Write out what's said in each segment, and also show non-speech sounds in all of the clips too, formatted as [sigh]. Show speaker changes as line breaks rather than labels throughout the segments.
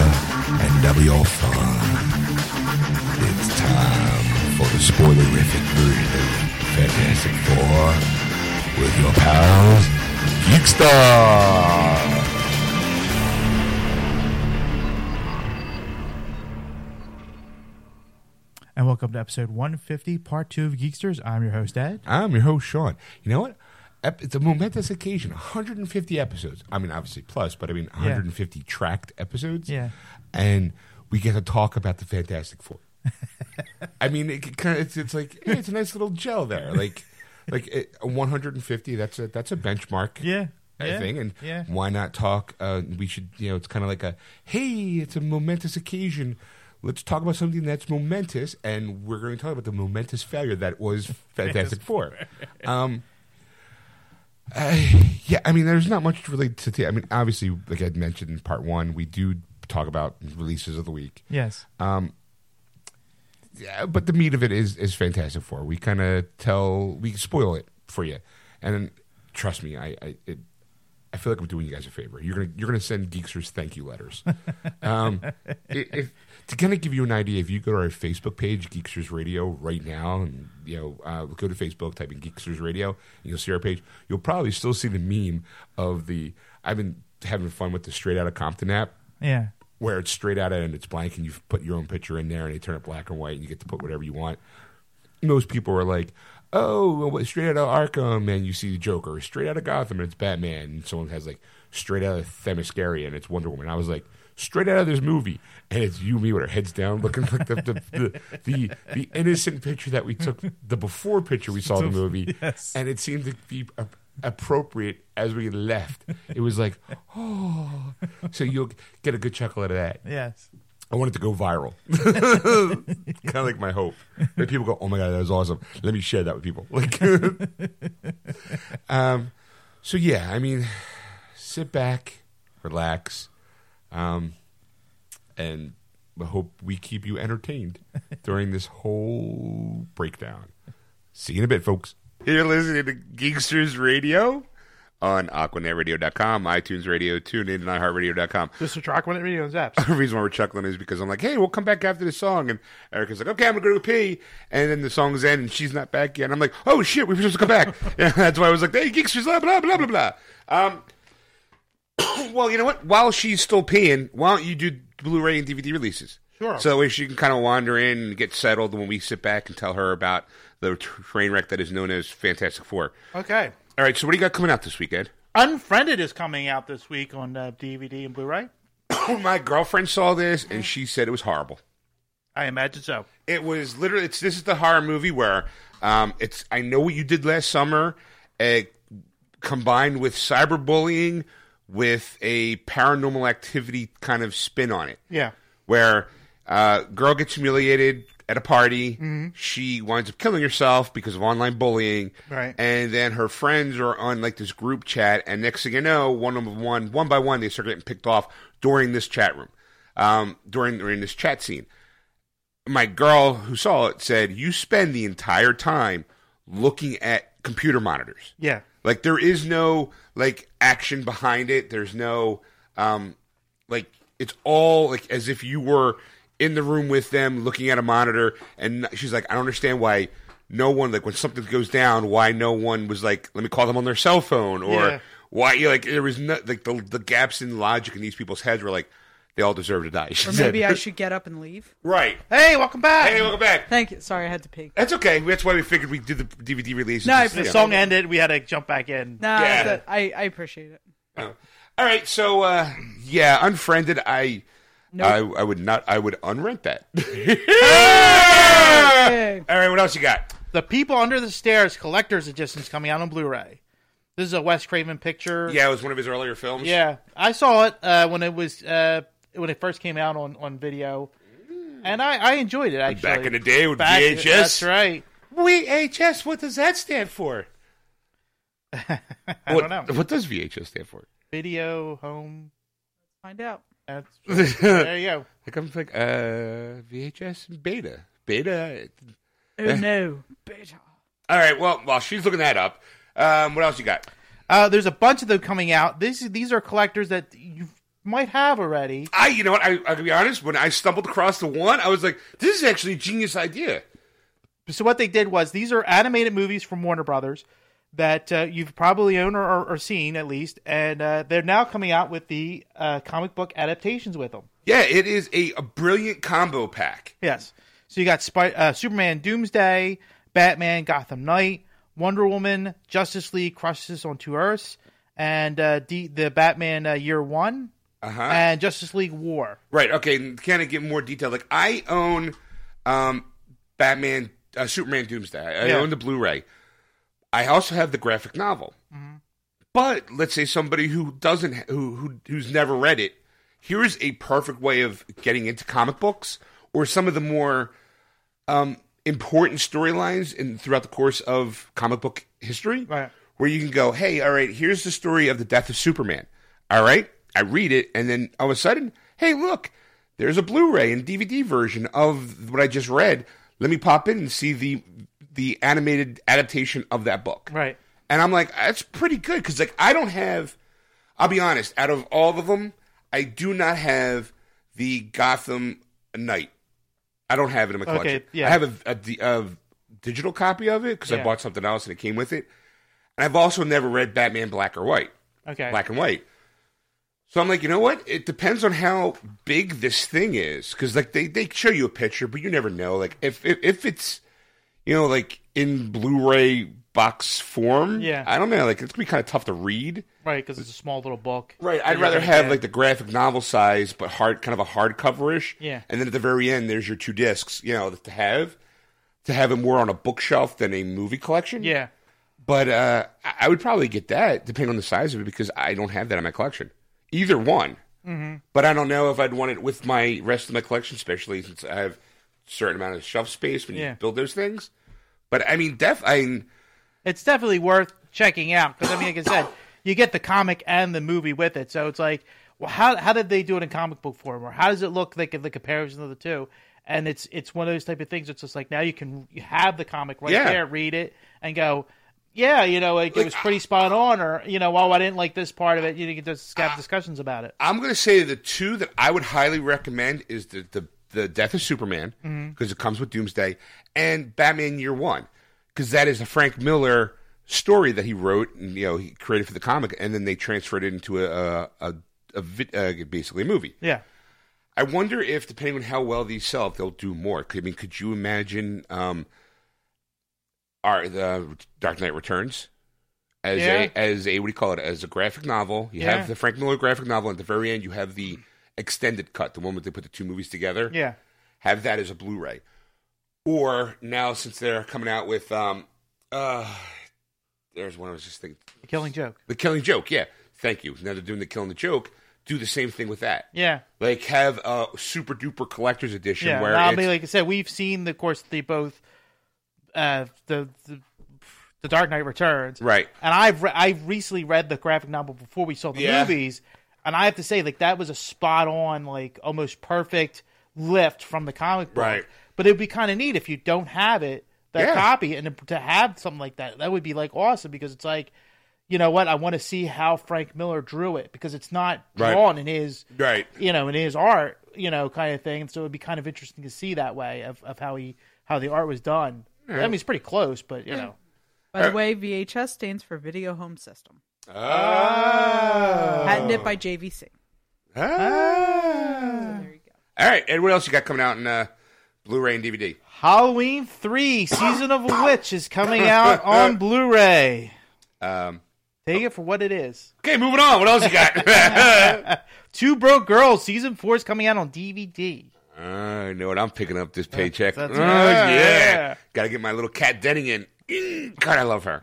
and WFR. It's time for the spoilerific version of Fantastic Four with your pals, Geekstar.
And welcome to episode 150, part two of Geeksters. I'm your host, Ed.
I'm your host, Sean. You know what? Ep- It's a momentous occasion. 150 episodes. I mean, obviously plus, but I mean 150 tracked episodes.
Yeah.
And we get to talk about the Fantastic
[laughs]
Four. I mean, it kind of, it's, it's like hey, it's a nice little gel there. Like, like it, 150. That's a that's a benchmark.
Yeah,
I
yeah,
think, and
yeah.
why not talk? Uh, we should, you know, it's kind of like a hey, it's a momentous occasion. Let's talk about something that's momentous, and we're going to talk about the momentous failure that
[laughs]
was Fantastic Four. Um, uh, yeah, I mean, there's not much to relate to. I mean, obviously, like I mentioned in part one, we do talk about releases of the week.
Yes.
Um, yeah, but the meat of it is is Fantastic Four. We kind of tell, we spoil it for you, and then, trust me, I I, it, I feel like I'm doing you guys a favor. You're gonna you're gonna send Geeksters thank you letters. um, i- if, to kind of give you an idea, if you go to our Facebook page, Geeksters Radio, right now, and you know, uh, go to Facebook, type in Geeksters Radio, and you'll see our page. You'll probably still see the meme of the I've been having fun with the Straight Outta Compton app
Yeah.
where it's straight out and it's blank and you put your own picture in there and they turn it black and white and you get to put whatever you want. Most people are like, oh, well, straight out of Arkham and you see the Joker, straight out of Gotham and it's Batman. And someone has like, straight out of Themyscira and it's Wonder Woman. I was like, straight out of this movie. And it's you and me with our heads down looking like the, the, the, the, the innocent picture that we took, the before picture we saw the movie.
Yes.
And it seemed to be a- appropriate as we left. It was like, oh. So you'll get a good chuckle out of that.
Yes.
I want it to go viral. [laughs] kind of like my hope. That people go, oh my God, that was awesome. Let me share that with people. Like, [laughs] um, so yeah, I mean, sit back, relax, um, and I hope we keep you entertained during this whole breakdown. See you in a bit, folks. You're listening to Geeksters Radio on AquanetRadio.com, iTunes Radio, TuneIn, and iHeartRadio.com
Just a track when it radio and zaps.
the [laughs] reason why we're chuckling is because I'm like, hey, we'll come back after the song. And Erica's like, okay, I'm going to go pee. And then the song's end and she's not back yet. And I'm like, oh shit, we were supposed to come back. [laughs] yeah, that's why I was like, hey, geeks, she's blah, blah, blah, blah, blah. Um, [coughs] well, you know what? While she's still peeing, why don't you do Blu ray and DVD releases?
Sure.
So that way she can kind of wander in and get settled when we sit back and tell her about the train wreck that is known as Fantastic Four.
Okay.
All right, so what do you got coming out this weekend? [coughs]
Unfriended is coming out this week on uh, DVD and Blu-ray.
My girlfriend saw this and she said it was horrible.
I imagine so.
It was literally. It's this is the horror movie where um, it's. I know what you did last summer, uh, combined with cyberbullying, with a paranormal activity kind of spin on it
Yeah.
where uh, girl gets humiliated at a party. She winds up killing herself because of online bullying.
Right.
And then her friends are on like this group chat, and next thing you know, one of one, one by one, they start getting picked off during this chat room, um, during during this chat scene. My girl who saw it said, "You spend the entire time looking at computer monitors."
Yeah.
Like there is no like action behind it. There's no um like it's all like as if you were in the room with them looking at a monitor and she's like I don't understand why no one like when something goes down why no one was like let me call them on their cell phone or
Yeah.
why you like there was no like the the gaps in logic in these people's heads were like they all deserve to die. She
Or
said.
maybe I should get up and leave.
right.
Hey, welcome back.
Hey, welcome back.
Thank you. Sorry, I had to pee.
That's okay. That's why we figured we did the DVD release.
No, I-
the song ended. We had to jump back in.
No,
Yeah.
but I, I appreciate it.
Oh. All right, so uh, yeah, unfriended. I, I, I would not. I would unrent that. [laughs] All right, what else you got?
The People Under the Stairs Collector's Edition's coming out on Blu-ray. This is a Wes Craven picture.
Yeah, it was one of his earlier films.
Yeah, I saw it uh, when it was uh, when it first came out on, on video, and I, I enjoyed it actually.
back in the day with
Back-
VHS.
That's right. [laughs]
VHS. What does that stand for?
I
what,
don't know.
What does VHS stand [laughs] for?
Video home.
Find out.
[laughs]
That's there you go.
Like I'm like uh, VHS and Beta. Beta.
Oh
Eh.
no, beta.
All right. Well, while she's looking that up, um, what else you got?
Uh, there's a bunch of them coming out. These these are collectors that you might have already.
I, you know what? I, I'll be honest. When I stumbled across the one, I was like, "This is actually a genius idea."
So what they did was these are animated movies from Warner Brothers that uh, you've probably owned or, or, or seen at least, and uh, they're now coming out with the uh, comic book adaptations with them.
Yeah, it is a, a brilliant combo pack.
Yes. So you got Spy- uh, Superman Doomsday, Batman Gotham Knight, Wonder Woman, Justice League Crisis on Two Earths, and uh, D- the Batman uh, Year One,
Uh-huh.
and Justice League War.
Right. Okay. and Can I get more detail? Like, I own um, Batman, uh, Superman Doomsday. I
Yeah.
own the Blu ray. I also have the graphic novel. But let's say somebody who doesn't, who, who who's never read it, here's a perfect way of getting into comic books or some of the more um, important storylines in throughout the course of comic book history
Right.
where you can go, hey, all right, here's the story of the death of Superman. All right, I read it, and then all of a sudden, hey, look, there's a Blu-ray and DVD version of what I just read. Let me pop in and see the the animated adaptation of that book.
Right.
And I'm like, that's pretty good because like I don't have. I'll be honest. Out of all of them, I do not have the Gotham Knight. I don't have it in my
Okay,
collection.
yeah.
I have a, a, di- a digital copy of it because I
Yeah.
bought something else and it came with it. And I've also never read Batman Black or White.
Okay.
Black and White. So I'm like, you know what? It depends on how big this thing is, because like they, they show you a picture, but you never know. Like if if, if it's you know like in Blu-ray box form,
Yeah.
I don't know. Like it's gonna be kind of tough to read.
Right, because it's a small little book.
Right.
that
I'd
you're
rather
gonna
have
get.
like the graphic novel size, but hard, kind of a hardcover ish.
Yeah.
And then at the very end, there's your two discs. You know, to have to have it more on a bookshelf than a movie collection.
yeah.
But uh, I I would probably get that depending on the size of it because I don't have that in my collection. Either one. Mm-hmm. But I don't know if I'd want it with my rest of my collection, especially since I have a certain amount of shelf space when
Yeah.
you build those things. But I mean, def I
It's definitely worth checking out because I mean, like I said, you get the comic and the movie with it, so it's like, well, how how did they do it in comic book form, or how does it look like the comparison of the two? And it's it's one of those type of things. It's just like now you can you have the comic right
Yeah. uh,
there, read it, and go, yeah, you know, like, it was pretty spot on, or you know, oh, I didn't like this part of it. You can just
uh.
have discussions about it.
I'm going to say the two that I would highly recommend is the the, the Death of Superman because it comes with Doomsday and Batman Year One because that is a Frank Miller story that he wrote and you know he created for the comic and then they transferred it into a a, a, a, vid- uh basically a movie.
Yeah,
I wonder if, depending on how well these sell, if they'll do more. I mean, could you imagine um, our the Dark Knight Returns as
Yeah.
a as a what do you call it as a graphic novel? You
Yeah.
have the Frank Miller graphic novel. At the very end, you have the extended cut, the one where they put the two movies together.
yeah,
Have that as a Blu-ray, or now since they're coming out with um, uh, there's one I was just thinking,
the Killing Joke.
the Killing Joke. Yeah, thank you. Now they're doing the Killing the Joke. Do the same thing with that
Yeah,
like have a super duper collector's edition
yeah.
where
Now, I
it's,
mean, like I said, we've seen the of course the both uh, the, the the Dark Knight Returns,
right
and I've re- I've recently read the graphic novel before we saw the
Yeah.
movies, and I have to say like that was a spot on like almost perfect lift from the comic book.
Right.
But it would be kind of neat if you don't have it that
Yeah.
copy and to- to have something like that that would be like awesome because it's like you know what I want to see how Frank Miller drew it because it's not
Right.
drawn in his
right
you know in his art you know kind of thing so it would be kind of interesting to see that way of, of how he how the art was done. I mean it's pretty close but you
Er.
know
By the way, VHS stands for Video Home System.
Uh,
Ah.
Patented by JVC.
uh.
Ah.
Oh, There you go.
all right and what else you got coming out in uh, blu-ray and dvd
Halloween 3 Season of a Witch is coming
[laughs]
out on Blu ray.
um,
Take it for what it is.
okay moving on what else you
[laughs]
got [laughs]
Two Broke Girls Season 4 is coming out on DVD.
i know what i'm picking up this paycheck
That's
oh,
right.
yeah gotta get my little cat denning in Mm, god i love
[laughs]
her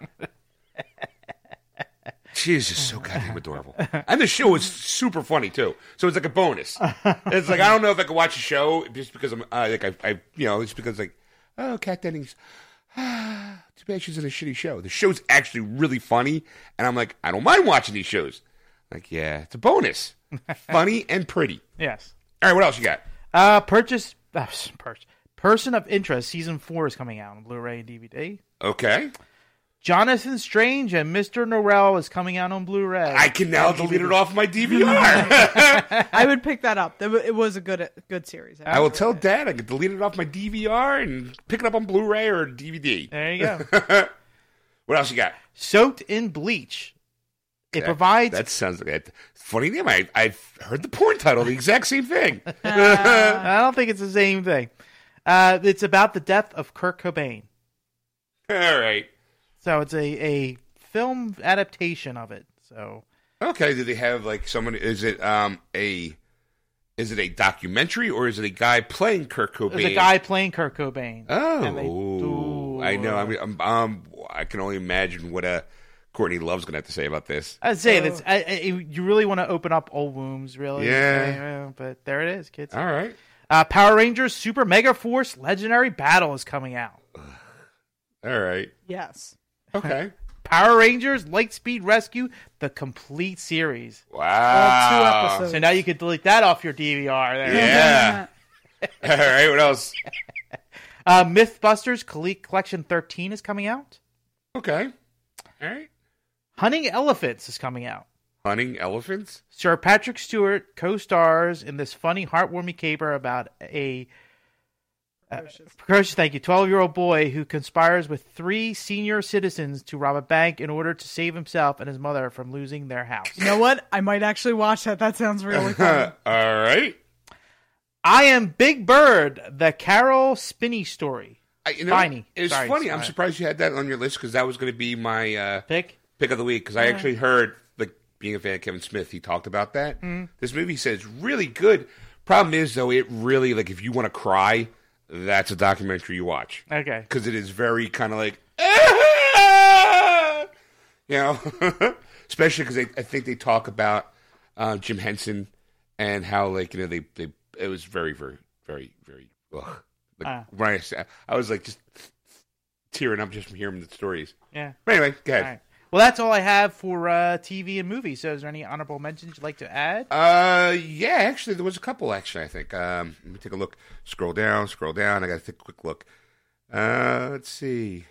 She is just so goddamn adorable, and the show is super funny too. So it's like a bonus. It's like I don't know if I could watch a show just because I'm uh, like I, I, you know, it's because like, oh, Kat Dennings. [sighs] Too bad she's in a shitty show. The show's actually really funny, and I'm like, I don't mind watching these shows. Like, yeah, it's a
[laughs]
bonus, funny and pretty.
Yes.
All right, what else you got?
Uh, purchase. Uh, [laughs] purchase. Person of Interest Season 4 is coming out on Blu ray and DVD.
Okay,
Jonathan Strange and Mr. Norrell is coming out on Blu-ray.
I can now delete it off my
[laughs]
DVR.
I would pick that up. That wa- It was a good good series.
I will tell Dad I can delete it off my DVR and pick it up on Blu-ray or DVD.
there you go.
[laughs] What else you got?
Soaked in bleach. It
That-
provides
That sounds like a funny name. I I've heard the porn title, the exact same thing.
[laughs] I don't think it's the same thing. Uh, it's about the death of Kurt Cobain.
[laughs] All right.
So it's a, a film adaptation of it. So
Okay. Do they have like someone? Is it um a is it a documentary or is it a guy playing Kurt Cobain?
there's a guy playing Kurt Cobain. And they
Oh,
do-
I know. I mean, um, um, I can only imagine what uh, Courtney Love's gonna have to say about this.
I'd say that's
Oh.
I, I, you really want to open up old wombs, really.
Yeah.
But there it is, kids.
All right,
Uh, Power Rangers Super Mega Force Legendary Battle is coming out.
all right,
Yes.
okay.
Power Rangers Lightspeed Rescue: The Complete Series.
Wow.
All two episodes.
So now you could delete that off your DVR. There.
Yeah. [laughs] all right. What else?
Uh, MythBusters Colle- Collection 13 is coming out.
Okay. All right.
Hunting Elephants is coming out.
Hunting elephants. [laughs]
Sir Patrick Stewart co-stars in this funny, heartwarming caper about a precocious, thank you, twelve-year-old boy who conspires with three senior citizens to rob a bank in order to save himself and his mother from losing their house.
You know what? I might actually watch that. That sounds really fun.
[laughs] All right.
I am Big Bird, the Carol Spinney story.
I, you know,
Spiny.
It was
Sorry,
funny. I'm
sorry.
surprised you had that on your list because that was going to be my uh,
Pick.
pick of the week because I actually heard like being a fan of Kevin Smith, he talked about that. This movie says really good. Problem is though, it really like if you want to cry, that's a documentary you watch
Okay.
because it is very kind of like, [laughs] "Ah!" you know, [laughs] especially because I think they talk about uh, Jim Henson and how like you know they they it was very very very very ugh. like
Ah.
when I, sa- I was like just tearing up just from hearing the stories.
Yeah.
But anyway, go ahead.
All right. Well, that's all I have for uh, TV and movies. So, is there any honorable mentions you'd like to add?
Uh, yeah, actually, there was a couple. Actually, I think. Um, let me take a look. Scroll down, scroll down. I got to take a quick look. Uh, let's see.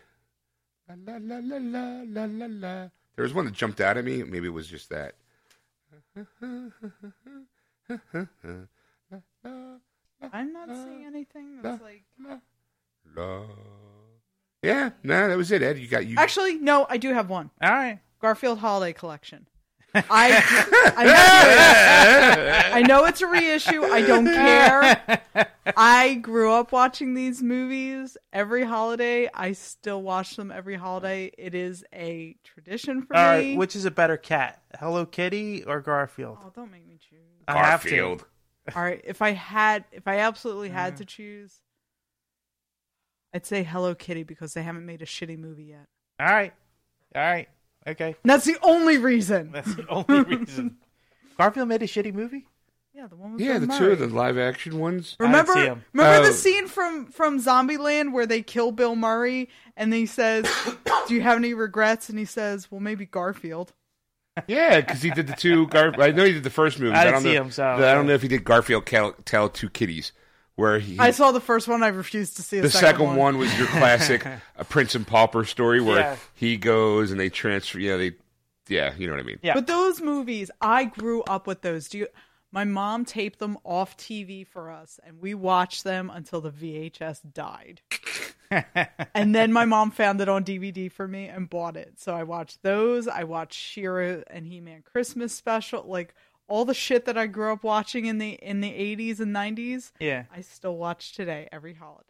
La la la la la la la la. There was one that jumped out at me. Maybe it was just that.
[laughs] I'm not seeing anything
Uh.
that's like.
La. Yeah, no, that was it, Ed. You got you.
Actually, no, I do have one.
All right.
Garfield
[laughs]
Holiday Collection. I I know, I know it's a reissue. I don't care. I grew up watching these movies every holiday. I still watch them every holiday. It is a tradition for
All
me.
right. Which is a better cat, Hello Kitty or Garfield?
oh, don't make me choose.
I have to.
Garfield.
All right, if I had, if I absolutely had to choose, I'd say Hello Kitty because they haven't made a shitty movie yet.
All right. All right. Okay.
And that's the only reason.
That's the only [laughs] reason. Garfield made a shitty movie?
Yeah, the one with
Yeah,
Bill
the
Murray.
two of the live action ones.
I didn't
Remember,
see him.
remember
Oh.
the scene from from Zombieland where they kill Bill Murray and he says, "Do you have any regrets?" And he says, "Well, maybe Garfield."
Yeah, because he did the
[laughs]
two. Gar- I know he did the first movie.
I
but
didn't
don't
see
know,
him, so-
I don't know if he did Garfield Tell, Tell Two Kitties, where he
I saw the first one. I refused to see the,
The second, one. was your
[laughs]
classic a Prince and Pauper story where
Yeah.
he goes and they transfer. Yeah, they. Yeah, you know what I mean.
Yeah.
But those movies, I grew up with those. Do you? My mom taped them off TV for us, and we watched them until the VHS died.
[laughs]
and then my mom found it on DVD for me and bought it. So I watched those. I watched Shira and He Man Christmas special, like all the shit that I grew up watching in the in the eighties and nineties.
Yeah.
I still watch today every holiday.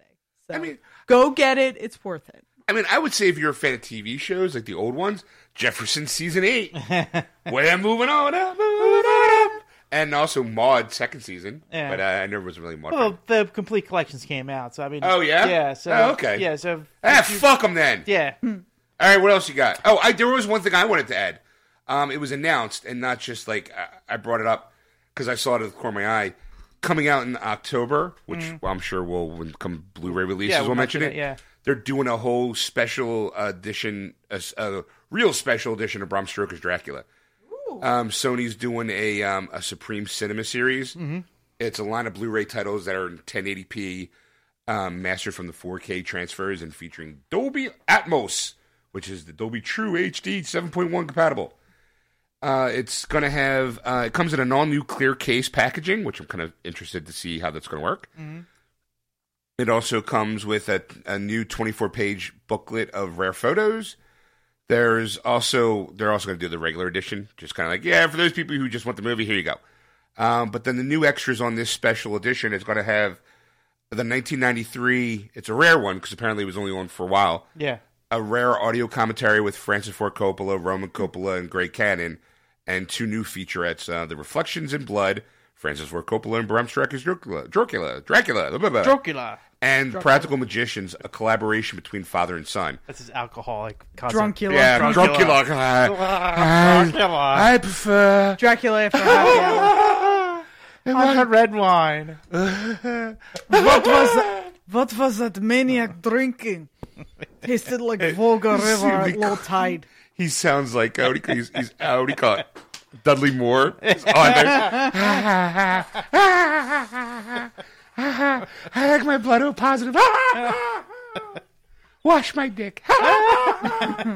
So
I mean-
go get it. It's worth it.
I mean, I would say if you're a fan of TV shows like the old ones, Jefferson season
[laughs]
eight, we're moving on up, moving on up, and also Maud second season.
Yeah.
But uh, I never was really Maud.
Well, the complete collections came out, so I mean.
Oh, yeah?
Yeah. So
Oh, okay.
Yeah. So
ah, fuck them then.
yeah.
All right, what else you got? Oh, I, there was one thing I wanted to add. Um, it was announced, and not just like I, I brought it up because I saw it at the corner of my eye, coming out in October, which I'm sure will when come Blu-ray releases,
Yeah,
Mm. we'll, mention it.
yeah.
they're doing a whole special edition, a, s- a real special edition of Bram Stoker's Dracula. Um, Sony's doing a um, a Supreme Cinema series. It's a line of Blu-ray titles that are in 1080p, um, mastered from the 4K transfers and featuring Dolby Atmos which is the Dolby True HD 7.1 compatible. Uh, it's going to have, uh, it comes in an all new clear case packaging, which I'm kind of interested to see how that's going to work. It also comes with a, a new 24 page booklet of rare photos. There's also, they're also going to do the regular edition, just kind of like, yeah, for those people who just want the movie, here you go. Um, but then the new extras on this special edition is going to have the 1993, it's a rare one because apparently it was only on for a while
Yeah.
a rare audio commentary with Francis Ford Coppola, Roman Coppola, and Greg Cannon, and two new featurettes: uh, "The Reflections in Blood," Francis Ford Coppola and Bram Stoker's Dracula, Dracula, Dracula, blah, blah, blah.
Dracula.
and "Practical Magicians," a collaboration between father and son.
That's his alcoholic concept.
Drunkula.
yeah,
Dracula.
Dracula. I,
Dracula.
[laughs] I prefer
Dracula after
[laughs]
Dracula.
I'm a red wine.
what was that? What was that maniac
[laughs]
drinking? Tasted like Volga River at low tide.
He sounds like uh, what do you- he's, he's uh, what do you call it? Dudley Moore. He's on there. I like my blood O positive. Wash my dick. What's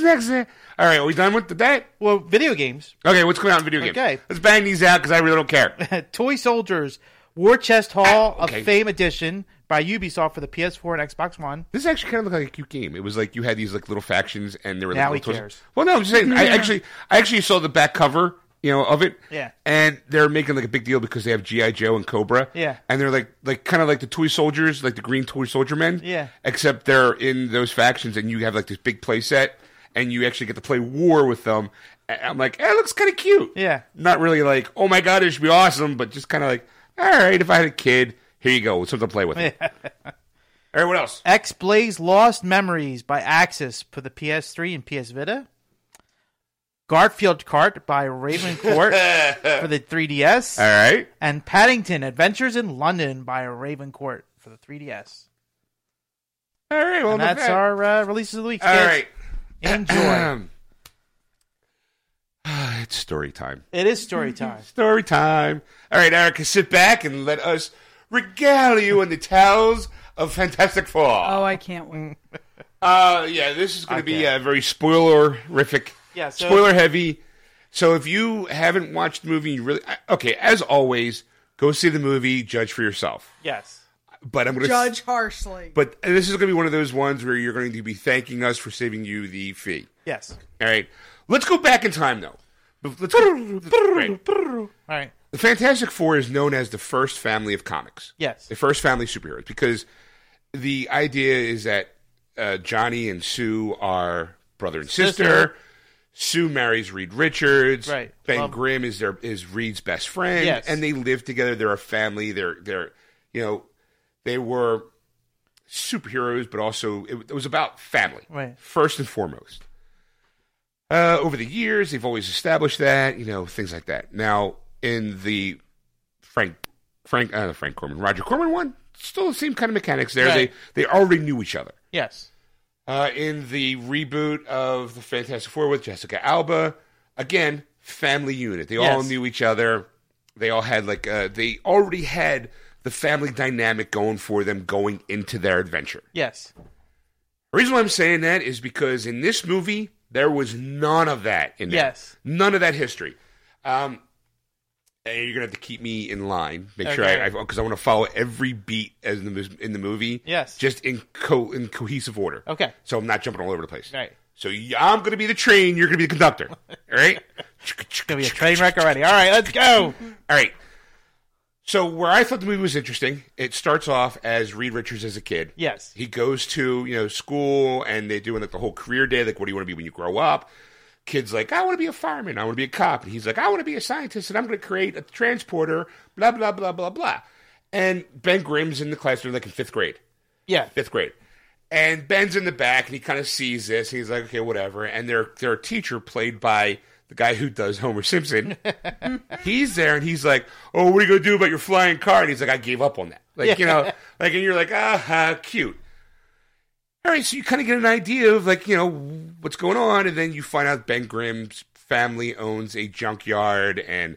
next? All right, are we done with the day?
Well, video games. [laughs]
Okay, what's going on in video games?
Okay.
Let's bang these out because I really don't care.
Toy Soldiers War Chest Hall
Ah, okay.
of Fame Edition by Ubisoft for the PS4 and Xbox One.
This actually kind of looked like a cute game. It was like you had these like little factions, and there were
Now
like,
he
little
cares.
Well, no, I'm just
[laughs]
saying. I actually, I actually saw the back cover, you know, of it.
Yeah.
And they're making like a big deal because they have GI Joe and Cobra.
Yeah.
And they're like, like kind of like the toy soldiers, like the green toy soldier men.
Yeah.
Except they're in those factions, and you have like this big play set, and you actually get to play war with them. And I'm like, eh, it looks kind of cute.
Yeah.
Not really like, oh my god, it should be awesome, but just kind of like, all right, if I had a kid, here you go, something to play
[laughs]
with. all right, what else?
X Blaze Lost Memories by Axis for the PS3 and PS Vita. Garfield Kart by
[laughs]
Raven Court for the 3DS.
All right.
And Paddington Adventures in London by Raven Court for the 3DS.
All right. Well,
And
not
that's
bad.
our uh, releases of the week.
All
kids.
right. [clears throat]
Enjoy.
[sighs] it's story time.
it is
[laughs]
story time.
Story time. All right, Erica, sit back and let us regale you on the tales of Fantastic Four.
Oh, I can't wait.
Uh, yeah, this is going to be
Okay.
uh, very spoilerific.
Yeah, so-
spoiler heavy. So if you haven't watched the movie, you really I- okay. As always, go see the movie, judge for yourself.
Yes.
But I'm going to
Judge harshly.
But this is going to be one of those ones where you're going to be thanking us for saving you the fee.
Yes.
All right. Let's go back in time, though. But Let's right.
All right.
The Fantastic Four is known as the first family of comics.
Yes.
The first family of superheroes because the idea is that uh, Johnny and Sue are brother and sister.
Sister.
Sue marries Reed Richards.
Right.
Ben
Love-
Grimm is their is Reed's best friend.
Yes.
And they live together. They're a family. They're they're you know they were superheroes, but also it, it was about family
Right.
first and foremost. Uh, over the years, they've always established that you know things like that. Now in the Frank Frank uh, Frank Corman Roger Corman one, still the same kind of mechanics there.
Right.
They they already knew each other.
Yes.
Uh, in the reboot of the Fantastic Four with Jessica Alba, again family unit. They all
Yes.
knew each other. They all had like uh, they already had the family dynamic going for them going into their adventure.
Yes.
The reason why I'm saying that is because in this movie, there was none of that in there.
Yes.
None of that history. Um, and you're going to have to keep me in line. Make sure
Okay.
I, because I, want to follow every beat as in the, in the movie.
Yes.
Just in, co- in cohesive order.
Okay.
So I'm not jumping all over the place.
Right.
So y- I'm going to be the train. You're going to be the
[laughs]
conductor. All right.
Gonna be a train wreck already. All right, let's
[laughs] All
go.
right. So where I thought the movie was interesting, it starts off as Reed Richards as a kid.
Yes.
He goes to, you know, school and they do like the whole career day, like what do you want to be when you grow up? Kid's like, I want to be a fireman, I want to be a cop. And he's like, I want to be a scientist and I'm gonna create a transporter, blah, blah, blah, blah, blah. And Ben Grimm's in the class, they're like in fifth grade
Yeah.
fifth grade. And Ben's in the back, and he kind of sees this. He's like, okay, whatever. And their their teacher, played by the guy who does Homer Simpson, he's there, and he's like, oh, what are you gonna do about your flying car? And he's like, I gave up on that. Like you know, like, and you're like, ah, ha, cute. All right, so you kind of get an idea of like you know what's going on, and then you find out Ben Grimm's family owns a junkyard, and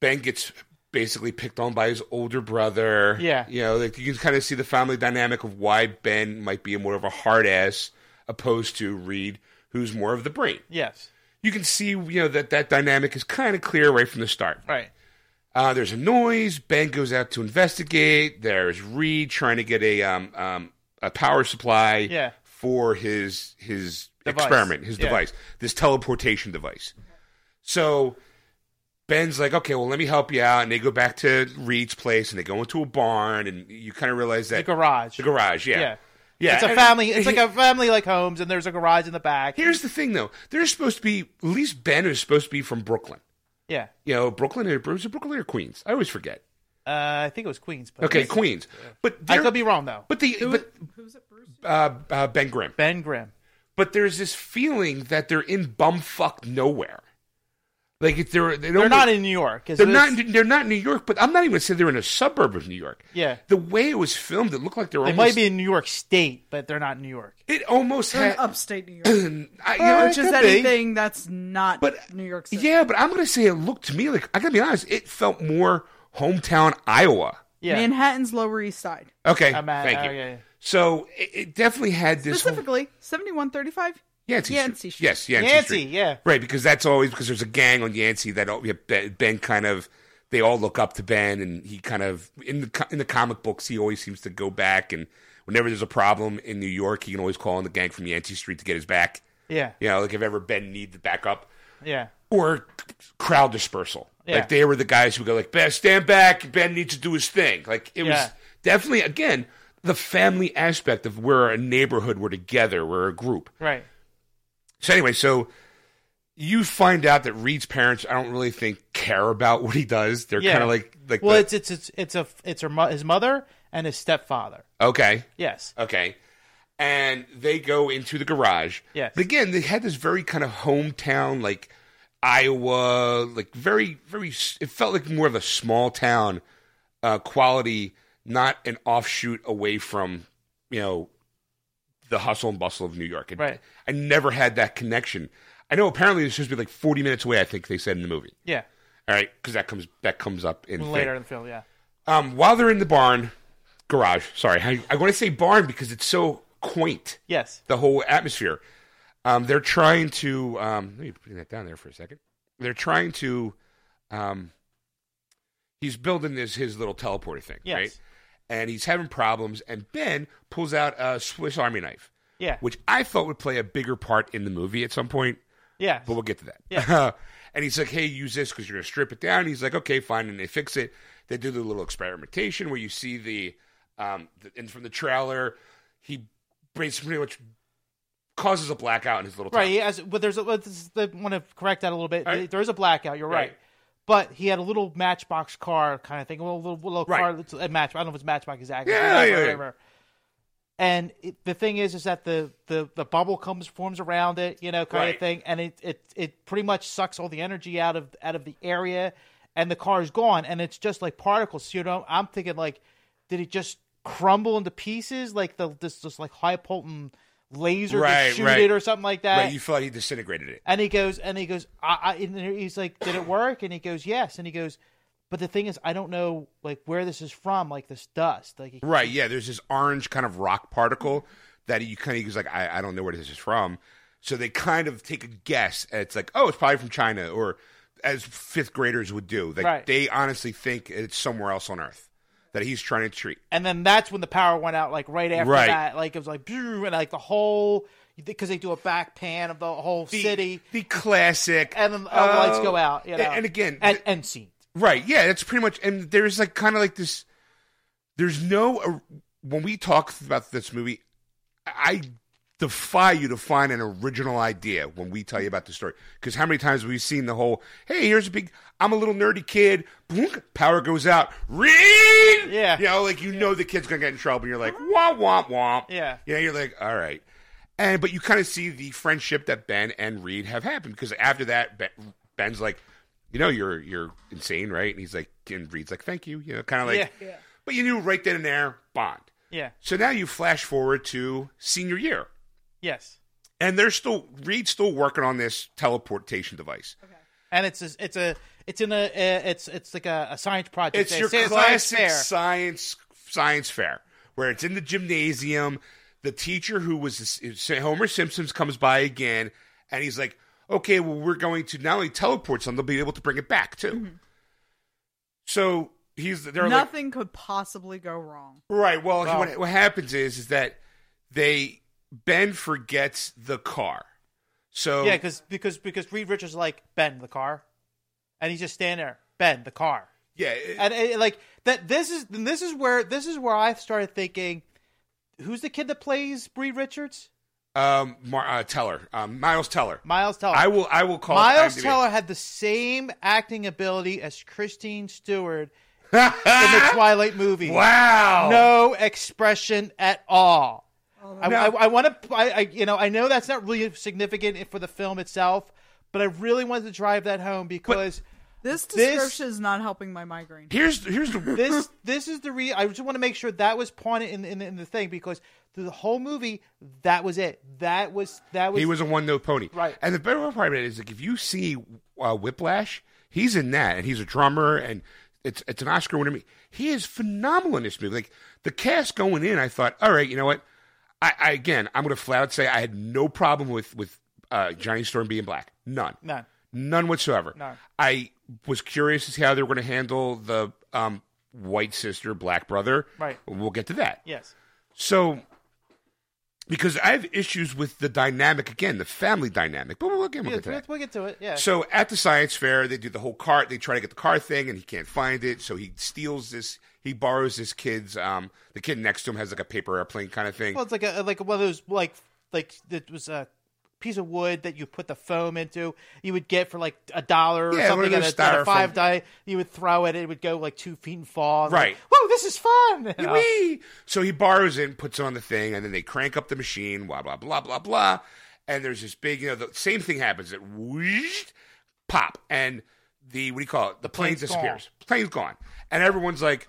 Ben gets basically picked on by his older brother.
Yeah.
You know, like you can kind of see the family dynamic of why Ben might be more of a hard ass opposed to Reed, who's more of the brain.
Yes.
You can see, you know, that that dynamic is kind of clear right from the start.
Right.
Uh, there's a noise. Ben goes out to investigate. There's Reed trying to get a um, um, a power supply
Yeah.
for his his
Device.
experiment, his
Yeah.
device, this teleportation device. So Ben's like, okay, well, let me help you out, and they go back to Reed's place, and they go into a barn, and you kind of realize
The
that
garage.
the garage, yeah,
Yeah.
yeah,
It's a
and-
family. It's like a family like homes, and there's a garage in the back.
Here's the thing, though. They're supposed to be at least Ben is supposed to be from Brooklyn.
Yeah.
You know, Brooklyn or was it Brooklyn or Queens? I always forget.
Uh, I think it was Queens. But
Okay, Queens. But
I
they're-
could be wrong though.
But the but
Who's it, Bruce?
uh, uh, Ben Grimm.
Ben Grimm.
But there's this feeling that they're in bumfuck nowhere. Like if they're they don't,
They're not in New York. is
they're
it?
not in- they're not in New York. But I'm not even gonna say they're in a suburb of New York.
Yeah.
The way it was filmed, it looked like they were.
They might
almost,
be in New York State, but they're not in New York.
It almost
They're in
had. Mm,
upstate New York.
I, you know, Uh, it
Which is
could be.
anything that's not
But
New York City.
Yeah, but I'm gonna say it looked to me like I gotta be honest. It felt more hometown Iowa.
Yeah.
Manhattan's Lower East Side.
Okay,
I'm Oh, at-
thank you.
okay.
So it, it definitely had this whole-
Specifically, 7135
Yancey, Street.
Yancey Street.
Yes, Yancey,
Yancey,
Street.
yeah.
Right, because that's always because there's a gang on Yancey that all, yeah, ben, ben kind of they all look up to Ben, and he kind of in the co- in the comic books he always seems to go back, and whenever there's a problem in New York, he can always call on the gang from Yancey Street to get his back.
Yeah.
You know, like if ever Ben needs to back up
Yeah.
or c- crowd dispersal.
Yeah.
Like they were the guys who go like, Ben, stand back. Ben needs to do his thing. Like it
Yeah.
was definitely again the family aspect of we're a neighborhood, we're together, we're a group.
Right.
So anyway, so you find out that Reed's parents, I don't really think, care about [laughs] what he does. They're
Yeah.
kind of like, like,
Well,
the-
it's it's it's it's a it's her mo- his mother and his stepfather.
okay,
Yes.
okay, and they go into the garage.
Yes.
But again, they had this very kind of hometown, like Iowa, like very, very. s- It felt like more of a small town uh, quality, not an offshoot away from you know the hustle and bustle of New York. It-
Right.
I never had that connection. I know apparently it's supposed to be like forty minutes away. I think they said in the movie.
Yeah.
All right, because that comes that comes up in thing.
Later in the film. Yeah.
Um, while they're in the barn, garage. Sorry, I, I want to say barn because it's so quaint.
Yes.
The whole atmosphere. Um, they're trying to. Um, let me bring that down there for a second. They're trying to. Um, he's building this his little teleporter thing,
Yes.
right? And he's having problems. And Ben pulls out a Swiss Army knife,
Yeah.
which I thought would play a bigger part in the movie at some point
yeah.
but we'll get to that. [laughs] and he's like, hey, use this because you're going to strip it down. He's like, okay, fine. And they fix it. They do the little experimentation where you see the, um, the and from the trailer, he brings pretty much causes a blackout in his little
Right.
town.
He has, but there's a. I want to correct that a little bit.
All right.
There is a blackout. You're right.
Right.
But he had a little matchbox car kind of thing. A little little, little
Right.
car. It's a match. I don't know if it's matchbox exactly.
Yeah,
whatever,
yeah, yeah.
whatever. And it, the thing is, is that the, the, the bubble comes forms around it, you know, kind
Right.
of thing, and it, it it pretty much sucks all the energy out of out of the area, and the car is gone, and it's just like particles. You know, I'm thinking like, did it just crumble into pieces like the this just like high potent laser
Right,
to shoot
right.
it or something like that?
Right, you feel like he disintegrated it.
And he goes, and he goes, I, I, and he's like, did it work? And he goes, yes. And he goes, but the thing is, I don't know like where this is from, like this dust, like
Right, yeah. There's this orange kind of rock particle that you kind of he's like, I, I don't know where this is from. So they kind of take a guess. And it's like, oh, it's probably from China, or as fifth graders would do. Like
Right.
they honestly think it's somewhere else on Earth that he's trying to treat.
and then that's when the power went out like right after
Right.
that like it was like "Phew," and like the whole because they do a back pan of the whole
the-
city
the classic,
and then all the
oh,
lights go out you
and-
know
And, again,
and,
th-
and scene
right? Yeah, that's pretty much. And there's like kind of like this. There's no uh, when we talk about this movie, I defy you to find an original idea when we tell you about the story. Because how many times have we seen the whole? Hey, here's a big. I'm a little nerdy kid. Boonk, power goes out. Read.
Yeah.
You know, like you know the kid's gonna get in trouble. And you're like womp womp womp.
Yeah.
Yeah, you're like, all right. And but you kind of see the friendship that Ben and Reed have happened because after that, Ben, Ben's like, you know, you're you're insane, right? And he's like, and Reed's like, thank you, you know, kind of like.
Yeah.
But you knew right then and there, bond.
yeah
So now you flash forward to senior year,
yes
and they're still Reed's still working on this teleportation device.
and it's a, it's a it's in a uh, it's it's like a, a science project.
It's
They
your
say a science
classic
fair.
science science fair where it's in the gymnasium. The teacher who was Homer Simpson's comes by again, and he's like, "Okay, well, we're going to not only teleport some, they'll be able to bring it back too."
Mm-hmm.
So he's they're like,
Nothing could possibly go wrong.
Right. Well, he-
Wow.
what, what happens is is that they Ben forgets the car, so
Yeah, because because because Reed Richards is like Ben the car, and he's just standing there Ben the car,
yeah, it-
and, and, like that. This is then this is where this is where I started thinking, who's the kid that plays Reed Richards?
um, Mar- uh, Teller, um, Miles Teller.
Miles Teller.
I will. I will call
Miles
IMDb. [laughs]
Teller had the same acting ability as Christine Stewart in the Twilight movie.
Ah! Wow.
No expression at all. I,
No.
want to, I, I, you know, I know that's not really significant for the film itself, but I really wanted to drive that home because
This
This-
description is not helping my migraine.
Here's here's the
this, this is the re. I just want to make sure that was pointed in, in, in the thing because through the whole movie, that was it. That was that was.
he was a one note pony.
Right.
And the better part of it is like if you see uh, Whiplash, he's in that, and he's a drummer, and it's it's an Oscar winner. He is phenomenal in this movie. Like the cast going in, I thought, all right, you know what? I, I again, I'm going to flat out say I had no problem with with uh, Johnny Storm being black. None.
None.
None whatsoever.
No.
I was curious as to how they were going to handle the um, white sister, black brother.
Right.
We'll get to that.
yes.
So, because I have issues with the dynamic again, the family dynamic, but we'll, again, we'll
Yeah,
get to
we'll,
that.
we'll get to it. Yeah.
So at the science fair, they do the whole car. They try to get the car thing, and he can't find it. So he steals this. He borrows this kid's. Um, the kid next to him has like a paper airplane kind of thing.
Well, it's like a like one of those like like it was a piece of wood that you put the foam into. You would get for like a dollar or
Yeah, one
something
of
at
those
a, at a
styrofoam-
five die. You would throw it, it would go like two feet and fall. And
Right.
Like, Whoa, this is fun. You know?
Whee! So he borrows it, and puts it on the thing, and then they crank up the machine. Blah blah blah blah blah. And there's this big, you know, the same thing happens. It whoosh, pop, and the what do you call it? The plane
Plane's
disappears. Plane's gone, and everyone's like,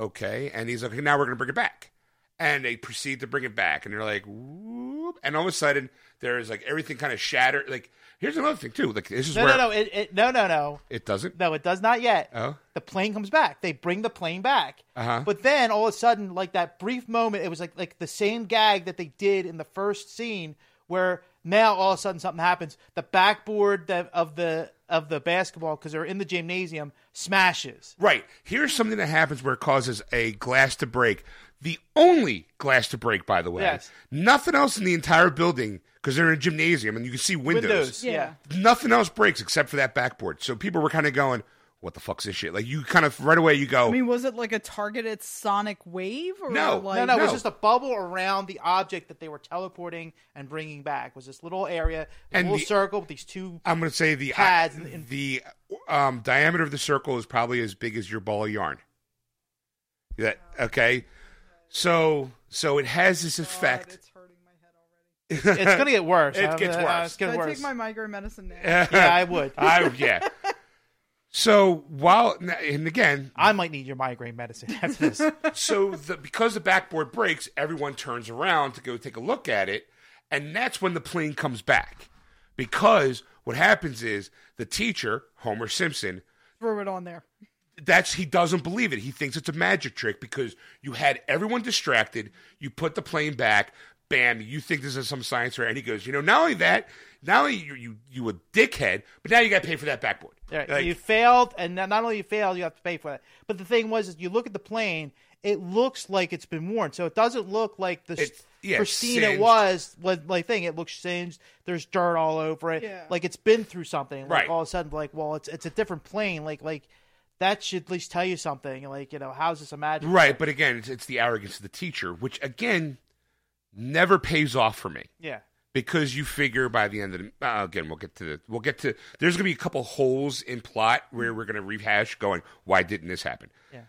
okay. And he's like, now we're gonna bring it back. And they proceed to bring it back, and they're like, whoop. and all of a sudden there's like everything kind of shattered. Like here's another thing too. Like this is
No,
where
no, no, it, it, no, no, no,
it doesn't.
no. It does not yet.
Oh.
The plane comes back. They bring the plane back.
Uh-huh.
But then all of a sudden, like that brief moment, it was like like the same gag that they did in the first scene, where now all of a sudden something happens. The backboard that, of the of the basketball because they're in the gymnasium smashes.
Right. Here's something that happens where it causes a glass to break. The only glass to break, by the way.
Yes.
Nothing else in the entire building, because they're in a gymnasium and you can see windows.
Windows. Yeah.
Nothing else breaks except for that backboard. So people were kind of going, what the fuck's this shit? Like, you kind of, right away, you go,
I mean, was it like a targeted sonic wave? Or
No,
like,
No, no, it was
No.
just a bubble around the object that they were teleporting and bringing back. It was this little area, a
And
little
the-
circle with
[laughs]
these two.
I'm going to say the,
Pads and-
the um, diameter of the circle is probably as big as your ball of yarn. That, okay. So, so it has this
God,
effect.
it's hurting my head already.
It's gonna get worse.
It
I'm-
gets
uh,
worse.
It's getting
Should I
worse.
take my migraine medicine now?
yeah,
[laughs]
I would.
I yeah. So while and again,
I might need your migraine medicine after this.
so the, because the backboard breaks, everyone turns around to go take a look at it, and that's when the plane comes back. Because what happens is the teacher Homer Simpson,
Throw it on there.
that's he doesn't believe it. He thinks it's a magic trick because you had everyone distracted. You put the plane back. Bam! You think this is some science fair, and he goes, you know, not only that, not only you you you a dickhead, but now you got to pay for that backboard.
Right.
Like-
you failed, and not not only you failed, you have to pay for it. But the thing was, is you look at the plane, it looks like it's been worn, so it doesn't look like the
It's- yeah,
pristine
singed.
it was. Like, like thing, it looks singed. There's dirt all over it.
Yeah.
Like it's been through something. Like
Right.
all of a sudden, like well, it's it's a different plane. Like like that should at least tell you something. Like you know, how's this imagined?
Right, but again, it's, it's the arrogance of the teacher, which again never pays off for me
Yeah.
because you figure by the end of the uh, again we'll get to the we'll get to there's going to be a couple holes in plot where we're going to rehash going why didn't this happen?
Yeah.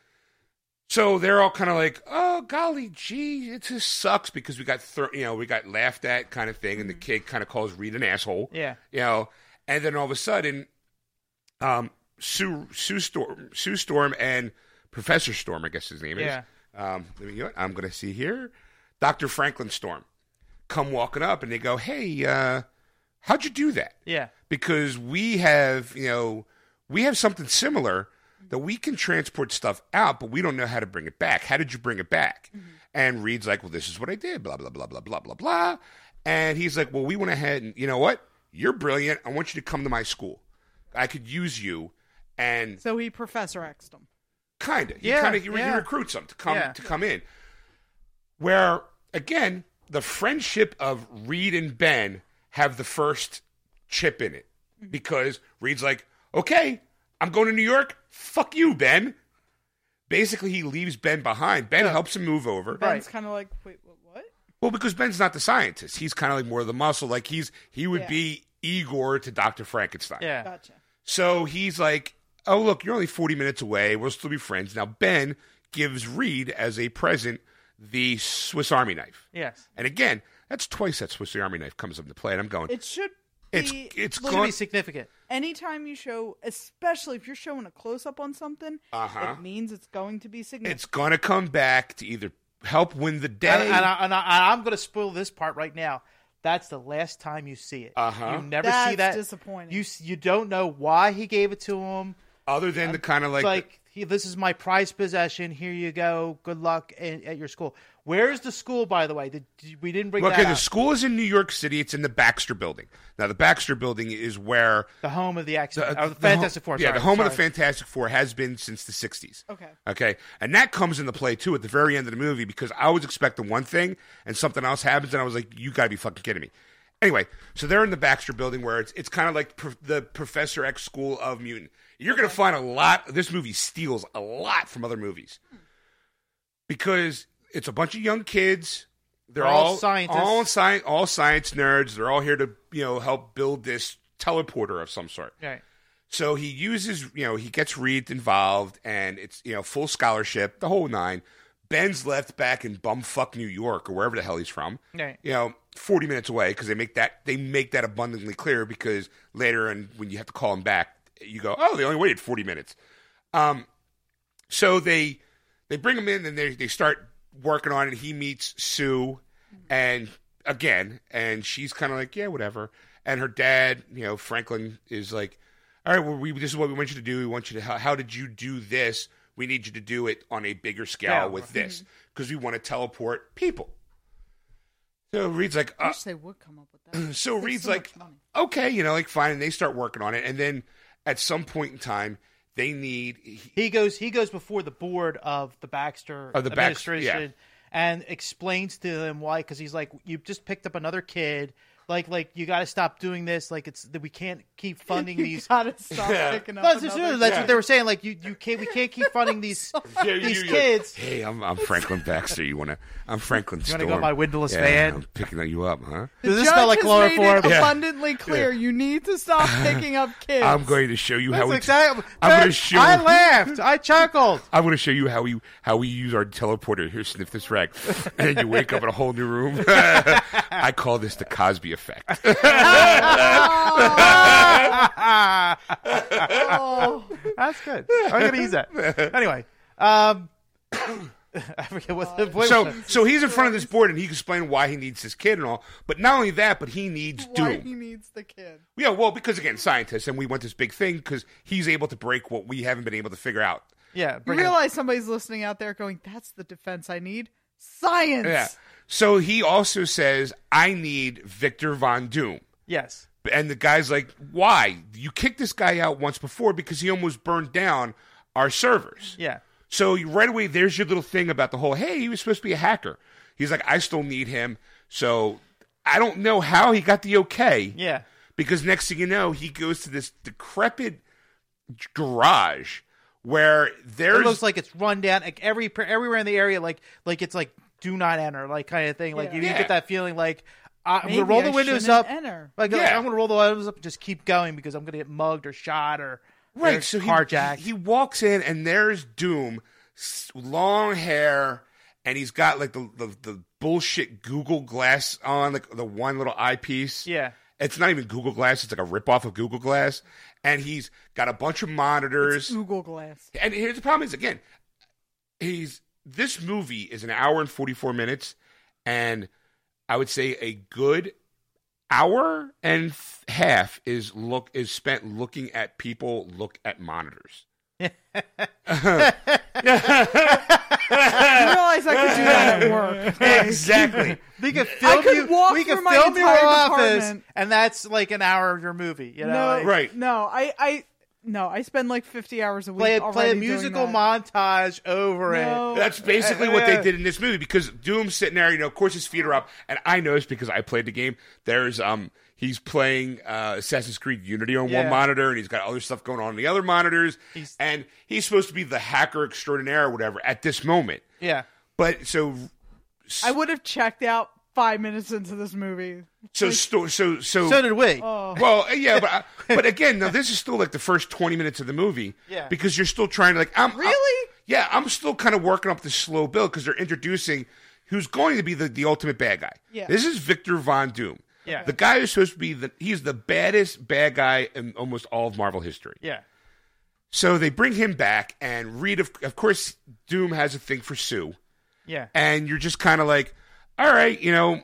So they're all kind of like, oh golly gee, it just sucks because we got thro- you know we got laughed at kind of thing, and the kid kind of calls Reed an asshole.
Yeah.
You know, and then all of a sudden, um, Sue Sue Storm Sue Storm and Professor Storm, I guess his name
Yeah.
is. Um, let me you know what I'm gonna see here. Doctor Franklin Storm come walking up, and they go, "Hey, uh, How'd you do that?
Yeah.
Because we have, you know, we have something similar that we can transport stuff out, but we don't know how to bring it back. How did you bring it back? And Reed's like, well, this is what I did, blah, blah, blah, blah, blah, blah, blah. And he's like, well, we went ahead and, you know what? You're brilliant. I want you to come to my school. I could use you. And
So he Professor X'd him.
kind of. He
Yeah,
kind of he,
yeah.
he recruits them to come
Yeah.
to come in. Where again, the friendship of Reed and Ben have the first chip in it
Mm-hmm.
because Reed's like, "Okay, I'm going to New York. Fuck you, Ben." Basically, he leaves Ben behind. Ben helps him move over.
Ben's kind of like, wait, what? what?
Well, because Ben's not the scientist. He's kind of like more of the muscle. Like he's he would
Yeah.
be Igor to Dr. Frankenstein.
Yeah.
Gotcha.
So he's like, "Oh, look, you're only 40 minutes away. We'll still be friends." Now Ben gives Reed as a present the Swiss Army knife,
Yes.
and again, that's twice that Swiss Army knife comes up into play. And I'm going,
It should be.
it's it's
It's gonna
gone.
be significant.
anytime you show, especially if you're showing a close up on something,
Uh-huh.
it means it's going to be significant.
It's gonna come back to either help win the day.
And, and, I, and, I, am going to spoil this part right now. That's the last time you see it.
Uh-huh.
You never see
That's
that.
disappointing.
You s- you don't know why he gave it to him.
other than the kind of
It's
like,
like he, this is my prized possession. Here you go. Good luck in, at your school. Where is the school, by the way? Did, did- we didn't bring
okay,
that
the
up.
school is in New York City. It's in the Baxter Building. Now, the Baxter Building is where
The home of the X
the, uh,
Men or the,
the
Fantastic
ho-
Four.
Yeah,
sorry,
the home of the
sorry.
Fantastic Four has been since the '60s.
Okay.
Okay, and that comes into play too at the very end of the movie because I was expecting one thing and something else happens, and I was like, "You got to be fucking kidding me." Anyway, so they're in the Baxter Building where it's it's kind of like pro- the Professor X School of Mutant. You're gonna find a lot. This movie steals a lot from other movies because it's a bunch of young kids. They're
All
all,
scientists.
all science, all science nerds. They're all here to you know help build this teleporter of some sort.
Right.
So he uses, you know, he gets Reed involved, and it's you know full scholarship, the whole nine. Ben's left back in bumfuck New York or wherever the hell he's from.
Right.
You know, forty minutes away because they make that they make that abundantly clear because later and when you have to call him back, you go, oh, they only waited forty minutes. Um, so they they bring him in and they they start working on it. He meets Sue, and again, and she's kind of like, yeah, whatever. And her dad, you know, Franklin is like, all right, well, we this is what we want you to do. We want you to how, how did you do this? We need you to do it on a bigger scale
Yeah.
with this because we want to teleport people. So Reed's like,
I
uh,
wish they would come up with that.
so
It's
Reed's
so
like,
much money.
okay, you know, like fine, and they start working on it, and then at some point in time, they need he-
He goes. He goes before the board of the Baxter
Of the Baxter, yeah.
administration and explains to them why. Because he's like, you just picked up another kid. Like, like you got to stop doing this. Like, it's that we can't keep [laughs] funding
You
these.
gotta stop
Yeah.
picking up.
No, that's,
another-
that's
Yeah.
what they were saying. Like, you, you can't. We can't keep funding [laughs] these these
you- you-
kids.
Hey, I'm, I'm Franklin Baxter. You wanna? I'm Franklin. You
wanna go my windowless
yeah,
van?
I'm picking you up, huh?
Does this
Judge
smell like
has made it
chloroform?
Yeah.
Abundantly clear. You need to stop
[laughs]
picking up kids.
I'm going to show you how
That's
we.
exactly.
I'm going to
That-
show.
I laughed. I chuckled.
I'm going to show you how we how we use our teleporter. Here, sniff this
[laughs]
rag, and then you wake up in a whole new room. I call this the Cosby
[laughs]
effect.
Ah.
[laughs]
Oh,
That's good. I'm gonna use that.
[laughs]
Anyway, um, [coughs] I forget what the point
so,
was.
so he's in front of this board, and he explained why he needs this kid and all. But not only that, but he needs
why
Doom.
he needs the kid.
Yeah, well, because again, scientists, and we want this big thing because he's able to break what we haven't been able to figure out.
Yeah,
You
bring it up.
realize somebody's listening out there going, "That's the defense I need." Science.
Yeah. So he also says, I need Victor Von Doom.
yes.
And the guy's like, Why? You kicked this guy out once before because he almost burned down our servers.
Yeah.
So you- right away, there's your little thing about the whole hey, he was supposed to be a hacker. He's like, I still need him. So I don't know how he got the okay.
Yeah.
Because next thing you know, he goes to this decrepit garage where
It
there's
looks like it's run down. Like every everywhere in the area, like like it's like do not enter, like kind of thing. Like you, you
Yeah.
get that feeling, like I, I'm gonna
Maybe
roll the
I
windows
shouldn't
up.
enter.
Like, like,
Yeah.
I'm gonna roll the windows up and just keep going because I'm gonna get mugged or shot or or
right. So he-
carjacked.
He, he walks in and there's Doom, s- long hair, and he's got like the, the the bullshit Google Glass on, like the one little eyepiece.
yeah.
It's not even Google Glass. It's like a ripoff of Google Glass, and he's got a bunch of monitors.
Google Glass.
And here's the problem: is again, he's this movie is an hour and forty four minutes, and I would say a good hour and th- half is look is spent looking at people look at monitors.
I realize I could do that
[laughs]
at work.
Exactly. we could film
could
you.
walk
we could
through my
film your
entire
office,
department.
and that's like an hour of your movie. You know,
No,
like,
Right.
No, I, I, no, I spend like fifty hours a week.
Play a,
already
play a
doing
musical
that.
montage over
No.
it.
[laughs] That's basically what they did in this movie because Doom's sitting there, you know, of course his feet are up, and I noticed because I played the game. There's um he's playing uh, Assassin's Creed Unity on one
Yeah.
monitor, and he's got other stuff going on on the other monitors,
He's-
and he's supposed to be the hacker extraordinaire or whatever at this moment.
Yeah.
But so
I would have checked out five minutes into this movie.
so sto- so so
So did we.
Oh.
well uh, yeah, but
[laughs]
I, but again, now this is still like the first twenty minutes of the movie,
Yeah.
because you're still trying to like I'm I'm-
Really?
yeah, I'm still kind of working up the slow build because they're introducing who's going to be the, the ultimate bad guy.
Yeah.
This is Victor Von Doom.
Yeah.
The guy who's supposed to be the he's the baddest bad guy in almost all of Marvel history.
yeah.
So they bring him back and Reed of of course Doom has a thing for Sue
Yeah.
and you're just kind of like, all right, you know,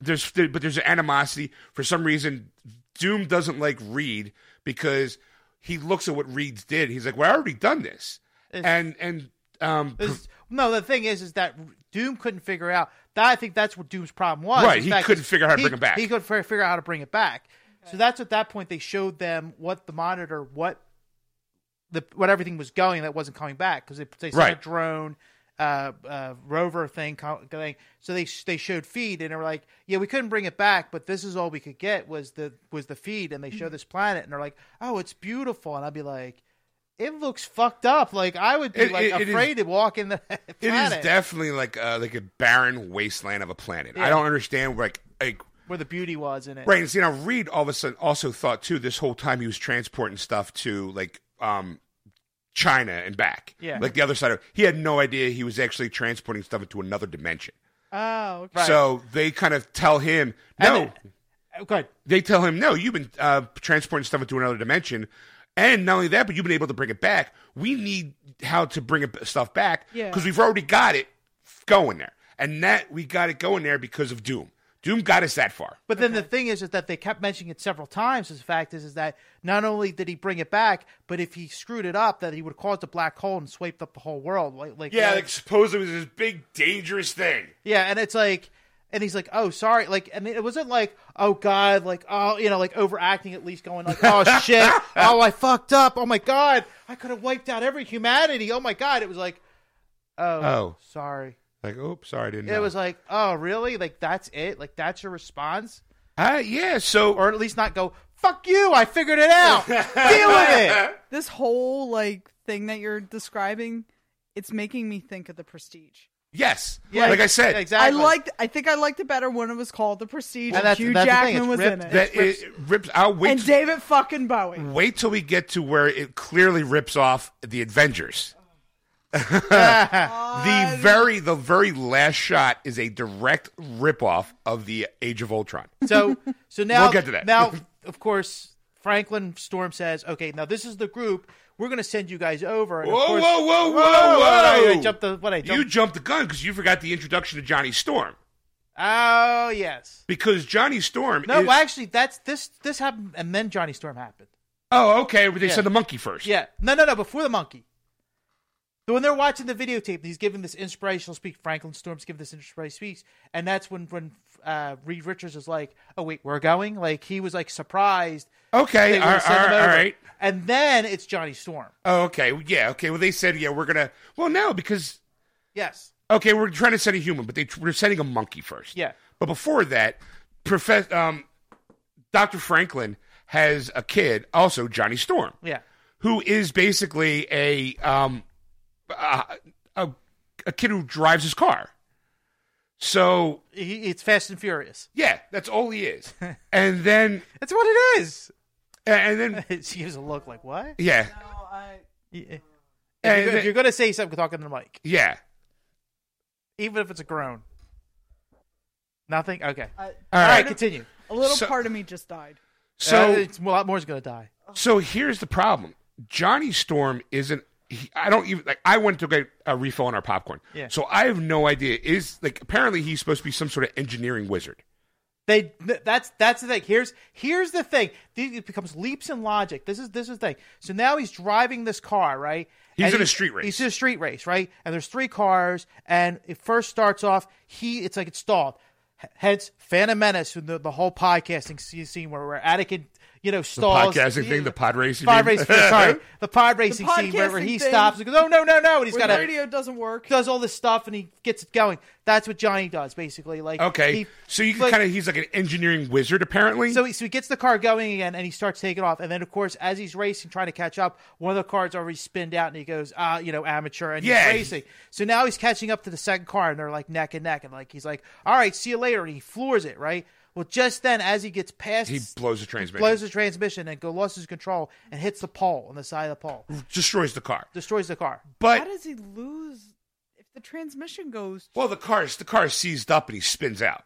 there's there, but there's an animosity for some reason. Doom doesn't like Reed because he looks at what Reed's did. He's like, well, I already done this, and and um,
This- no, the thing is, is that Doom couldn't figure out. That I think that's what Doom's problem was.
Right,
is
he
that
couldn't figure out how to
he-
bring it back.
He couldn't fi- figure out how to bring it back. So that's at that point they showed them what the monitor, what the what everything was going that wasn't coming back because they, they sent
Right.
a drone. Uh, uh, rover thing, co- thing. So they they showed feed, and they were like, "Yeah, we couldn't bring it back, but this is all we could get was the was the feed." And they show this planet, and they're like, "Oh, it's beautiful," and I'd be like, "It looks fucked up." Like I would be
It-
like
it- it is-
afraid [laughs] to walk in the
it is
planet
definitely like uh, like a barren wasteland of a planet. I
Yeah.
don't understand like like
where the beauty was in it.
right. And see now Reed all of a sudden also thought too this whole time he was transporting stuff to like um. China and back,
Yeah.
Like the other side of, he had no idea he was actually transporting stuff into another dimension.
Oh, okay.
[laughs] Right.
So they kind of tell him,
And
no.
it- Good.
they tell him, no, you've been uh, transporting stuff into another dimension. And not only that, but you've been able to bring it back. We need how to bring it, stuff back
Yeah.
because we've already got it going there. And that we got it going there because of Doom. Doom got us that far.
But then the thing is, is that they kept mentioning it several times. Is the fact is, is that not only did he bring it back, but if he screwed it up, that he would cause a black hole and swept up the whole world. Like, like
Yeah, like suppose it was this big dangerous thing.
yeah, and it's like, and he's like, oh, sorry, like, and it wasn't like, oh god, like, oh, you know, like overacting at least, going
[laughs]
like, oh shit, oh I fucked up, oh my god, I could have wiped out every humanity, oh my god, it was like, oh,
Oh.
sorry,
Like, oops, sorry, I didn't.
it
know.
was like, oh really, like that's it, like that's your response.
uh, yeah. So
or at least not go fuck you i figured
[laughs]
it out deal with it
this whole like thing that you're describing, it's making me think of the Prestige.
yes,
Yeah,
like I said,
I
exactly [laughs]
liked. I think I liked it better when it was called the Prestige.
And
And
that's-
Hugh
that's the thing,
Jackman
it's
was in
ripped- Mm.
it,
that it, rips. I'll wait.
and
till-
David fucking Bowie.
wait till we get to where it clearly rips off the Avengers. the very the very last shot is a direct ripoff of the Age of Ultron.
so so now
We'll get to that. [laughs]
now of course franklin storm says okay now this is the group we're gonna send you guys over and of
Whoa,
course-
whoa, whoa, whoa,
I-
whoa!
i jumped the what i
You
jumped
jumped the gun because you forgot the introduction to Johnny Storm.
oh yes
Because Johnny Storm.
no
is-
well, actually that's this this happened and then johnny storm happened
Oh, okay. But they
Yeah.
said the monkey first.
yeah no no no before the monkey So when they're watching the videotape, and he's giving this inspirational speech. Franklin Storm's giving this inspirational speech, and that's when when uh, Reed Richards is like, "Oh wait, we're going." Like he was like surprised.
Okay.
they
All, all,
would've sent him
all
over.
right.
And then it's Johnny Storm.
Oh, okay. Yeah. Okay. Well, they said yeah. We're gonna. Well, no, because
Yes.
Okay, we're trying to send a human, but they we're sending a monkey first.
Yeah.
But before that, Professor um, Dr. Franklin has a kid, also Johnny Storm,
Yeah.
who is basically a um a, a, a kid who drives his car. So
He, it's Fast and Furious.
yeah, that's all he is. and then
That's what it is.
and then
[laughs] she gives a look like what?
yeah And
If you're, go-
the-
if you're gonna say something, talk in the mic,
yeah.
even if it's a groan. Nothing. Okay. All right.
All right.
continue.
Uh, A little
So-
part of me just died.
So
Uh, it's, a lot more is gonna die.
So here's the problem: Johnny Storm isn't. He, I don't even like. I went to get a refill on our popcorn.
Yeah.
So I have no idea. Is like apparently he's supposed to be some sort of engineering wizard.
They th- that's that's the thing. Here's here's the thing. The- It becomes leaps in logic. This is this is the thing. So now he's driving this car, right?
He's
And
in a street race.
He's in a street race, right? And there's three cars, and it first starts off. He it's like it's stalled. H- Hence, Phantom Menace, the, the whole podcasting se- scene where wehere Anakin, you know, stalls
podcasting thing, the pod race, you
pod
mean? [laughs]
race. Sorry, the pod racing scene where, where
podcasting
he
thing.
stops and goes, "Oh no, no, no!" And he's
Where
got
the
a
radio doesn't work.
does all this stuff and he gets it going. That's what Johnny does basically. Like
Okay,
he-
so you can
like-
kind of he's like an engineering wizard apparently.
so he, so he gets the car going again and he starts taking off. And then of course, as he's racing, trying to catch up, one of the cars already spinned out and he goes, ah, you know, amateur, and
Yeah.
he's racing. So now he's catching up to the second car and they're like neck and neck and like he's like, all right, see you later, and he floors it right. Well, just then, as he gets past,
he blows the transmission,
blows the transmission and go loses control and hits the pole on the side of the pole,
destroys the car.
destroys the car.
How
But
does he lose if the transmission goes?
well, the car is the car is seized up and he spins out.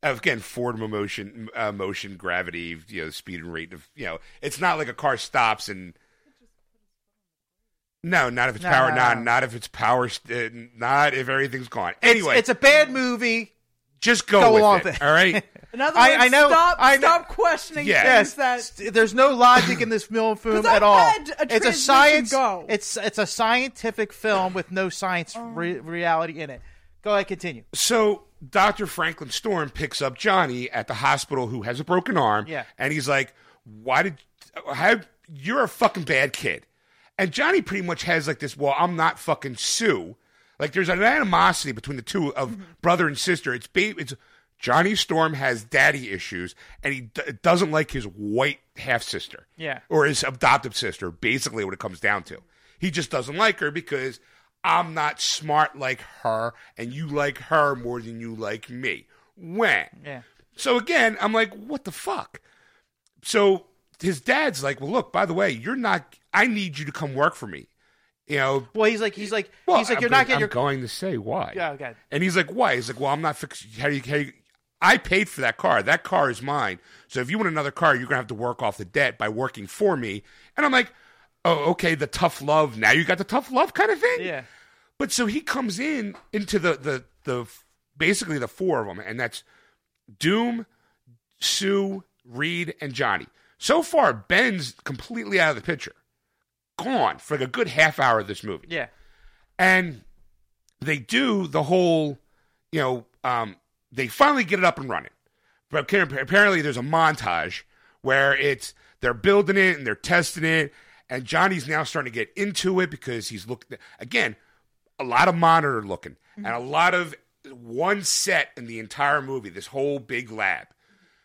Again, forward motion, uh, motion, gravity, you know, speed and rate of you know, it's not like a car stops and. No, not if it's
No,
power.
no,
not
no.
not if it's power. St- uh, not if everything's gone. Anyway,
it's a bad movie.
just go,
go
with
along
it,
with it.
All
[laughs]
right.
In other
I-
words,
I know-
stop,
I know-
stop questioning
Yeah.
things
Yes,
that
st- there's no logic in this [clears throat] film film
'Cause I
at all.
had
it's
a
a
transmission
science.
go.
It's it's a scientific film with no science re- reality in it. Go ahead, continue.
So Dr. Franklin Storm picks up Johnny at the hospital who has a broken arm.
Yeah.
And he's like, Why did how you're a fucking bad kid? And Johnny pretty much has like this, well, I'm not fucking Sue. Like there's an animosity between the two
Mm-hmm.
of brother and sister. It's babe it's Johnny Storm has daddy issues and he d- doesn't like his white half sister.
Yeah.
Or his adoptive sister, basically what it comes down to. He just doesn't like her because I'm not smart like her and you like her more than you like me. When?
Yeah.
So again, I'm like, what the fuck? So his dad's like, well, look, by the way, you're not, I need you to come work for me. You know,
Well, he's like he's like
well,
he's like
I'm
you're
gonna-
not getting
I'm
your
going to say why.
Yeah, okay.
And he's like, why? He's like, well, I'm not fixing. How you, how you, I paid for that car. That car is mine. So if you want another car, you're gonna have to work off the debt by working for me. And I'm like, oh, okay, the tough love. Now you got the tough love kind of thing.
[laughs] yeah
But so he comes in into the the the basically the four of them, and that's Doom, Sue, Reed, and Johnny. So far, Ben's completely out of the picture, gone for like a good half hour of this movie
yeah
and they do the whole, you know, um, they finally get it up and running. But appa- apparently, there's a montage where it's they're building it and they're testing it, and Johnny's now starting to get into it because he's looked again, a lot of monitor looking and a lot of one set in the entire movie. This whole big lab.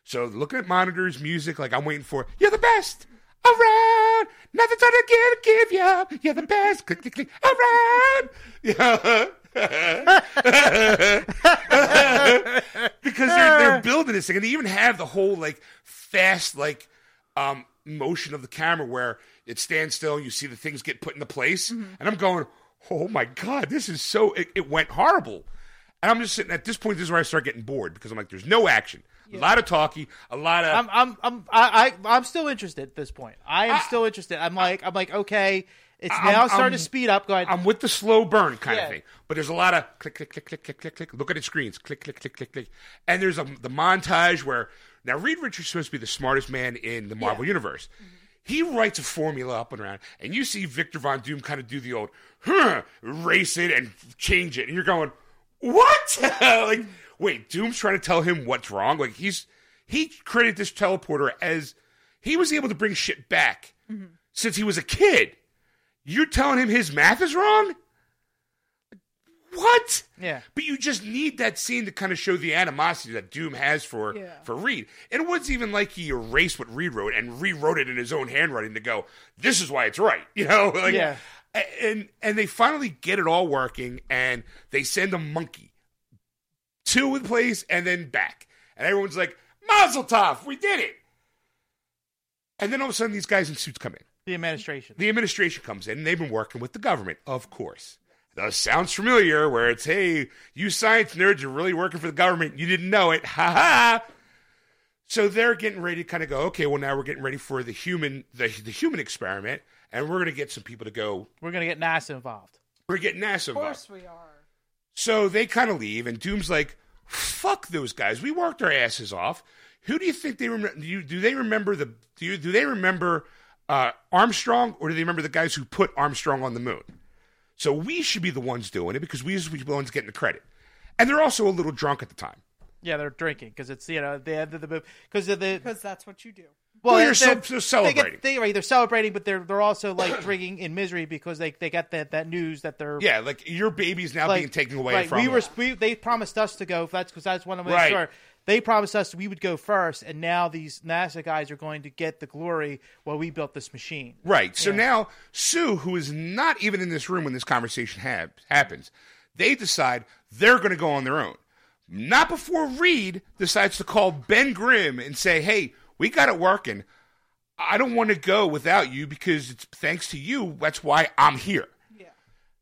So looking at monitors, music, like I'm waiting for you're the best around. Nothing's gonna give give you. You're the best. Click click click around. [laughs] Yeah. because they're they're building this thing, and they even have the whole like fast like um motion of the camera where it stands still. You see the things get put into place, and I'm going, oh my god, this is so. It, it went horrible. And I'm just sitting at this point. This is where I start getting bored because I'm like, there's no action, a lot of talky, a lot of
I'm I'm I'm I, I I'm still interested at this point. I am still interested. I'm like I'm like okay, it's
I'm-
now starting
I'm-
to speed up. Go ahead.
I'm with the slow burn kind
Yeah.
of thing. But there's a lot of click, click, click, click, click, click, click. Look at the screens. Click, click, click, click, click. And there's a, the montage where now Reed Richards is supposed to be the smartest man in the Marvel universe. He writes a formula up and around, and you see Victor Von Doom kind of do the old huh, race it and change it, and you're going, what? [laughs] like, wait, Doom's trying to tell him what's wrong. Like he's he created this teleporter as he was able to bring shit back since he was a kid. You're telling him his math is wrong? What?
Yeah.
But you just need that scene to kind of show the animosity that Doom has for
Yeah.
for Reed. And it wasn't even like he erased what Reed wrote and rewrote it in his own handwriting to go, this is why it's right. [laughs] You know? Like,
Yeah.
a- And and they finally get it all working and they send a monkey to the place and then back. And everyone's like, Mazel Tov, we did it. And then all of a sudden these guys in suits come in.
the administration.
The administration comes in, and they've been working with the government, of course. That sounds familiar, where it's, hey, you science nerds are really working for the government. You didn't know it. [laughs] Ha ha. So they're getting ready to kind of go, okay, well, now we're getting ready for the human, the, the human experiment, and we're going to get some people to go,
We're gonna get NASA involved.
we're getting NASA
Of
involved.
course we are.
So they kind of leave, and Doom's like, Fuck those guys. We worked our asses off. Who do you think they remember? Do, you, do they remember the? Do you, do they remember uh, Armstrong, or do they remember the guys who put Armstrong on the moon? So we should be the ones doing it because we should be the ones getting the credit. And they're also a little drunk at the time.
Yeah, they're drinking because it's you know the end of the movie because of the
because that's what you do.
well,
Well, you're
they're-
so- so
They
celebrating.
get, they, right, they're celebrating, but they're they're also like drinking in misery because they they got that, that news that they're
Yeah, like your baby's now being taken away
right,
from.
We
you.
were we, they promised us to go. That's because that's one of the
Right.
sure. They promised us we would go first, and now these NASA guys are going to get the glory while we built this machine.
Right. So now Sue, who is not even in this room when this conversation ha- happens, they decide they're going to go on their own. Not before Reed decides to call Ben Grimm and say, "Hey, we got it working. I don't want to go without you because it's thanks to you. That's why I'm here." Yeah.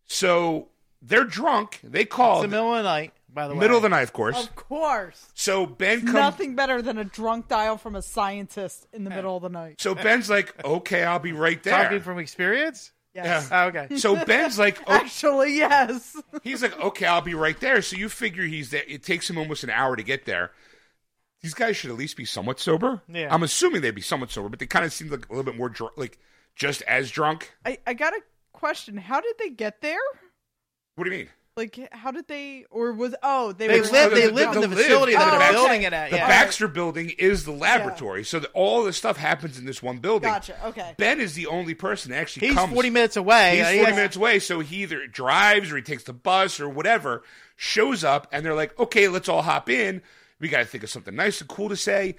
So they're drunk. They call
It's the middle of the night, by the way.
middle of the night, of course.
Of course.
so Ben comes.
Nothing better than a drunk dial from a scientist in the middle of the night.
So Ben's like, "Okay, I'll be right there."
Talking from experience.
Yeah.
Yes.
Oh,
[laughs]
okay.
so Ben's like, "Okay."
[laughs] Actually, yes.
He's like, okay, I'll be right there. So you figure he's there. It takes him almost an hour to get there. These guys should at least be somewhat sober.
Yeah.
I'm assuming they'd be somewhat sober, but they kind of seem like a little bit more drunk, like just as drunk.
I, I got a question. How did they get there?
What do you mean?
Like, how did they, or was, oh, they,
They
were
live. They
the-
live in
the
the facility
live-
that
Oh,
they're
okay.
building it at.
The
Yeah.
Baxter building is the laboratory, so that all the stuff happens in this one building.
Gotcha. Okay.
Ben is the only person that actually
He's
comes.
forty minutes away.
He's
Uh,
40
he has-
minutes away, so he either drives or he takes the bus or whatever, shows up, and they're like, okay, let's all hop in. We got to think of something nice and cool to say.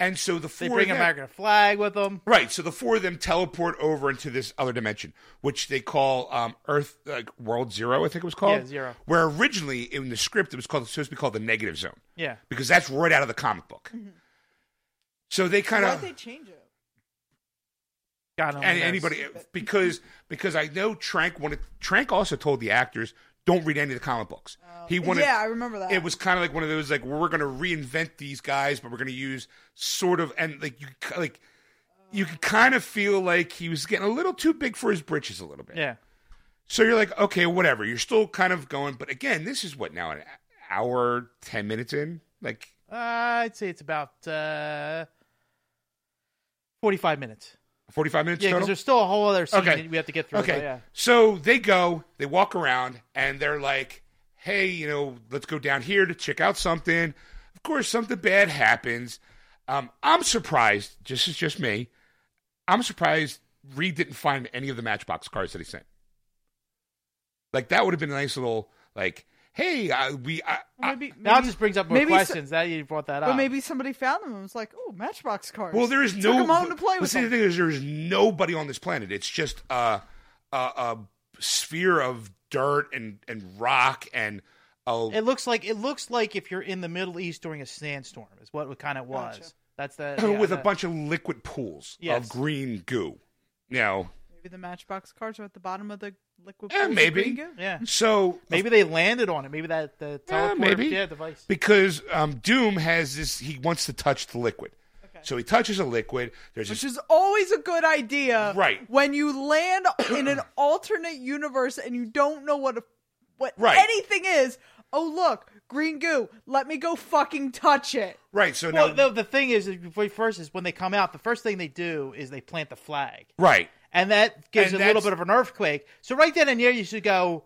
And so the
They
four
bring
of them,
American flag with them.
Right. So the four of them teleport over into this other dimension, which they call um, Earth, like World Zero, I think it was called.
Yeah, Zero.
Where originally in the script it was called supposed to be called the Negative Zone.
Yeah.
Because that's right out of the comic book.
Mm-hmm.
So they kind
Why'd
of
they change it?
God only
and
knows.
anybody uh, because because I know Trank wanted Trank also told the actors don't read any of the comic books. he wanted
yeah, I remember that.
It was kind of like one of those like we're going to reinvent these guys, but we're going to use sort of and like you c- like you could kind of feel like he was getting a little too big for his britches a little bit.
Yeah.
So you're like, okay, whatever. You're still kind of going, but again, this is what now an hour ten minutes in, like
Uh, I'd say it's about uh, forty-five minutes.
forty five minutes
Yeah, because
total.
there's still a whole other scene
Okay.
that we have to get through.
Okay.
but yeah.
So they go, they walk around, and they're like, hey, you know, let's go down here to check out something. Of course, something bad happens. Um, I'm surprised, just is just me, I'm surprised Reed didn't find any of the Matchbox cards that he sent. Like, that would have been a nice little, like, hey, I, we, I, I-
Maybe, maybe,
Now it just brings up more
maybe so-
questions. that you brought that up.
but maybe somebody found them and was like, oh, Matchbox cards.
well, there is
Took
no,
them home to play
but
with
see,
them.
the thing is, there's nobody on this planet. It's just a, a, a sphere of dirt and, and rock and, a
it looks like it looks like if you're in the Middle East during a sandstorm is what it kind of was.
Gotcha.
[clears throat]
That's the yeah,
with a
that-
bunch of liquid pools
Yes.
of green goo. You know,
Maybe the Matchbox cards are at the bottom of the liquid.
Eh,
pools of
maybe.
green goo.
Yeah,
so
maybe they landed on it. Maybe that the
Yeah,
teleporter
maybe.
yeah, device.
because um, Doom has this, he wants to touch the liquid. So he touches a liquid. There's
Which
this,
is always a good idea,
Right.
When you land in an [clears throat] alternate universe and you don't know what a, what
Right.
anything is. Oh look, green goo. Let me go fucking touch it.
right. So
Well,
now,
no, the thing is, is before- first is when they come out, the first thing they do is they plant the flag,
right.
and that gives
And
a little
that's-
bit of an earthquake. So right then and there, you should go.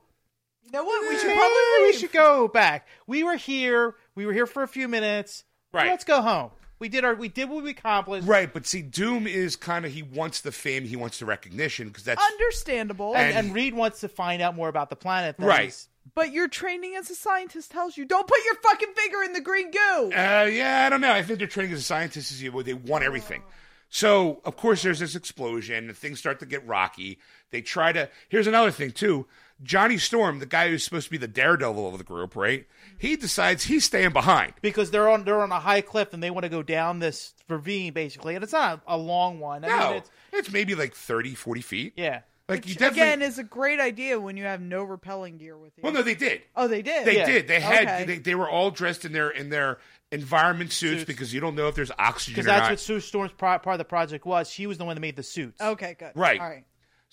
You know what? We should
"Eh,
probably
we
leave.
should go back. We were here. We were here for a few minutes.
Right.
Let's go home. We did our. We did what we accomplished.
Right. But see, Doom is kind of, he wants the fame, he wants the recognition because that's.
Understandable,
And,
And-
and Reed wants to find out more about the planet. than
Right.
he's-
but your training as a scientist tells you don't put your fucking finger in the green goo.
Uh, yeah, I don't know. I think their training as a scientist is you know, they want everything. So of course there's this explosion and things start to get rocky. They try to. Here's another thing too. Johnny Storm, the guy who's supposed to be the daredevil of the group, right? He decides he's staying behind.
because they're on they're on a high cliff and they want to go down this ravine basically, and it's not a, a long one. I
No,
mean,
it's,
it's,
maybe like 30, 40 feet.
yeah,
like you
Which,
definitely.
again is a great idea when you have no repelling gear with you.
well, no, they did.
oh, they did.
They
Yeah.
did. They had.
Okay.
They, they were all dressed in their in their environment suits,
Suits.
because you don't know if there's oxygen or
because that's
not. Oh,
what Sue Storm's pro- part of the project was. She was the one that made the suits.
Okay, good.
Right.
All right.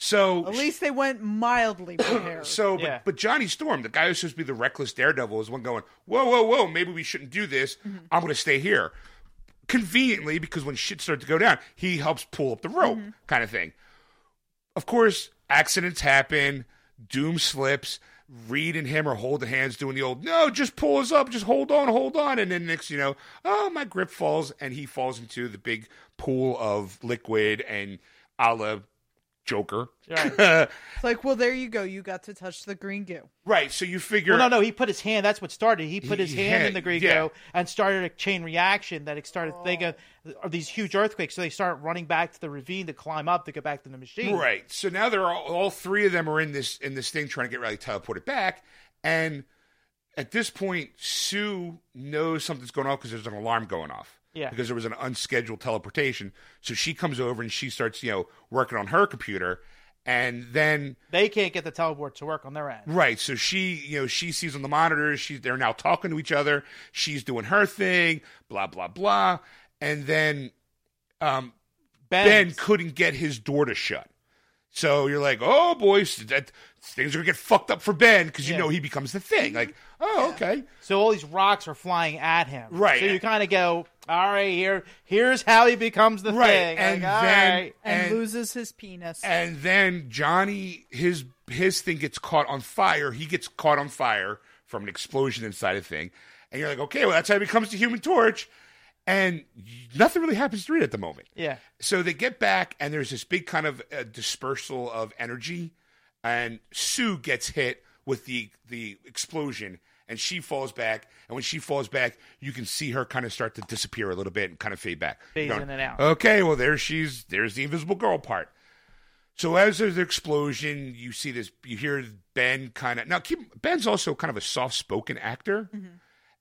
So
At least they
[coughs]
went mildly prepared.
So, but,
Yeah.
but Johnny Storm, the guy who's supposed to be the reckless daredevil, is one going, "Whoa, whoa, whoa! Maybe we shouldn't do this.
Mm-hmm.
I'm going to stay here." Conveniently, because when shit starts to go down, he helps pull up the rope,
Mm-hmm.
kind of thing. Of course, accidents happen. Doom slips. Reed and him are holding hands, doing the old "No, just pull us up, just hold on, hold on." And then next, you know, oh, my grip falls, and he falls into the big pool of liquid and a la Joker.
It's like, well, there you go. You got to touch the green goo.
Right. So you figure,
Well, no, no. He put his hand. That's what started. He put his
He-
hand in
yeah,
the Grego
yeah.
and started a chain reaction that it started thinking of these huge earthquakes. So they start running back to the ravine to climb up to get back to the machine.
Right. So now they're all, all three of them are in this in this thing trying to get Riley teleported back, and at this point, Sue knows something's going on because there's an alarm going off.
Yeah.
Because there was an unscheduled teleportation, so she comes over and she starts you know working on her computer, and then
They can't get the teleport to work on their end.
Right. So she, you know, she sees on the monitors, she's they're now talking to each other, she's doing her thing, blah, blah, blah. And then um Ben
Ben's.
couldn't get his door to shut. So you're like, oh boy, s- that things are gonna get fucked up for Ben because you
Yeah.
know he becomes the thing. Like, oh, okay.
So all these rocks are flying at him.
Right.
So you kind of go, all right, here, here's how he becomes the
Right.
thing.
And
Like, all
then
right.
And,
And-
loses his penis.
And then Johnny, his his thing gets caught on fire. He gets caught on fire from an explosion inside a thing, and you're like, okay, well, that's how he becomes the Human Torch. And nothing really happens to Reed at the moment.
Yeah.
So they get back, and there's this big kind of uh, dispersal of energy, and Sue gets hit with the the explosion, and she falls back. And when she falls back, you can see her kind of start to disappear a little bit and kind of fade back.
Fades
You know,
in and out.
Okay, well there she's there's the invisible girl part. So as there's an explosion, you see this. You hear Ben kind of now. Keep Ben's also kind of a soft spoken actor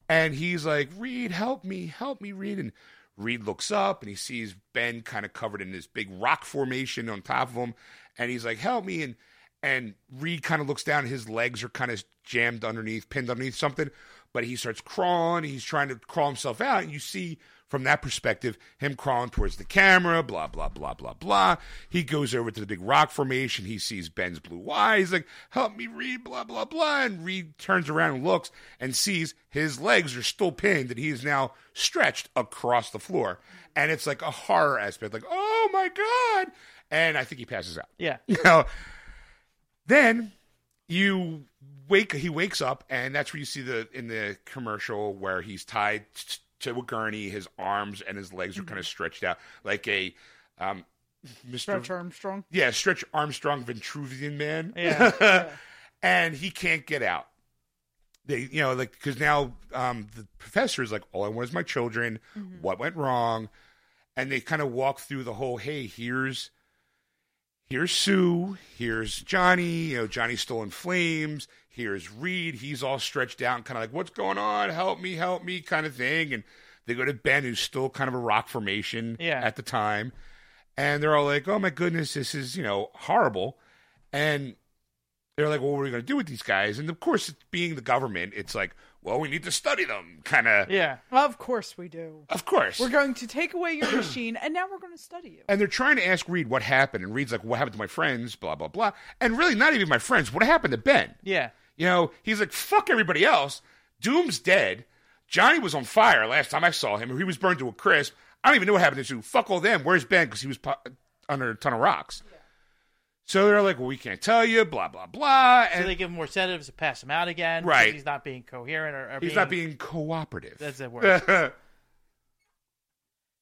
and he's like, Reed, help me, help me, Reed. And Reed looks up and he sees Ben kind of covered in this big rock formation on top of him, and he's like, help me. And and Reed kind of looks down, and his legs are kind of jammed underneath, pinned underneath something. But he starts crawling, he's trying to crawl himself out, and you see from that perspective him crawling towards the camera, blah, blah, blah, blah, blah. He goes over to the big rock formation, he sees Ben's blue eye, he's like, Help me, Reed, blah, blah, blah. And Reed turns around and looks and sees his legs are still pinned and he is now stretched across the floor. And it's like a horror aspect, like, oh my God. And I think he passes out.
Yeah.
You know, then you wake. He wakes up, and that's where you see the in the commercial where he's tied t- to a gurney. His arms and his legs are kind of stretched out like a um, Mr.
Stretch Armstrong.
Yeah, Stretch Armstrong Vitruvian man. [laughs]
Yeah,
and he can't get out. They, you know, like because now um, the professor is like, "All I want is my children. What went wrong?" And they kind of walk through the whole. Hey, here's here's Sue. Here's Johnny. You know, Johnny's still in flames. Here's Reed. He's all stretched out and kind of like, "What's going on? Help me! Help me!" kind of thing. And they go to Ben, who's still kind of a rock formation
Yeah.
at the time and they're all like, "Oh my goodness, this is you know horrible," and they're like, "Well, what are we going to do with these guys?" And of course, being the government, it's like, "Well, we need to study them," kind of.
Yeah.
Of course we do.
Of course.
We're going to take
[coughs]
away your machine, and now we're going to study you.
and they're trying to ask Reed what happened, and Reed's like, "What happened to my friends?" Blah blah blah, and really not even my friends. What happened to Ben?
Yeah.
You know, he's like, "Fuck everybody else." Doom's dead. Johnny was on fire last time I saw him. He was burned to a crisp. I don't even know what happened to Sue. Fuck all them. Where's Ben? Because he was po- under a ton of rocks. So they're like, well, we can't tell you, blah, blah, blah.
So
And
they give him more sedatives to pass him out again. 'cause
Right.
He's not being coherent or, or
he's
being,
not being cooperative. [laughs]
That's the word.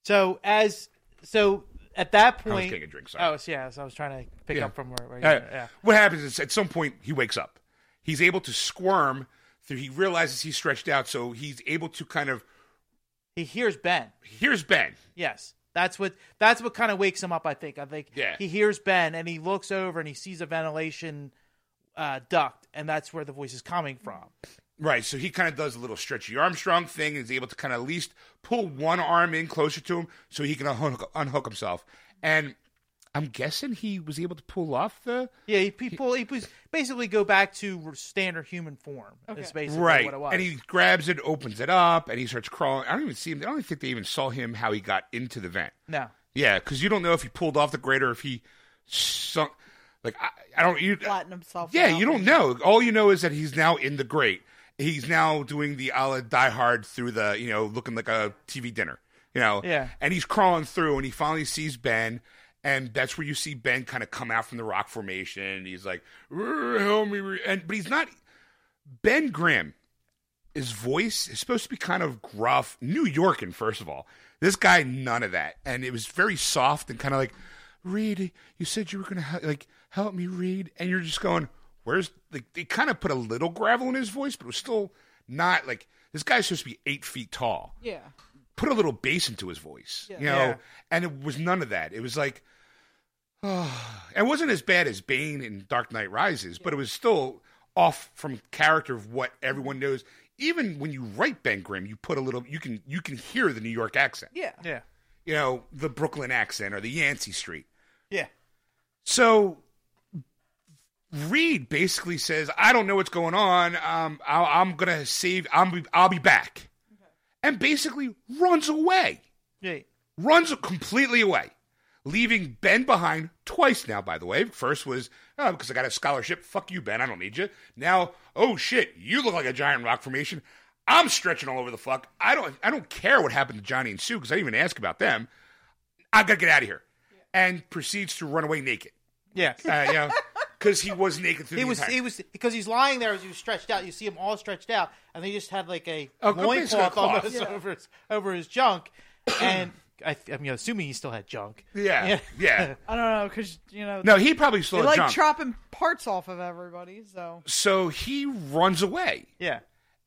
So as so at that
I was
point,
taking a drink, sorry.
oh so yeah, so I was trying to pick
Yeah.
up from where, where
Uh,
you- yeah.
What happens is at some point he wakes up. He's able to squirm through. He realizes he's stretched out, so he's able to kind of.
he hears Ben.
Here's Ben.
Yes, that's what that's what kind of wakes him up. I think. I think.
Yeah.
He hears Ben and he looks over and he sees a ventilation uh, duct, and that's where the voice is coming from.
Right, so he kind of does a little stretchy Armstrong thing and is able to kind of at least pull one arm in closer to him so he can unhook, unhook himself. And I'm guessing he was able to pull off the.
Yeah, he, he, pull, he was basically go back to standard human form. Is basically
right.
what it was.
And he grabs it, opens it up, and he starts crawling. I don't even see him. I don't think they even saw him how he got into the vent.
no.
Yeah, because you don't know if he pulled off the grate or if he sunk. Like I, I don't you
Platinum self.
yeah, you don't know. All you know is that he's now in the great. He's now doing the a la Die Hard through the, you know, looking like a TV dinner, you know?
Yeah.
And he's crawling through and he finally sees Ben. And that's where you see Ben kind of come out from the rock formation. And he's like, "Rrr, help me. rrr," And, but he's not. Ben Grimm, his voice is supposed to be kind of gruff, New Yorkin, first of all. This guy, none of that. And it was very soft and kind of like, Reed, you said you were going to hel- like help me, Reed. And you're just going, where's, like, they kind of put a little gravel in his voice, but it was still not like, this guy's supposed to be eight feet tall
Yeah.
put a little bass into his voice, you know,
Yeah.
and it was none of that. It was like, [sighs] it wasn't as bad as Bane in Dark Knight Rises, but it was still off from character of what everyone knows. Even when you write Ben Grimm, you put a little, you can you can hear the New York accent,
Yeah.
Yeah.
you know, the Brooklyn accent or the Yancey Street.
Yeah.
So Reed basically says, "I don't know what's going on. Um, i I'm gonna save. I'm be- I'll be back," and basically runs away.
Yeah.
runs completely away, leaving Ben behind twice now, by the way. First was, oh, because I got a scholarship. Fuck you, Ben. I don't need you. Now, oh shit, you look like a giant rock formation. I'm stretching all over the fuck. I don't I don't care what happened to Johnny and Sue because I didn't even ask about them. I gotta get out of here. And proceeds to run away naked.
Yes.
Uh, you know, [laughs] because he was naked through
He
the
was
entire-
he was because he's lying there as he was stretched out. You see him all stretched out, and they just had like a
A- a basically a
loincloth
cloth.
almost [laughs] over his over his junk. and I, th- I'm you know, assuming he still had junk.
Yeah, yeah.
I don't know because you know
No, he probably still
they
had
like
junk.
chopping parts off of everybody. So
so he runs away.
yeah.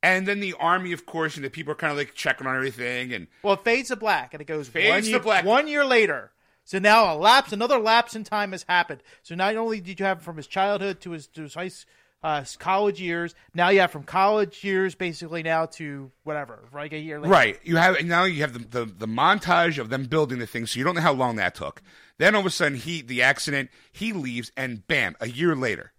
And then the army, of course, and the people are kind of like checking on everything and
Well, it fades to black, and it goes
Fades
one
to
year,
black.
one year later. So now a lapse, another lapse in time has happened. So not only did you have from his childhood to his to his high s- uh, s- college years, now you have from college years basically now to whatever, like a year later.
Right. You have and now you have the, the the montage of them building the thing, so you don't know how long that took. Then all of a sudden he the accident, he leaves and bam, a year later.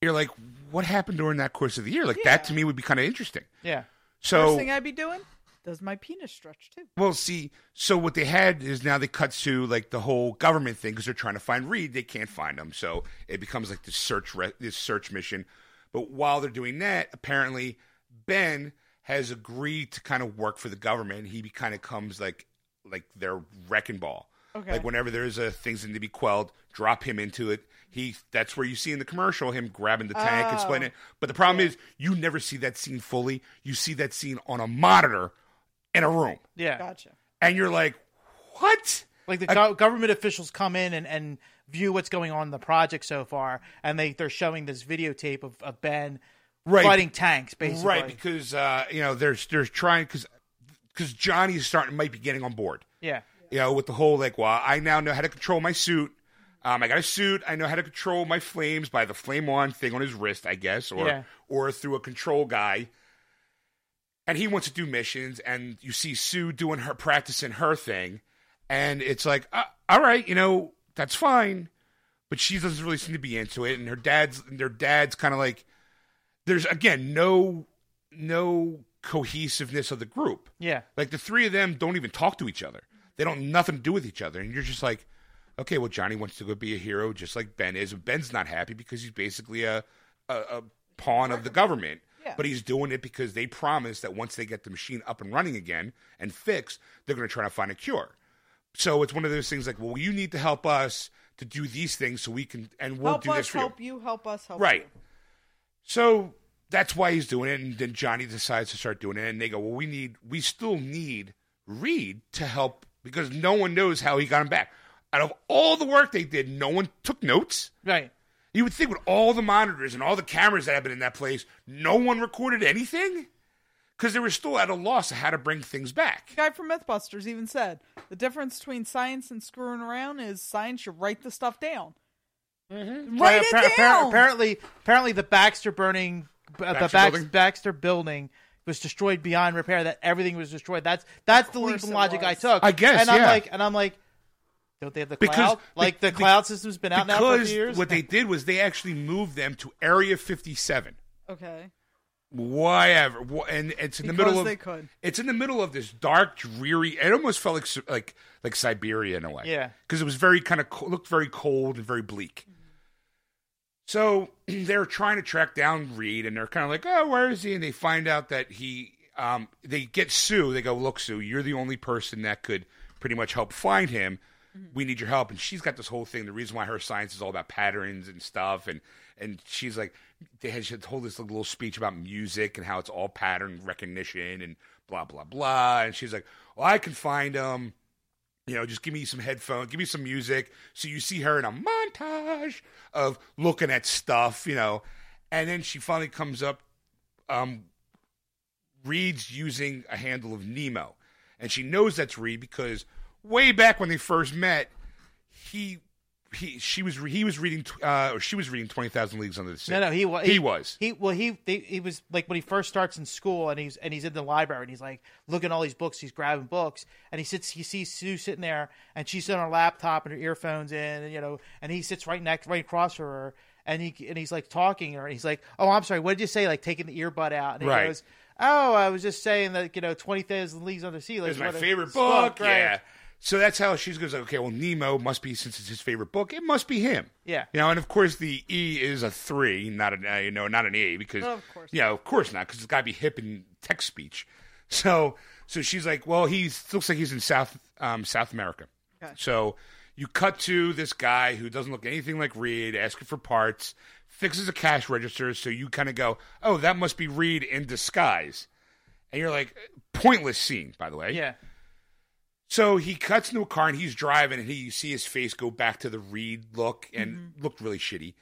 You're like, what happened during that course of the year? Like that to me would be kind of interesting.
Yeah.
So
first thing I'd be doing does my penis stretch too?
well, see, so what they had is now they cut to like the whole government thing because they're trying to find Reed. They can't find him, so it becomes like this search re- this search mission. But while they're doing that, apparently Ben has agreed to kind of work for the government. He kind of comes like like their wrecking ball.
Okay.
Like whenever there's a things that need to be quelled, drop him into it. He that's where you see in the commercial him grabbing the tank, and explaining it. But the problem is you never see that scene fully. You see that scene on a monitor in a room
Yeah.
Gotcha.
and you're like, what?
Like the go- government officials come in and, and view what's going on in the project so far, and they they're showing this videotape of, of Ben
Right.
fighting tanks, basically.
Right, because uh, you know there's there's trying because because Johnny's starting might be getting on board.
Yeah.
You know, with the whole like, well, I now know how to control my suit. Um, I got a suit. I know how to control my flames by the flame on thing on his wrist, I guess, or
Yeah.
or through a control guy. And he wants to do missions, and you see Sue doing her practicing her thing, and it's like, uh, all right, you know, that's fine. but she doesn't really seem to be into it and her dad's and their dad's kind of like there's again no no cohesiveness of the group
Yeah.
like the three of them don't even talk to each other they don't nothing to do with each other and you're just like okay well johnny wants to go be a hero just like ben is and ben's not happy because he's basically a a, a pawn of the government
Yeah.
but he's doing it because they promise that once they get the machine up and running again and fixed they're going to try to find a cure so it's one of those things like, well, you need to help us to do these things so we can, and we'll
help
do
us,
this for you.
help you. help us, help
Right.
you.
So that's why he's doing it. And then Johnny decides to start doing it. And they go, well, we need, we still need Reed to help because no one knows how he got him back. Out of all the work they did, no one took notes.
Right.
You would think with all the monitors and all the cameras that have been in that place, no one recorded anything because they were still at a loss of how to bring things back.
The guy from MythBusters even said the difference between science and screwing around is science. You write the stuff down. Write
Appar-
it
appar-
down.
apparently, apparently, the Baxter burning, b- uh, the
Baxter
Bax-
building?
Baxter building was destroyed beyond repair. That everything was destroyed. That's that's the leap
course
in
it
logic I
was.
took.
I guess,
And I'm
yeah.
like, and I'm like, don't they have the
Because-
cloud? Like the
be-
cloud system's been out now for
because
years.
what they did was they actually moved them to Area 57.
Okay.
Why ever? Wh- And it's in the
Because
middle of
they could.
it's in the middle of this dark, dreary. It almost felt like Si- like like Siberia in a way.
Yeah.
because it was very kind of looked very cold and very bleak. So [clears throat] they're trying to track down Reed, and they're kind of like, "Oh, where is he?" And they find out that he, um, they get Sue. They go, "Look, Sue, you're the only person that could pretty much help find him. We need your help." And she's got this whole thing. The reason why her science is all about patterns and stuff, and and she's like, they had she had told this little speech about music and how it's all pattern recognition and blah blah blah. And she's like, "Well, I can find him." you know, just give me some headphones, give me some music. So you see her in a montage of looking at stuff, you know, and then she finally comes up. Um, Reed's using a handle of Nemo, and she knows that's Reed because way back when they first met, he he she was he was reading tw- uh, or she was reading Twenty Thousand Leagues Under the Sea.
No, no, he was.
he was.
He well, he they, he was like when he first starts in school, and he's and he's in the library, and he's like looking at all these books. He's grabbing books, and he sits. He sees Sue sitting there, and she's on her laptop and her earphones in, and you know, and he sits right next, right across from her, and he and he's like talking to her, and he's like, "Oh, I'm sorry, what did you say?" Like taking the earbud out, and he
Right.
goes, "Oh, I was just saying that you know, Twenty Thousand Leagues Under the Sea like,
It's my
what a-
favorite book.
book, right.
Yeah. So that's how she goes. Okay, well, Nemo must be since it's his favorite book. It must be him.
Yeah.
You know, and of course the E is a three, not an uh, you know, not an A because
Of course
yeah, of course not because it's got to be hip in text speech. So so she's like, well, he looks like he's in South um, South America.
Okay.
So you cut to this guy who doesn't look anything like Reed, asking for parts, fixes a cash register. So you kind of go, oh, that must be Reed in disguise. And you're like, pointless scene, by the way.
yeah."
So he cuts into a car and he's driving, and he you see his face go back to the Reed look and looked really shitty.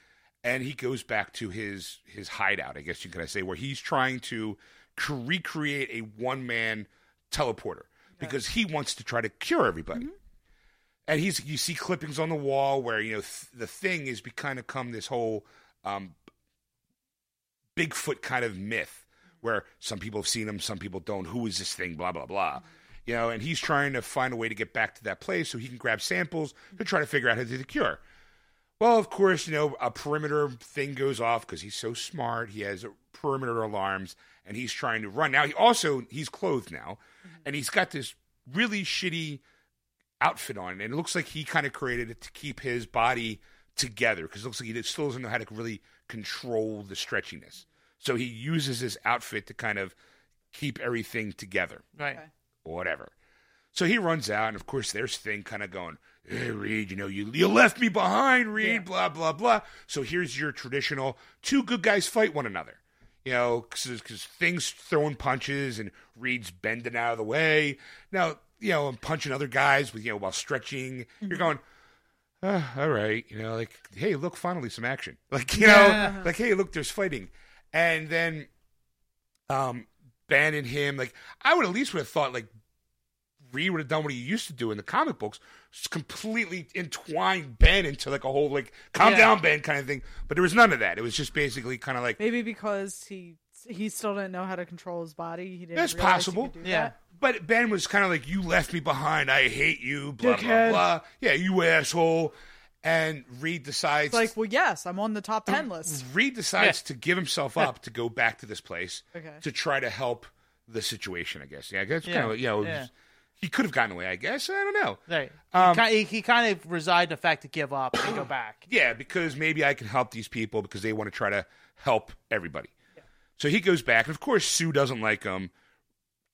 And he goes back to his his hideout, I guess you could say, where he's trying to cre- recreate a one man teleporter because he wants to try to cure everybody. And he's you see clippings on the wall where you know th- the thing is be kind of come this whole um, Bigfoot kind of myth where some people have seen him, some people don't. Who is this thing? Blah blah blah. You know, and he's trying to find a way to get back to that place so he can grab samples to try to figure out how to do the cure. Well, of course, you know, a perimeter thing goes off because he's so smart. He has perimeter alarms and he's trying to run. Now, he also, he's clothed now and he's got this really shitty outfit on. And it looks like he kind of created it to keep his body together because it looks like he still doesn't know how to really control the stretchiness. So he uses this outfit to kind of keep everything together
Right.
whatever. So he runs out, and of course, there's Thing kind of going, Hey, Reed, you know, you, you left me behind, Reed, blah, blah, blah. So here's your traditional two good guys fight one another. You know, because Thing's throwing punches and Reed's bending out of the way. Now, you know, and punching other guys with, you know, while stretching. You're going, "Ah, all right, you know, like, hey, look, finally some action. [laughs] Like, you know, like, hey, look, there's fighting. And then um, Ben and him, like, I would at least would have thought, like, Reed would have done what he used to do in the comic books, just completely entwined Ben into like a whole like calm
Yeah.
down Ben kind of thing. But there was none of that. It was just basically kind of like
Maybe because he he still didn't know how to control his body. He didn't.
That's
realize he
possible.
could do
Yeah.
that.
But Ben was kind of like, "You left me behind. I hate you." Blah
Dickhead.
blah blah. Yeah, you asshole. And Reed decides
It's like, well, yes, I'm on the
[clears throat]
top ten list.
Reed decides to give himself up to go back to this place
Okay.
to try to help the situation. I guess. Yeah, I guess
Yeah.
kind of you know
Yeah.
he could have gotten away. I guess I don't know.
Right.
Um,
he, kind he, he kind of resigned the fact to give up
[clears throat]
and go back.
Yeah, because maybe I can help these people because they want to try to help everybody. So he goes back, and of course Sue doesn't like him.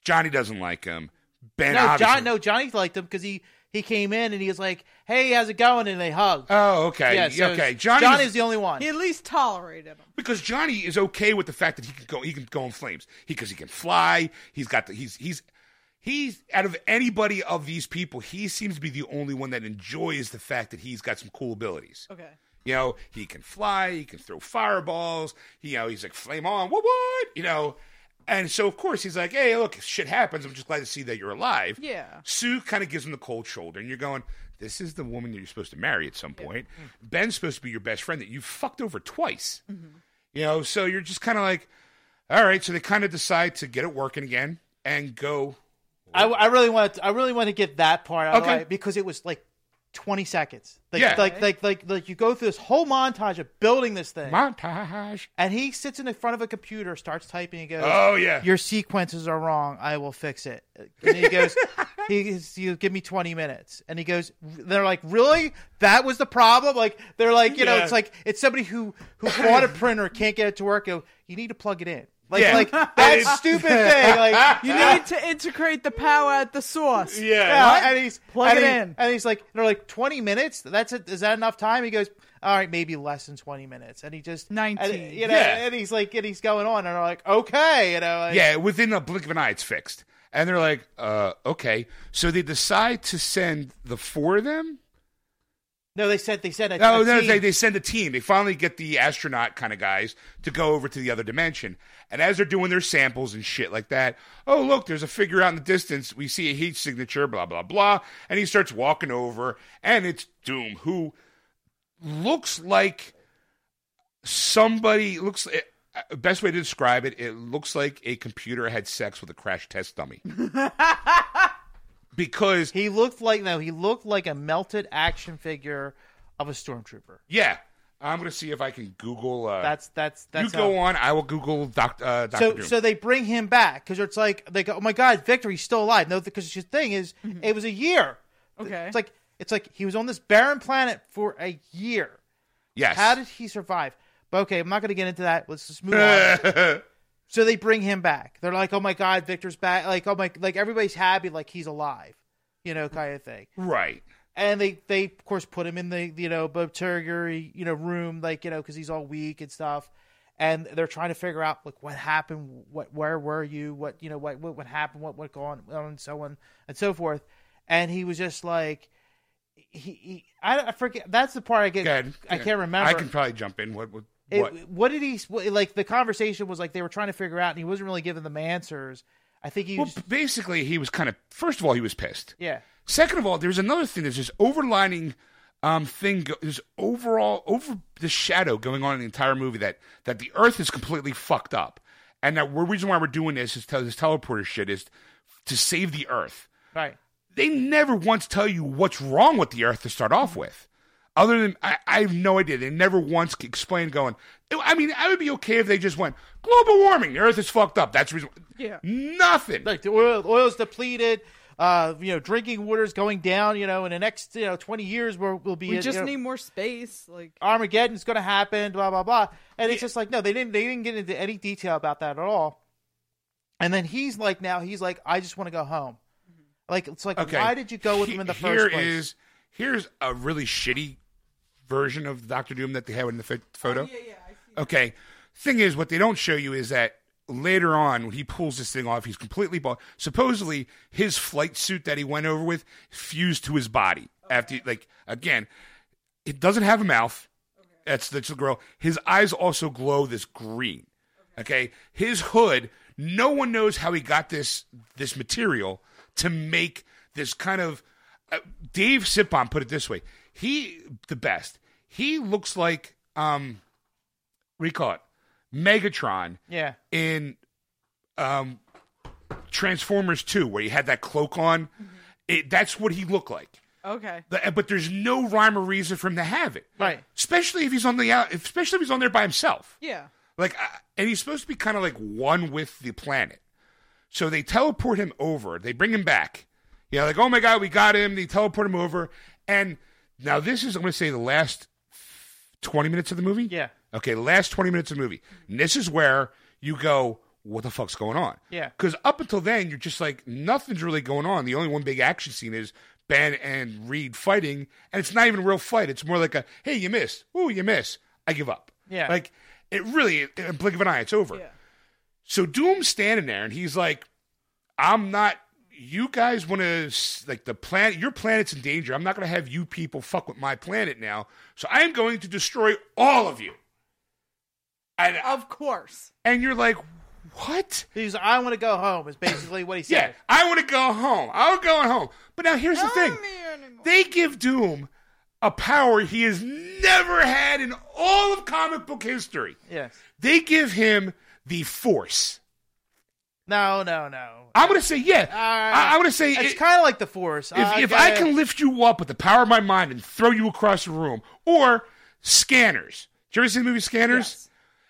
Johnny doesn't like him. Ben
no,
obviously.
John, no, Johnny liked him because he he came in and he was like, "Hey, how's it going?" And they hugged.
Oh, okay.
yeah, so
okay.
Johnny
Johnny
Johnny's
was-
the only one.
He at least tolerated him.
because Johnny is okay with the fact that he can go he can go in flames because he can fly. He's got the he's he's he's out of anybody of these people, he seems to be the only one that enjoys the fact that he's got some cool abilities.
Okay.
You know, he can fly, he can throw fireballs, you know, he's like flame on, what what? You know. And so of course he's like, Hey, look, if shit happens, I'm just glad to see that you're alive.
Yeah.
Sue kind of gives him the cold shoulder, and you're going, This is the woman that you're supposed to marry at some point. Ben's supposed to be your best friend that you fucked over twice. You know, so you're just kind of like, All right. So they kind of decide to get it working again and go.
I, I really want I really want to get that part out of the
Okay.
way because it was like twenty seconds. Like,
Yeah.
like, like like like you go through this whole montage of building this thing,
Montage.
and he sits in the front of a computer, starts typing, and goes,
Oh yeah.
your sequences are wrong. I will fix it. And
[laughs]
he goes, he goes, you give me 20 minutes. And he goes, they're like, really? That was the problem? Like, they're like, you know,
Yeah.
it's like, it's somebody who, who bought a printer, can't get it to work. You, you need to plug it in. Like,
Yeah.
like
[laughs]
that stupid thing. Like,
You need to integrate the power at the source.
yeah.
yeah, and he's
Plug
and
it
he-
in.
and he's like, they're like twenty minutes. That's it. Is that enough time? He goes, all right, maybe less than twenty minutes. And he just
19.
and, you know,
Yeah.
and he's like, and he's going on, and they're like, okay, you know, like,
Yeah, within a blink of an eye, it's fixed. And they're like, uh, okay. So they decide to send the four of them.
No, they said they said a,
No,
a
no,
team.
they, they send a team. They finally get the astronaut kind of guys to go over to the other dimension. And as they're doing their samples and shit like that, oh, look, there's a figure out in the distance. We see a heat signature, blah, blah, blah. And he starts walking over, and it's Doom, who looks like somebody, looks, uh, best way to describe it, it looks like a computer had sex with a crash test dummy. because,
He looked like no, he looked like a melted action figure of a stormtrooper.
yeah, I'm going to see if I can Google. Uh,
That's that's that's
you go
how-
on. I will Google Doctor uh, Dr.
So
Doom.
so they bring him back because it's like they go, oh my god, Victor, he's still alive. No, because the thing is, it was a year.
Okay.
it's like it's like he was on this barren planet for a year.
yes.
How did he survive? But okay, I'm not going to get into that. Let's just move on.
[laughs]
so they bring him back. They're like, oh my god, Victor's back. Like oh my, like everybody's happy, like he's alive, you know, kind of thing.
right.
and they they of course put him in the you know mortuary you know room like you know because he's all weak and stuff and they're trying to figure out like what happened what where were you what you know what what, what happened what what going on and so on and so forth and he was just like he, he I, I forget that's the part I get
Go ahead.
I can't remember
I can probably jump in. What? What?
it,
what?
what? did he what, like the conversation was like they were trying to figure out and he wasn't really giving them answers I think he
Well,
just,
basically, he was kind of. First of all, he was pissed.
yeah
Second of all, there's another thing. There's this overlining um, thing. go- There's overall over the shadow going on in the entire movie that that the Earth is completely fucked up, and that the reason why we're doing this is tell this teleporter shit is to save the Earth.
right
they never once tell you what's wrong with the earth to start off with. Other than, I, I have no idea. They never once explained going, I mean, I would be okay if they just went, global warming, the earth is fucked up. That's the reason.
Yeah.
Nothing.
like the oil oil's depleted. Uh, you know, drinking water's going down. You know, in the next you know twenty years, we're, we'll be
We
at,
just
you know,
need more space. Like
Armageddon's going to happen. Blah blah blah. And it's just like no, they didn't they didn't get into any detail about that at all. And then he's like, now he's like, I just want to go home. Like it's like,
Mm-hmm. okay.
why did you go with
He-
him in the
here
first place?
is- here's a really shitty version of Doctor Doom that they have in the pho- photo.
Oh,
Okay. Thing is, what they don't show you is that later on, when he pulls this thing off, he's completely bald. Supposedly, his flight suit that he went over with fused to his body. After, like, again, it doesn't have a mouth. That's that's the girl. His eyes also glow this green. Okay. His hood, no one knows how he got this this material to make this kind of uh, Dave Sipon put it this way. He the best. He looks like um what do you call it? Megatron
yeah,
in um Transformers 2 where he had that cloak on. It, that's what he looked like.
okay.
The- but there's no rhyme or reason for him to have it,
Right.
Especially if he's on the out, especially if he's on there by himself.
Yeah.
Like, I, and he's supposed to be kind of like one with the planet. So they teleport him over. They bring him back. Yeah, like oh my god, we got him. They teleport him over, and now this is I'm going to say the last twenty minutes of the movie.
Yeah.
Okay, the last twenty minutes of the movie. And this is where you go. What the fuck's going on?
Yeah.
Because up until then, you're just like nothing's really going on. The only one big action scene is Ben and Reed fighting, and it's not even a real fight. It's more like a hey, you missed. Ooh, you miss. I give up.
Yeah.
Like it really, in a blink of an eye, it's over.
Yeah.
So Doom's standing there, and he's like, "I'm not. You guys want to like the planet? Your planet's in danger. I'm not going to have you people fuck with my planet now. So I am going to destroy all of you." And
Of course.
and you're like, "What?
he's I want to go home. Is basically what he
Yeah,
said.
I want to go home. I'm going home." But now here's the thing:
Not me anymore.
they give Doom a power he has never had in all of comic book history.
Yes.
They give him the Force.
No, no, no.
I'm gonna say yeah. I, I'm gonna say
It's
it-
kind of like the Force.
if,
Uh,
if I
gotta-
can lift you up with the power of my mind and throw you across the room, or Scanners. Did you ever see the movie Scanners?
Yes.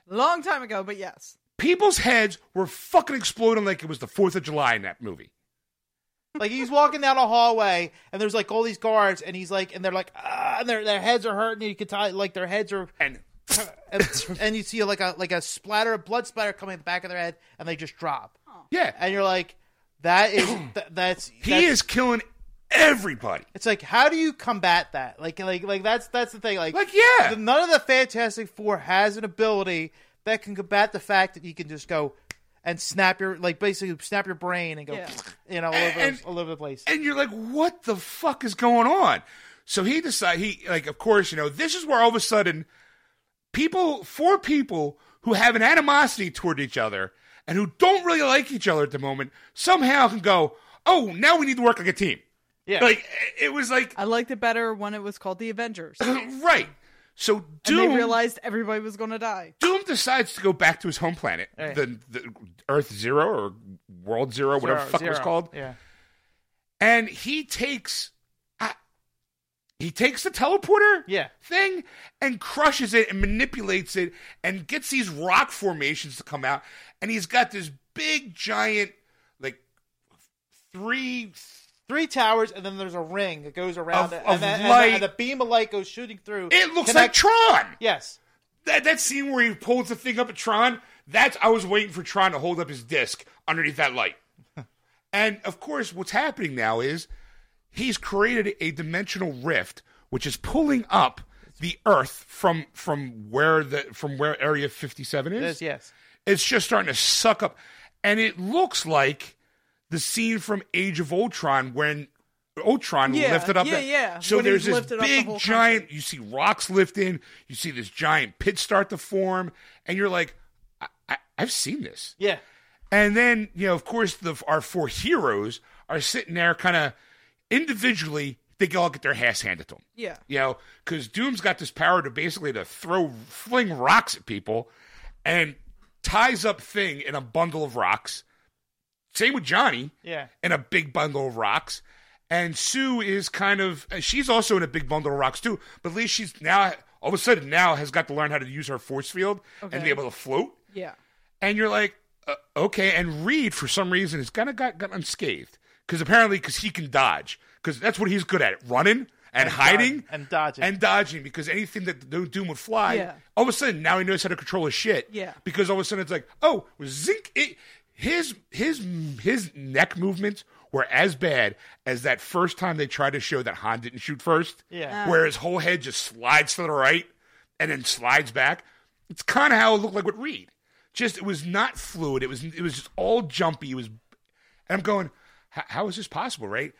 Long time ago, but yes.
People's heads were fucking exploding like it was the Fourth of July in that movie.
Like he's walking down a hallway, and there's like all these guards, and he's like, and they're like, ah, and their their heads are hurting. And you can tell, like their heads are,
And [clears throat] [laughs]
and, and you see like a like a splatter, a blood splatter coming in the back of their head, and they just drop.
yeah,
And you're like, that
[clears throat]
is th- that's
he
that's-
is killing everybody.
It's like, how do you combat that? Like, like, like that's that's the thing. Like,
Like, yeah.
the- none of the Fantastic Four has an ability that can combat the fact that you can just go and snap your like basically snap your brain and go,
Yeah.
you know, all over
And-
all over the place.
and you're like, what the fuck is going on? So he decide he like, of course, you know, this is where all of a sudden people, four people who have an animosity toward each other and who don't really like each other at the moment, somehow can go, oh, now we need to work like a team.
yeah,
Like it was like [clears throat]
I liked it better when it was called
[coughs]
the Avengers. and
right. So
they
Doom
realized everybody was going to die.
Doom decides to go back to his home planet,
Right.
the, the Earth Zero or World Zero, whatever the
Zero,
fuck it was
zero.
called.
Yeah,
and he takes I, he takes the teleporter
Yeah.
thing and crushes it and manipulates it and gets these rock formations to come out and he's got this big giant like three
three towers, and then there's a ring that goes around
Of-
it,
of
and, then, and,
light.
then- and a beam of light goes shooting through.
it looks like
connect-
Tron
yes,
that that scene where he pulls the thing up at Tron that's I was waiting for Tron to hold up his disc underneath that light and of course what's happening now is he's created a dimensional rift which is pulling up the earth from from where the from where area 57 is
it is, yes.
it's just starting to suck up and it looks like the scene from age of ultron when ultron
Yeah,
lifted up
yeah,
that-
yeah,
so
when he
there's this
lifted up the
big
whole
giant you see rocks lift in you see this giant pit start to form and you're like I, I, i've seen this
Yeah,
and then, you know, of course, the our four heroes are sitting there kind of individually, they all get their ass handed to them.
Yeah.
You know, because Doom's got this power to basically to throw, fling rocks at people and ties up Thing in a bundle of rocks. Same with Johnny
yeah.
in a big bundle of rocks. And Sue is kind of uh, she's also in a big bundle of rocks too, but at least she's now all of a sudden now has got to learn how to use her force field and be
Okay.
able to float
Yeah.
and you're like, uh, okay. And Reed, for some reason, has kind of got, got unscathed because apparently, because he can dodge, because that's what he's good at running and, hiding
dodge- and dodging.
and dodging. Because anything that the Doom would fly,
Yeah.
all of a sudden now he knows how to control his shit.
Yeah.
Because all of a sudden it's like, oh, zinc. It, his his his neck movements were as bad as that first time they tried to show that Han didn't shoot first.
Yeah.
Where his whole head just slides to the right and then slides back. It's kind of how it looked like with Reed. Just it was not fluid. It was it was just all jumpy. It was, and I'm going, "H- how is this possible, right?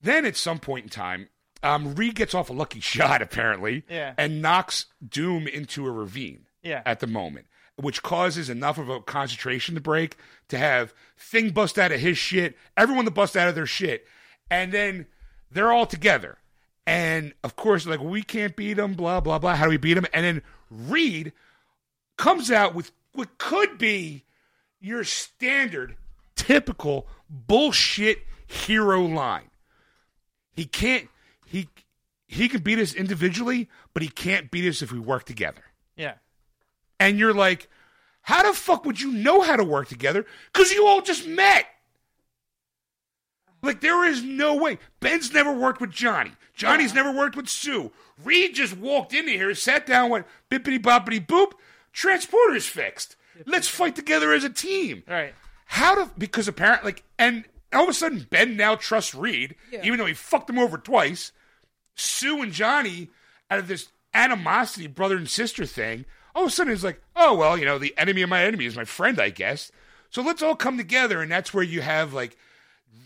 Then at some point in time, um, Reed gets off a lucky [laughs] shot apparently,
Yeah.
and knocks Doom into a ravine.
Yeah.
at the moment, which causes enough of a concentration to break to have Thing bust out of his shit, everyone to bust out of their shit, and then they're all together. And of course, like we can't beat them, blah blah blah. How do we beat them? And then Reed comes out with what could be your standard, typical bullshit hero line. He can't. He he can beat us individually, but he can't beat us if we work together.
Yeah.
And you're like, how the fuck would you know how to work together? Because you all just met. Like there is no way. Ben's never worked with Johnny. Johnny's never worked with Sue. Reed just walked into here, sat down, went bippity boppity boop. Transporter's fixed. Let's fight together as a team.
All right.
How to? Because apparently, like, and all of a sudden, Ben now trusts Reed,
Yeah.
even though he fucked him over twice. Sue and Johnny, out of this animosity, brother and sister thing, all of a sudden it's like, oh well, you know, the enemy of my enemy is my friend, I guess. So let's all come together, and that's where you have like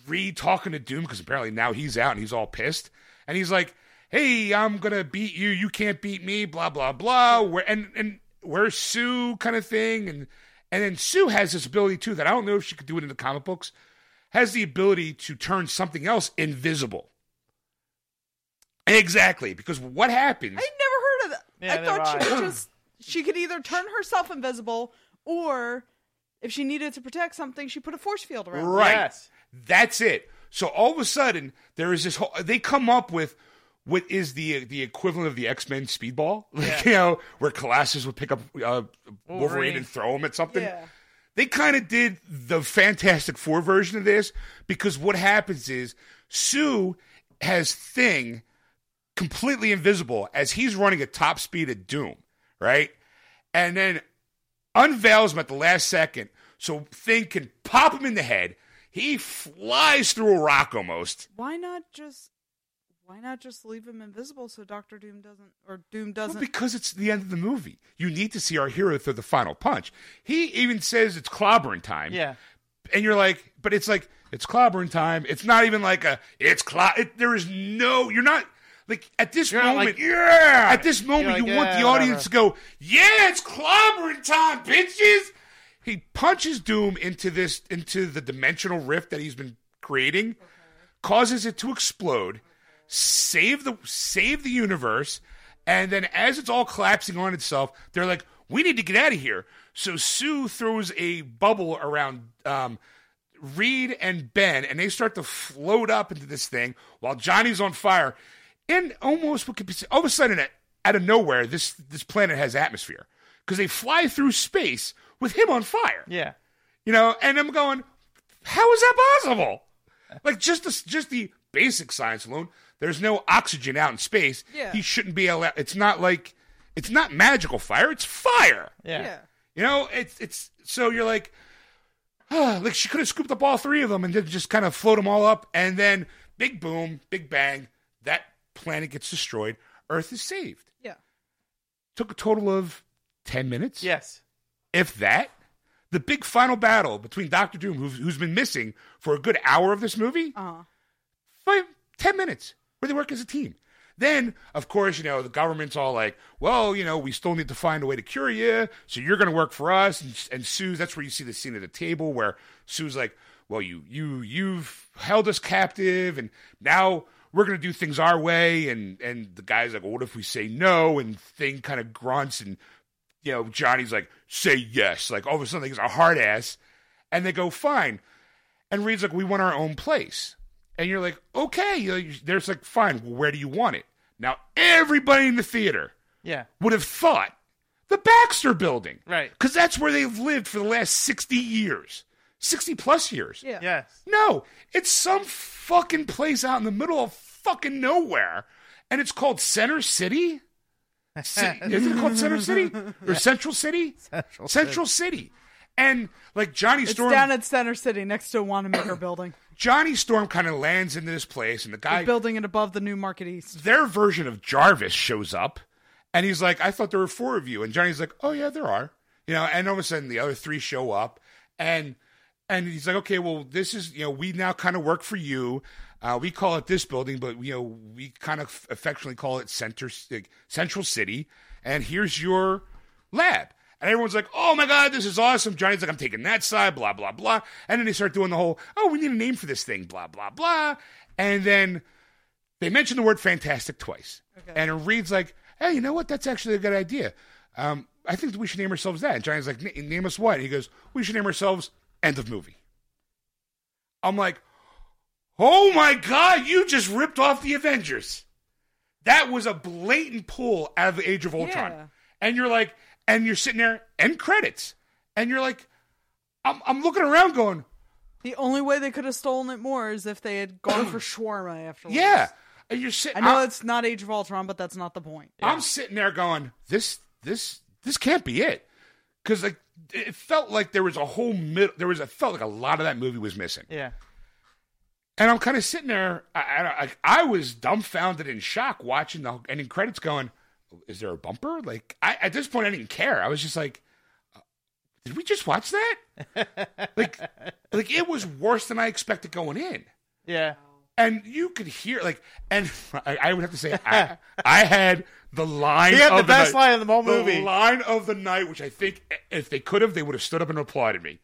Reed talking to Doom because apparently now he's out and he's all pissed, and he's like, "Hey, I'm gonna beat you. You can't beat me." Blah blah blah. Where and and where's Sue kind of thing, and and then Sue has this ability too that I don't know if she could do it in the comic books, has the ability to turn something else invisible. Exactly, because what happens?
I never heard of that.
Yeah,
I thought she
neither
could just she could either turn herself invisible or If she needed to protect something, she put a force field around. it.
Right.
Yes.
That's it. So all of a sudden, there is this whole. They come up with what is the the equivalent of the X Men Speedball, [laughs] like, you know, where Colossus would pick up uh, Wolverine.
Wolverine.
and throw him at something.
Yeah.
They kind of did the Fantastic Four version of this because what happens is Sue has Thing completely invisible as he's running at top speed at Doom, right? And then unveils him at the last second so Thing can pop him in the head. He flies through a rock almost.
Why not just why not just leave him invisible so Doctor Doom doesn't or Doom doesn't
Well, because it's the end of the movie. You need to see our hero through the final punch. He even says it's clobbering time.
Yeah.
And you're like, but it's like, it's clobbering time. It's not even like a, it's clob. It, there is no, you're not, like, at this
You're not
moment,
like,
yeah. At this moment,
You're like,
you want
"Yeah,
the audience to go, yeah, it's clobbering time, bitches. He punches Doom into this, into the dimensional rift that he's been creating, causes it to explode save the save the universe and then as it's all collapsing on itself they're like we need to get out of here so sue throws a bubble around um, reed and ben and they start to float up into this thing while johnny's on fire and almost what could be all of a sudden out of nowhere this this planet has atmosphere because they fly through space with him on fire
Yeah.
you know and i'm going how is that possible like just the just the basic science alone there's no oxygen out in space
Yeah.
he shouldn't be allowed it's not like it's not magical fire it's fire
Yeah.
Yeah.
you know it's it's so you're like [sighs] ah, like she could have scooped up all three of them and then just kind of float them all up and then big boom big bang that planet gets destroyed earth is saved
Yeah.
took a total of 10 minutes
Yes.
if that, the big final battle between Doctor Doom, who's, who's been missing for a good hour of this movie,
Uh
five, 10 minutes, where they work as a team. Then, of course, you know, the government's all like, well, you know, we still need to find a way to cure you, so you're going to work for us. And, and Sue's, that's where you see the scene at the table where Sue's like, well, you, you, you've held us captive, and now we're going to do things our way. And, and the guy's like, well, what if we say no? And Thing kind of grunts and you know, Johnny's like, say yes. Like all of a sudden he's a hard ass. And they go, fine. And Reed's like, we want our own place. And you're like, okay. You know, you- There's like, fine, well, where do you want it? Now, everybody in the theater
Yeah.
would have thought the Baxter building.
Right.
Because that's where they've lived for the last 60 years, 60 plus years.
yeah.
Yes.
No, it's some fucking place out in the middle of fucking nowhere. And it's called Center City? Ci- is it called Center City? Or Central City? Central, City. And like Johnny
It's
Storm
down at Center City next to
[coughs]
Wanamaker building.
Johnny Storm kind of lands into this place and the guy
They're building it above the new Market East.
their version of Jarvis shows up and he's like, I thought there were four of you. And Johnny's like, Oh yeah, there are. You know, and all of a sudden the other three show up and and he's like, Okay, well this is you know, we now kind of work for you. Uh, we call it this building, but you know, we kind of affectionately call it Center like, Central City. And here's your lab. And everyone's like, oh my God, this is awesome. Johnny's like, I'm taking that side, blah, blah, blah. And then they start doing the whole, oh, we need a name for this thing, blah, blah, blah. And then they mention the word fantastic twice. And Reed's like, hey, you know what? That's actually a good idea. Um, I think that we should name ourselves that. And Johnny's like, "N- name us what? And he goes, we should name ourselves End of Movie. I'm like, oh my God, you just ripped off the Avengers. That was a blatant pull out of the Age of Ultron.
Yeah.
And you're like, and you're sitting there, end credits. And you're like, I'm, I'm looking around going,
The only way they could have stolen it more is if they had
[clears throat]
gone for shawarma afterwards.
yeah. And you're sitting
I know
I'm-
it's not Age of Ultron, but that's not the point.
I'm sitting there going, this, this, this can't be it, because like it felt like there was a whole middle. There was, it felt like a lot of that movie was missing,
Yeah.
and I'm kind of sitting there. I, I, I, I was dumbfounded in shock watching the ending credits, going, "Is there a bumper?" Like I, at this point, I didn't care. I was just like, uh, "Did we just watch that?" like, like it was worse than I expected going in.
Yeah.
And you could hear like, and [laughs] I, I would have to say, I, I had the line.
He had
of
the best
night.
line in the whole
The
movie.
line of the night, which I think, if they could have, they would have stood up and applauded
[laughs]
me.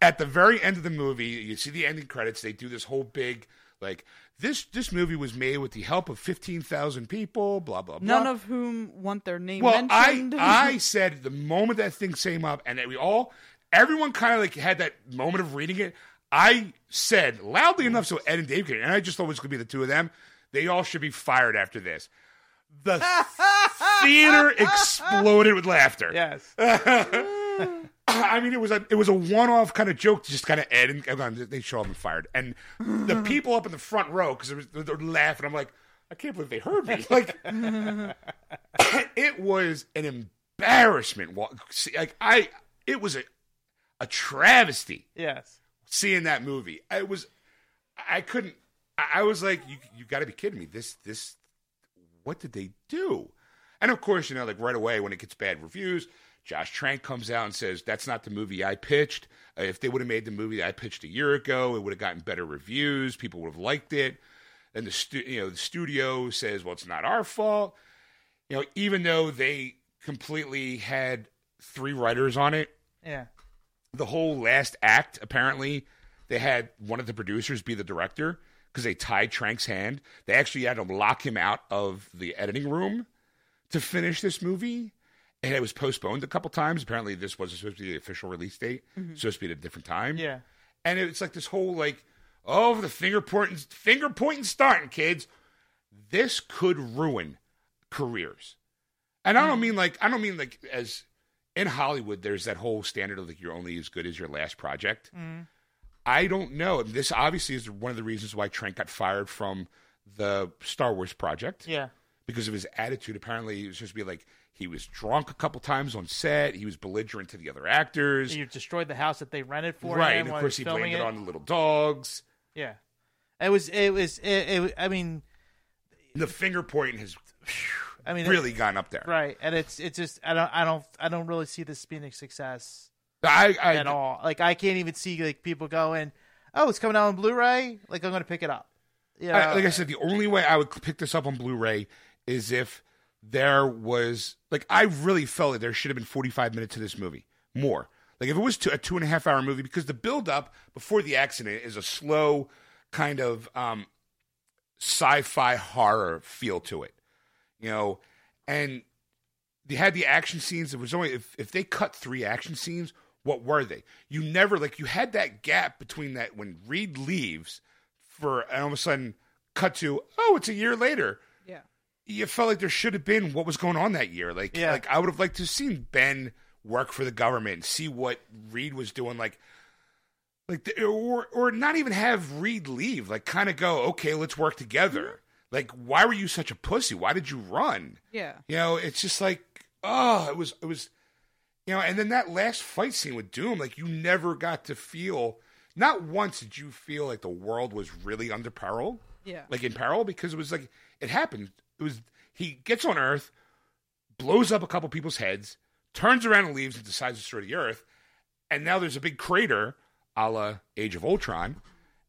At the very end of the movie, you see the ending credits. They do this whole big like this. This movie was made with the help of fifteen thousand people. Blah blah blah.
None of whom want their name
Well, I
[laughs] mentioned.
I said the moment that thing came up, and that we all everyone kind of like had that moment of reading it. I said loudly enough so Ed and Dave could, and I just thought it was going to be the two of them. They all should be fired after this. The theater exploded with laughter. [laughs]
Yes.
Uh, I mean, it was a it was a one off kind of joke, to just kind of Ed and oh, God, they show up and fired, and the people up in the front row because they're laughing. I'm like, I can't believe they heard me. Like, it was an embarrassment. wa- see, Like I, it was a a travesty
Yes.
seeing that movie. It was, I couldn't. I I was like, you you got to be kidding me. This this, what did they do? And of course, you know, like right away when it gets bad reviews, Josh Trank comes out and says that's not the movie I pitched. Uh, If they would have made the movie that I pitched a year ago, it would have gotten better reviews. People would have liked it. And the stu- you know the studio says, well, it's not our fault. You know, even though they completely had three writers on it,
Yeah.
the whole last act apparently they had one of the producers be the director because they tied Trank's hand. They actually had to lock him out of the editing room to finish this movie, and it was postponed a couple times. Apparently, this wasn't supposed to be the official release date; supposed to be at a different time.
Yeah.
and it's like this whole like, oh, the finger pointing, finger pointing, starting kids. This could ruin careers. And
Mm.
I don't mean like I don't mean like as in Hollywood. There's that whole standard of like you're only as good as your last project.
Mm.
I don't know. And This obviously is one of the reasons why Trent got fired from the Star Wars project
Yeah.
because of his attitude. Apparently, it was supposed to be like he was drunk a couple times on set. He was belligerent to the other actors.
You destroyed the house that they rented for
right,
him
and of
while
course
he
he
was
blamed it
filming
on the little dogs.
Yeah. It was. It was. It, it, I mean.
The finger pointing has
I mean.
really gone up there.
Right. And it's. It's just. I don't. I don't. I don't really see this being a success
I, I,
at all. Like I can't even see like people going, "Oh, it's coming out on Blu-ray. Like I'm going to pick it up." Yeah.
I- like I said, the only way I would pick this up on Blu-ray is if there was like I really felt that there should have been 45 minutes to this movie more. Like if it was two, a two and a half hour movie, because the build up before the accident is a slow kind of um, sci-fi horror feel to it, you know, and they had the action scenes. It was only if, if they cut three action scenes, what were they? You never like you had that gap between that when Reed leaves for and all of a sudden cut to oh it's a year later.
Yeah.
You felt like there should have been what was going on that year. Like
Yeah.
like I would have liked to have seen Ben work for the government and see what Reed was doing. Like like the, or or not even have Reed leave. Like kind of go okay let's work together. Like why were you such a pussy? Why did you run?
Yeah.
You know, it's just like, oh, it was, it was, you know, and then that last fight scene with Doom, like you never got to feel, not once did you feel like the world was really under peril,
Yeah.
like in peril, because it was like, it happened. It was, he gets on Earth, blows up a couple people's heads, turns around and leaves and decides to destroy the Earth. And now there's a big crater a la Age of Ultron.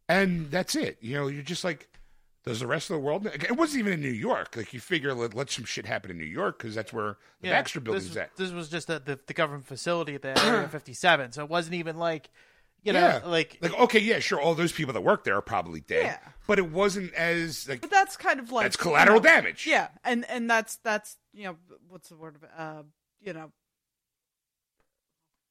And that's it. You know, you're just like, does the rest of the world? know? It wasn't even in New York. Like you figure, let, let some shit happen in New York because that's where the
Yeah,
Baxter Building's
this,
at.
This was just the, the, the government facility
[clears throat]
at the Area 57, so it wasn't even like, you know,
yeah,
like,
like okay, yeah, sure. All those people that work there are probably dead,
Yeah.
but it wasn't as like
But that's kind of like
that's collateral
you know,
damage.
Yeah, and and that's that's you know what's the word of it? uh you know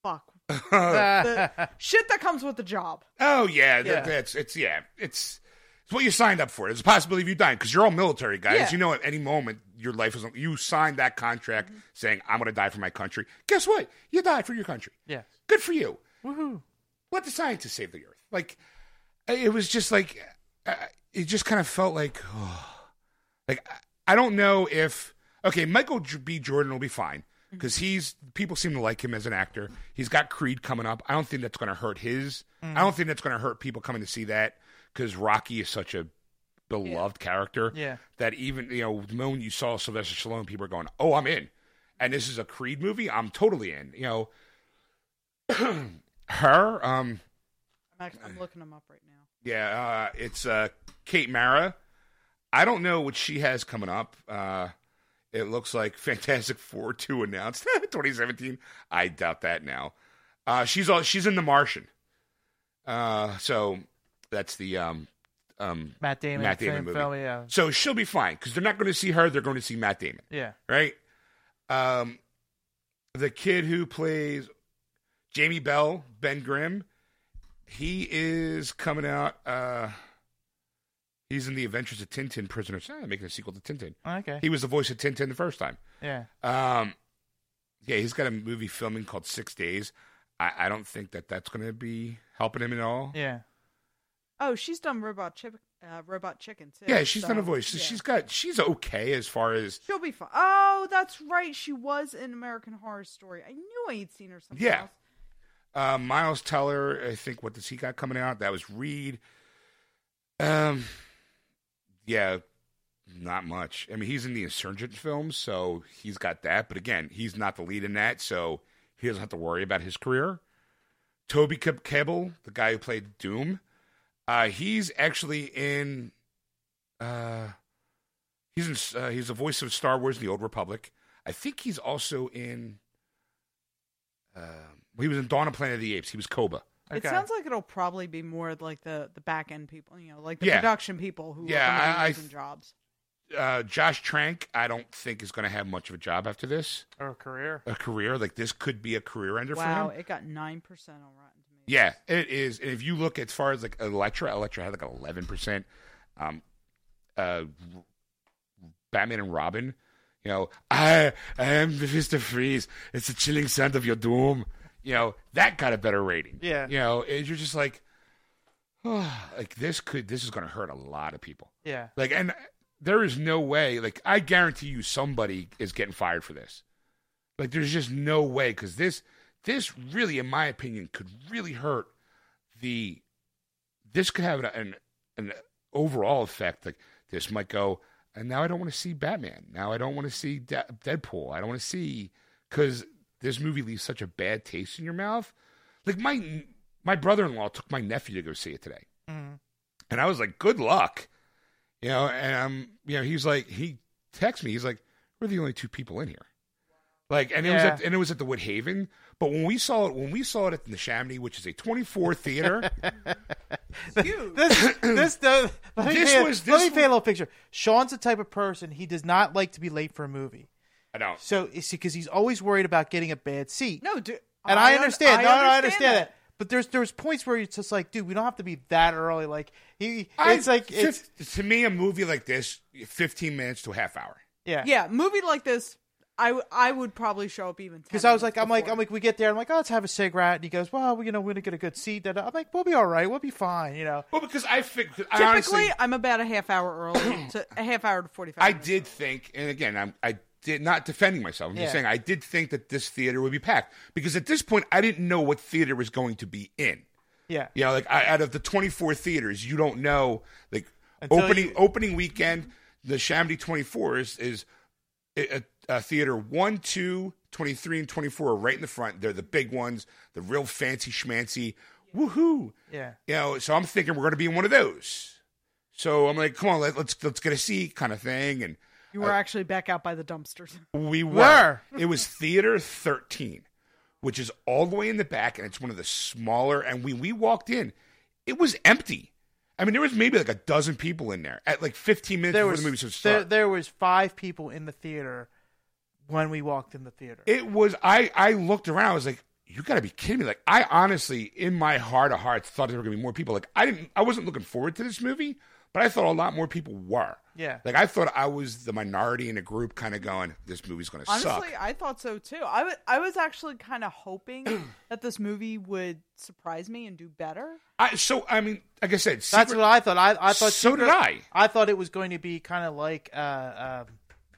fuck The shit that comes with the job.
Oh yeah,
Yeah.
That, that's it's yeah, it's it's what you signed up for. There's a possibility of you dying because you're all military guys.
Yeah.
You know, at any moment your life is on- you signed that contract saying I'm going to die for my country. Guess what? You died for your country.
[laughs] yeah,
Good for you.
woohoo,
let the scientists save the earth. Like it was just like uh, it just kind of felt like [sighs] like I- I don't know if okay Michael J- B Jordan will be fine because he's people seem to like him as an actor. He's got Creed coming up. I don't think that's going to hurt his. I don't think that's going to hurt people coming to see that because Rocky is such a beloved character
Yeah.
that even you know the moment you saw Sylvester Stallone, people are going, "Oh, I'm in," and this is a Creed movie. I'm totally in. You know. [clears throat] Her, um,
I'm, act- I'm looking them up right now.
yeah, uh, it's uh, Kate Mara. I don't know what she has coming up. Uh, it looks like [laughs] Fantastic Four two announced [laughs] 2017. I doubt that now. Uh, she's all she's in The Martian. Uh, so that's the um um.
Matt Damon,
Matt Damon
film,
movie.
film, yeah,
So she'll be fine because they're not going to see her. They're going to see Matt Damon,
yeah,
right? Um, the kid who plays Jamie Bell, Ben Grimm. He is coming out. Uh, he's in the Adventures of Tintin Prisoners. Ah, making a sequel to Tintin.
Okay.
He was the voice of Tintin the first time.
yeah.
Um, yeah, he's got a movie filming called Six Days. I, I don't think that that's going to be helping him at all.
Yeah.
Oh, she's done robot chip, uh, robot chicken too.
Yeah, she's
so,
done a voice.
yeah.
She's got she's okay as far as
she'll be fine. Oh, that's right. She was in American Horror Story. I knew I had seen her somewhere
Yeah.
else.
Uh, Miles Teller, I think what does he got coming out? That was Reed. Um, yeah, not much. I mean, he's in the Insurgent films, so he's got that. But again, he's not the lead in that, so he doesn't have to worry about his career. Toby Keb- Kebbell, the guy who played Doom, uh, he's actually in. Uh, he's in. Uh, he's the voice of Star Wars: The Old Republic. I think he's also in. Um, he was in Dawn of Planet of the Apes. He was Koba.
It
Okay.
sounds like it'll probably be more like the the back end people, you know, like the
Yeah.
production people who
Yeah,
are
I- I-
losing jobs.
uh, Josh Trank, I don't think is going to have much of a job after this.
Or career.
A career like this could be a career ender
Wow,
for him.
it got nine percent on Rotten Tomatoes.
Yeah, it is. And if you look as far as like Electra, Electra had like eleven percent. Um, uh, Batman and Robin, you know, I I am Mister Freeze. It's the chilling sound of your doom. You know that got a better rating.
Yeah.
you know, and you're just like, [sighs] like this could this is going to hurt a lot of people. [coughs]
Yeah.
Like, and there is no way. Like, I guarantee you, somebody is getting fired for this. Like, there's just no way because this, this really, in my opinion, could really hurt the. This could have an an, an overall effect. Like, this might go, and now I don't want to see Batman. Now I don't want to see De- Deadpool. I don't want to see because this movie leaves such a bad taste in your mouth. Like my my brother in law took my nephew to go see it today.
Mm.
And I was like, good luck. You know, and I'm, you know, he's like, he texts me, he's like, we're the only two people in here. Like, and it was
Yeah.
at, and it was at the Woodhaven. But when we saw it, when we saw it at the Chamonix, which is a 24 theater,
This, this, does. Let me,
This
paint,
was- this
let me
was-
paint a little picture. Sean's the type of person he does not like to be late for a movie.
I don't.
So, because he's always worried about getting a bad seat.
No, do,
and I,
un-
understand. no, no, I
that.
understand that. But there's there's points where it's just like, dude, we don't have to be that early. Like he,
I-
it's like it's
fif- to me a movie like this, 15 minutes to a half hour.
yeah,
Yeah, movie like this, I, w- I would probably show up even
Because I was like, I'm like, I'm like, we get there. I'm like, oh, let's have a cigarette. And he goes, well, you know, we're gonna get a good seat. That I'm like, we'll be all right. We'll be fine. You know.
Well, because I figured,
typically
honestly,
I'm about a half hour
[clears throat]
early, to a half hour to forty five.
I did think, and again, I'm, I did not defending myself. I'm just
Yeah.
saying I did think that this theater would be packed because at this point I didn't know what theater was going to be in.
Yeah.
You know, like I, out of the 24 theaters, you don't know like
Until
opening
you-
opening weekend. The Chamonix 24 is is a, a theater one, two, 23, and 24 are right in the front. They're the big ones, the real fancy schmancy. Woohoo!
Yeah.
You know, so I'm thinking we're going to be in one of those. So I'm like, come on, let, let's let's get a seat, kind of thing. And
You were actually back out by the dumpsters.
we were.
Were.
it was theater 13, which is all the way in the back, and it's one of the smaller. And when we walked in, it was empty. I mean, there was maybe like a dozen people in there at like 15 minutes
There
before
was
the movie started.
there, there was five people in the theater when we walked in the theater.
it was. I I looked around. I was like, "You got to be kidding me!" Like, I honestly, in my heart of hearts, thought there were gonna be more people. Like, I didn't. I wasn't looking forward to this movie, but I thought a lot more people were.
Yeah.
Like, I thought I was the minority in a group, kind of going, "This movie's gonna suck."
Honestly, I thought so too. I wa- I was actually kind of
[clears throat]
hoping that this movie would surprise me and do better.
I, so, I mean, like I said,
That's
Secret-
what I thought. I, I thought
So did I.
I thought it was going to be kind of like uh, um,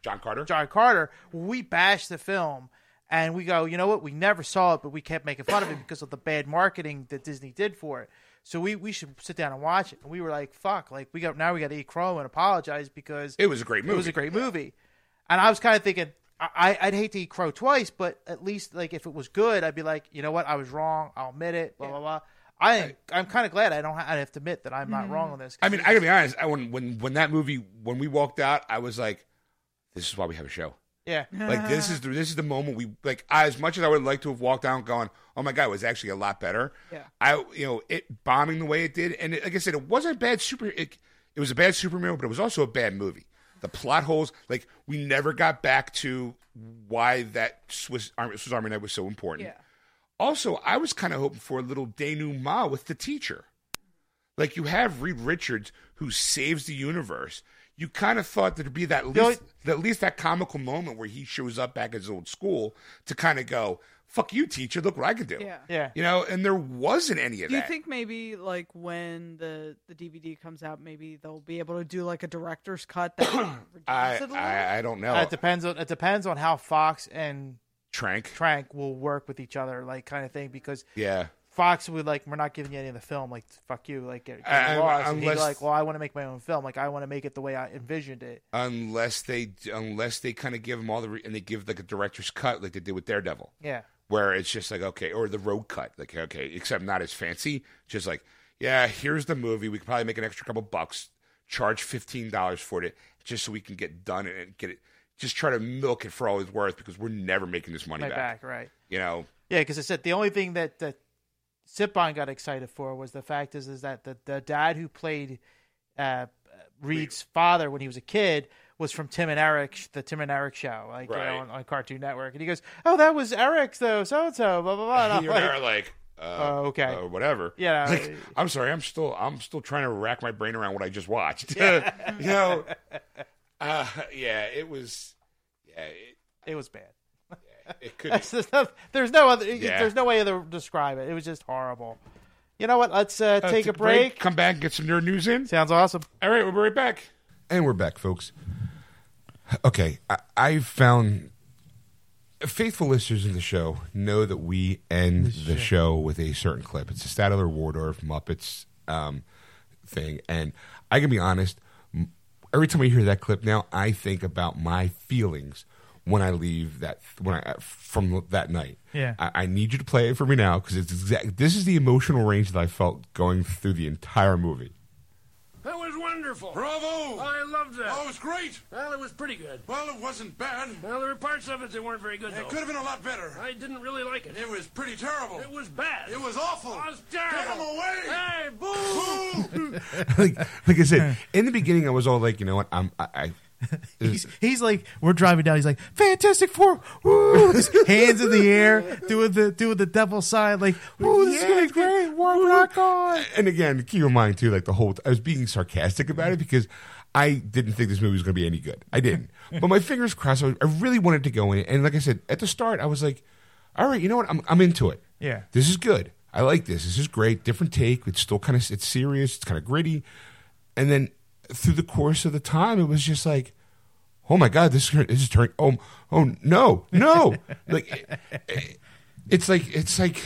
John Carter.
John Carter. We bashed the film, and we go, you know what? We never saw it, but we kept making fun of it because of the bad marketing that Disney did for it. So we, we should sit down and watch it. And we were like, fuck, like we got now we got to eat crow and apologize because
It was a great movie.
it was a great movie. And I was kind of thinking, I, I'd hate to eat crow twice, but at least like if it was good, I'd be like, you know what, I was wrong. I'll admit it. Blah blah blah. I I'm kind of glad I don't ha- I have to admit that I'm not wrong on this.
I mean, I gotta be honest. I, when when when that movie when we walked out, I was like, "This is why we have a show."
yeah,
Like this is the, this is the moment we like. I, as much as I would like to have walked out going, "Oh my god, it was actually a lot better."
Yeah.
I you know it bombing the way it did, and it, like I said, it wasn't a bad super. It, it was a bad superhero, but it was also a bad movie. The plot holes, like we never got back to why that Swiss Army, Swiss Army Knife was so important.
Yeah.
Also, I was kind of hoping for a little denouement with the teacher. Like you have Reed Richards who saves the universe. You kind of thought there'd be that least,
know
that- at least that comical moment where he shows up back at his old school to kind of go, "Fuck you, teacher! Look what I can do."
Yeah.
[laughs]
Yeah.
You know, and there wasn't any of
Do you
that.
think maybe like when the the DVD comes out, maybe they'll be able to do like a director's cut that
[clears throat]
reduces
I,
it a little?
I I don't know.
Uh, it depends on it depends on how Fox and
Trank.
Trank will work with each other, like kind of thing. Because
Yeah.
Fox would like, we're not giving you any of the film. Like, fuck you. Like, get, get
Uh,
lost. And he'd be
unless-
like, well, I want to make my own film. Like, I want to make it the way I envisioned it.
Unless they unless they kind of give him all the re- and they give like a director's cut like they did with Daredevil.
Yeah.
where it's just like okay, or the road cut, like okay, except not as fancy. Just like yeah, here's the movie. We could probably make an extra couple bucks, charge fifteen dollars for it, just so we can get done and get it. Just try to milk it for all it's worth because we're never making this money
My
back.
back, right?
You know,
Yeah, because I said the only thing that that Sipon got excited for was the fact is is that the, the dad who played uh, Reed's father when he was a kid was from Tim and Eric, the Tim and Eric show, like you know,
Right.
on, on Cartoon Network, and he goes, "Oh, that was Eric's though, so and so, blah blah blah." And
[laughs]
I'm
you're
like,
there like. Uh,
Oh, okay.
Or whatever.
Yeah.
[laughs] Like, I'm sorry. I'm still. I'm still trying to rack my brain around what I just watched. [laughs] you
[laughs]
know. Uh, yeah. It was. Yeah. It,
it was bad.
it
[laughs]
could.
there's no- there's no other.
Yeah.
There's no way to describe it. It was just horrible. You know what? Let's uh,
Uh,
take a break.
Come back and get some nerd news in.
Sounds awesome.
All right, we'll be right back. And we're back, folks. Okay, I, I found faithful listeners of the show know that we end the show with a certain clip. It's a Statler Waldorf Muppets um, thing, and I can be honest. m- Every time I hear that clip now, I think about my feelings when I leave that when I from that night.
Yeah.
I, I need you to play it for me now because it's exact. This is the emotional range that I felt going through the entire movie.
That was wonderful.
Bravo!
I loved that.
Oh, it was great.
Well, it was pretty good.
Well, it wasn't bad. It
Well, there were parts of it that weren't very good, though.
could have been a lot better.
I didn't really like it.
It was pretty terrible.
It was bad.
It was awful.
It was terrible.
Get him away!
Hey, boo!
Boo!
[laughs] like, like I said, in the beginning, I was all like, you know what, I'm, I, I
He's, he's like, we're driving down. He's like, Fantastic Four, woo! His hands in the
[laughs]
air, doing the doing the devil sign, like, woo, this
Yeah,
is gonna be great, war rock on.
and again, keep in mind too, like the whole, I was being sarcastic about it because I didn't think this movie was going to be any good. I
[laughs]
didn't, but my fingers crossed. I, was- I really wanted to go in, and like I said at the start, I was like, all right, you know what, I'm, I'm into it.
Yeah.
this is good. I like this. This is great. Different take. It's still kind of, it's serious. It's kind of gritty, and then through the course of the time, it was just like. Oh my God! This is- this is turning. Oh, oh no,
[laughs]
no! like, it- it- it's like it's like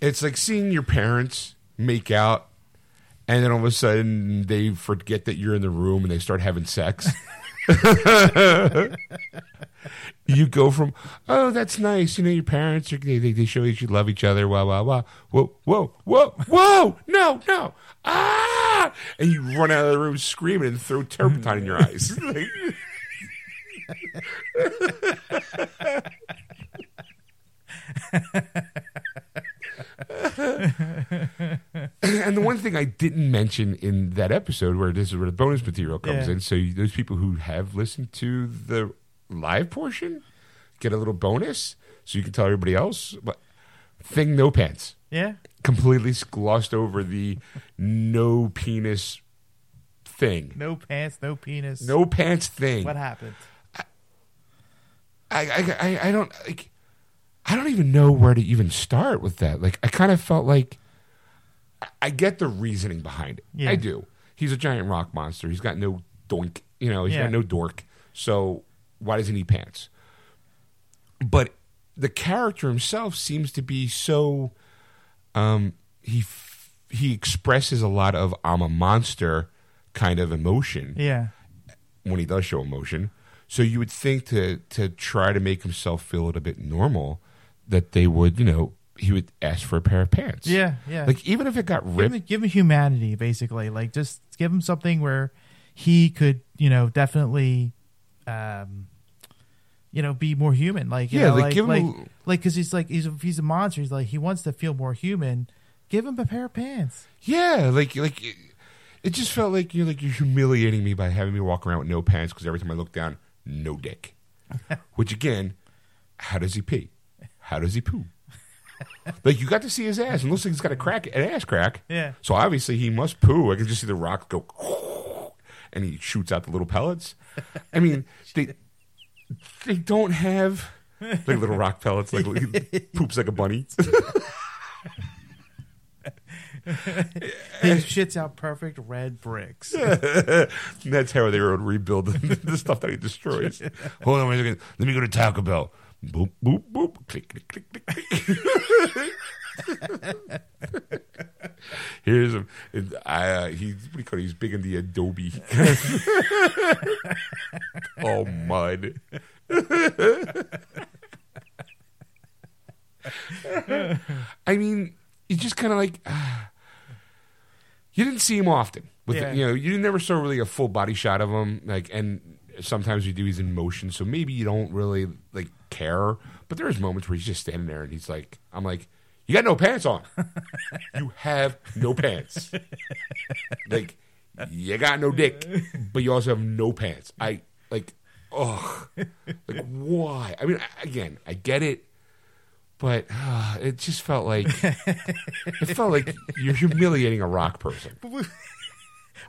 it's like seeing your parents make out and then all of a sudden they forget that you're in the room and they start having sex [laughs] you go from oh that's nice you know your parents are they, they, they show that you love each other blah blah blah whoa whoa whoa whoa no no ah and you run out of the room screaming and throw turpentine in your eyes [laughs] Like- [clears throat] and the one thing I didn't mention in that episode where this is where the bonus material comes
Yeah.
in. So you, those people who have listened to the live portion get a little bonus, so you can tell everybody else. But thing, no pants,
Yeah,
completely s- glossed over the no penis thing,
no pants, no penis.
no pants thing.
What happened?
I, I, I, I don't like. I don't even know where to even start with that. Like, I kind of felt like I- I get the reasoning behind it.
Yeah.
I do. He's a giant rock monster. He's got no doink. You know, he's
Yeah.
got no dork. So why does he need pants? But the character himself seems to be so. Um, he f- he expresses a lot of "I'm a monster" kind of emotion
Yeah,
when he does show emotion. So you would think to to try to make himself feel a little bit normal that they would, you know, he would ask for a pair of pants.
Yeah, yeah.
Like even if it got
give
ripped,
him, give him humanity, basically. Like, just give him something where he could, you know, definitely, um, you know, be more human. Like, you
Yeah,
know,
like,
like,
give him
like,
a-
because he's like he's a, he's a monster. He's like he wants to feel more human. Give him a pair of pants.
yeah, like like it, it just felt like you're like you're humiliating me by having me walk around with no pants because every time I look down, no dick. Which again, how does he pee? How does he poo? Like you got to see his ass, and looks like he's got a crack, an ass crack.
Yeah.
So obviously he must poo. I can just see the rock go, [laughs] and he shoots out the little pellets. I mean, they they don't have like little rock pellets. Like he poops like a bunny. [laughs]
He
[laughs]
shits out perfect red bricks.
And that's how they would rebuild the, [laughs] the stuff that he destroys. Hold on, wait a second. Let me go to Taco Bell. Boop boop boop. Click click click click. click. [laughs] Here's him. And I, uh, he's what do you call it? He's big in the Adobe. [laughs] All mud. [laughs] I mean, it's just kind of like you didn't see him often. With
Yeah.
the, you know, you never saw really a full body shot of him. Like, and sometimes you do. He's in motion, so maybe you don't really like care. But there's moments where he's just standing there, and he's like, "I'm like, you got no pants on. you have no pants. like, you got no dick, but you also have no pants. I like, ugh, like why? I mean, I- again, I get it." But uh, it just felt like it felt like you're humiliating a rock person.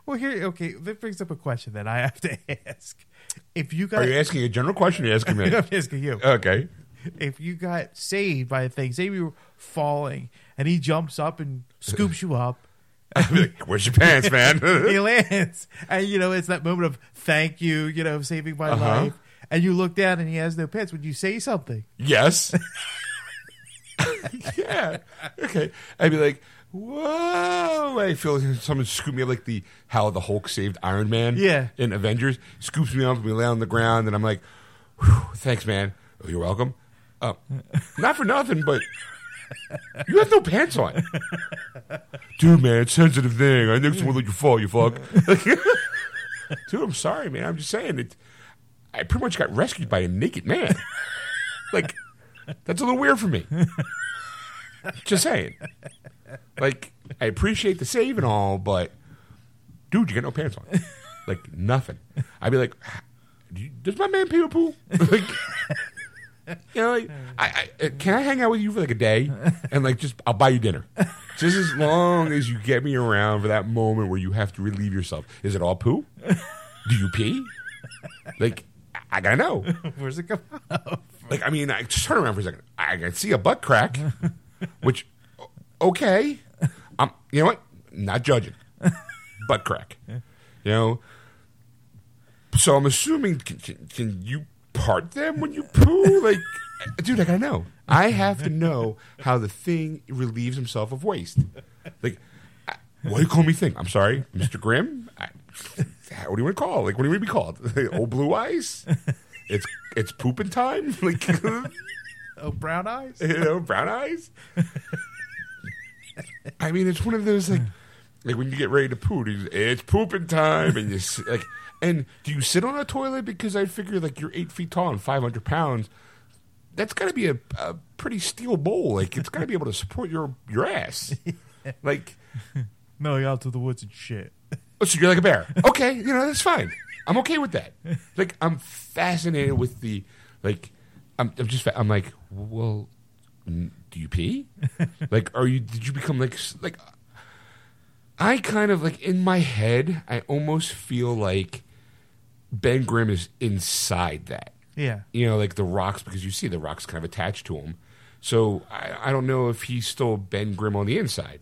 Well, here, okay, that brings up a question that I have to [laughs] ask. If you
Are
got,
you asking a general question? Or are you asking me? [laughs]
[laughs] I'm asking you,
okay.
if you got saved by a thing, say you were falling and he jumps up and scoops you up,
I'd be like, Where's your pants, man?
[laughs]
[laughs]
he lands, and you know it's that moment of thank you, you know, saving my
Uh-huh.
life. And you look down and he has no pants. Would you say something? [laughs]
yes. [laughs] yeah. Okay. I'd be like, whoa. I feel like someone scooped me up, like the how the Hulk saved Iron Man.
Yeah.
In Avengers, scoops me up, and we lay on the ground, and I'm like, "Whew, thanks, man. Oh, you're welcome. Uh, not for nothing, but you have no pants on. Dude, man, it's a sensitive thing. I think someone let you fall, you fuck. [laughs] Dude, I'm sorry, man. I'm just saying it. I pretty much got rescued by a naked man. like, that's a little weird for me. Just saying. Like, I appreciate the save and all, but dude, you got no pants on. Like, nothing. I'd be like, "Do you- does my man pee or poo? [laughs] Like, you know, like, I, I, uh, can I hang out with you for like a day and like just I'll buy you dinner, just as long as you get me around for that moment where you have to relieve yourself. Is it all poo? Do you pee? Like, I- I gotta know.
Where's it come out?
Like, I mean, I just turn around for a second. I can see a butt crack, which, o- okay, I'm. You know what? Not judging. butt crack. You know. So I'm assuming can, can, can you part them when you poo? Like, [laughs] dude, I gotta know. I have to know how the thing relieves himself of waste. Like, I, what do you call me? Thing? I'm sorry, Mr. Grimm. I, what do you want to call? Like, what do you want to be called? [laughs] Old blue eyes? It's it's pooping time. [laughs] Like,
Oh,
[laughs]
brown eyes.
you know, brown eyes. I mean, it's one of those like, like when you get ready to poo, it's, it's pooping time, and you s- like, and do you sit on a toilet because I figure like you're eight feet tall and five hundred pounds, that's got to be a, a pretty steel bowl. Like, it's got to be able to support your your ass. Like,
No, you're out to the woods and shit. [laughs]
Oh, so you're like a bear. Okay, you know, that's fine. I'm okay with that. Like, I'm fascinated with the, like, I'm, I'm just, fa- I'm like, well, n- do you pee? Like, are you, did you become like, s- like, I kind of, like, in my head, I almost feel like Ben Grimm is inside that
Yeah.
you know, like the rocks, because you see the rocks kind of attached to him. So I, I don't know if he's still Ben Grimm on the inside.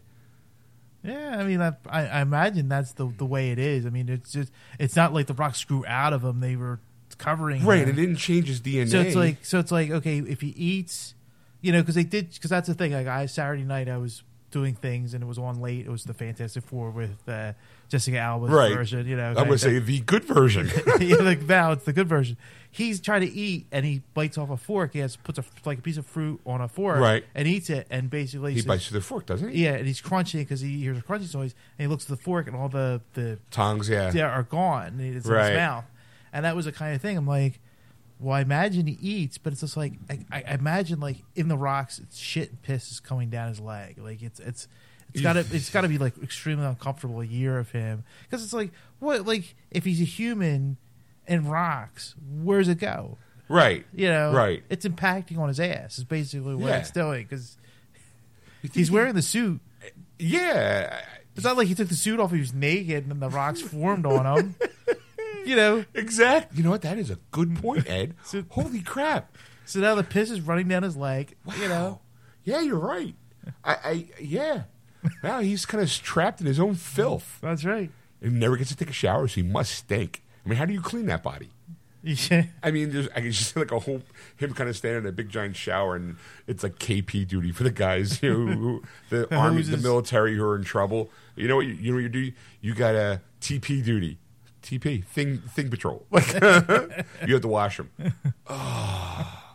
Yeah, I mean, I, I I imagine that's the the way it is. I mean, it's just it's not like the rock screw out of him; they were covering
Right,
him.
it didn't change his DNA.
So it's like, so it's like, okay, if he eats, you know, because they did, because that's the thing. Like I Saturday night, I was doing things, and it was on late. It was the Fantastic Four with uh, Jessica Alba's
right.
version. You know,
I'm
like
gonna
the-
say the good
[laughs]
version.
yeah, like Val, it's the good version. He's trying to eat, and he bites off a fork. He has puts a, like a piece of fruit on a fork,
Right.
and eats it, and basically
he
says-
bites through the fork, doesn't he?
Yeah, and he's crunching because he hears a crunchy noise, and he looks at the fork, and all the the
Tongs, yeah.
yeah, are gone. and It's in
Right.
his mouth. And that was the kind of thing. I'm like, well, I imagine he eats, but it's just like I, I I imagine like in the rocks, it's shit and piss is coming down his leg. Like it's it's it's gotta
[laughs]
it's gotta be like extremely uncomfortable a year of him because it's like what like if he's a human and rocks, where's it go?
Right.
You know,
Right.
It's impacting on his ass. Is basically what
Yeah.
it's doing because He's wearing the suit.
Yeah,
It's not like he took the suit off. He was naked, and then the rocks formed on
[laughs]
him. You know.
exactly. You know what? That is a good point, Ed.
[laughs] So-
Holy crap!
So now the piss is running down his leg. [laughs] You know.
Wow. Yeah, you're right. I, I yeah. Wow, he's kind of trapped in his own filth.
That's right. [laughs]
He never gets to take a shower, so he must stink. I mean, how do you clean that body?
Yeah.
I mean, there's I can just [laughs] see like a whole him kind of standing in a big giant shower, and it's like KP duty for the guys you know, who the, army, the
hoses.
military who are in trouble. You know what you, you know what you do? You got a TP duty, TP thing thing patrol. [laughs] Like you have to wash Ah.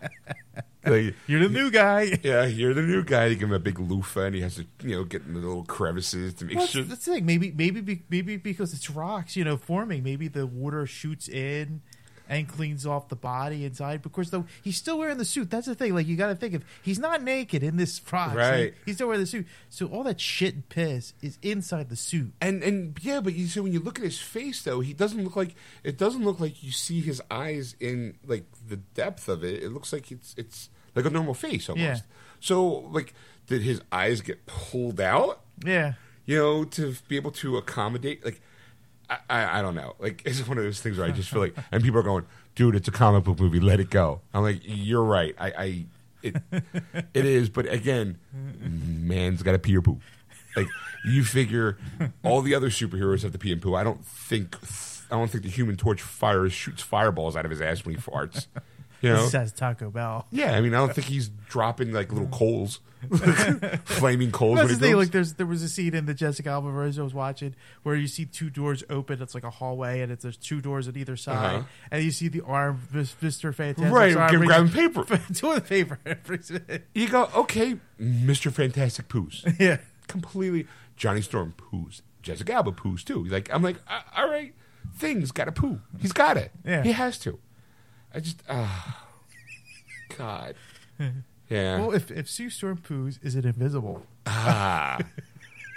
them.
You're the new guy.
yeah, you're the new guy. You give him a big loofah, and he has to you know get in the little crevices to make
Well,
sure.
that's, that's the thing. Maybe, maybe, be- maybe because it's rocks, you know, forming. Maybe the water shoots in and cleans off the body inside. Because though he's still wearing the suit. That's the thing. Like you got to think of, he's not naked in this rocks.
Right.
He's still wearing the suit. So all that shit and piss is inside the suit.
And and yeah, but you see when you look at his face though, he doesn't look like it doesn't look like you see his eyes in like the depth of it. It looks like it's it's like a normal face almost.
Yeah.
So like did his eyes get pulled out?
Yeah.
You know, to be able to accommodate like I, I, I don't know. Like [laughs] it's one of those things where I just feel
[laughs]
like and people are going, Dude, it's a comic book movie, let it go. I'm like, You're right. I, I
[laughs]
it it is, but again, man's gotta pee or poo. Like you figure, all the other superheroes have to pee and poo. I don't think I don't think the Human Torch fires shoots fireballs out of his ass when he farts. You know,
This has Taco Bell.
yeah. I mean, I don't think he's dropping like little
[laughs]
coals, [laughs] flaming coals.
That's
when
the
he
thing.
goes.
Like, there's there was a scene in the Jessica Alba Rose I was watching where you see two doors open. It's like a hallway, and it's there's two doors on either side,
Uh-huh.
and you see the arm, Mister Fantastic,
right, give- Uh-huh. grabbing paper.
[laughs] toilet paper. [laughs] Brings it in.
You go, okay, Mister Fantastic poos. [laughs]
yeah,
completely. Johnny Storm poos. Jessica Alba poos too. Like I'm like, "A- all right, things got to poo. He's got it.
Yeah.
He has to. I just, ah, [laughs] God. Yeah.
Well, if if Sue Storm poos, is it invisible?
ah,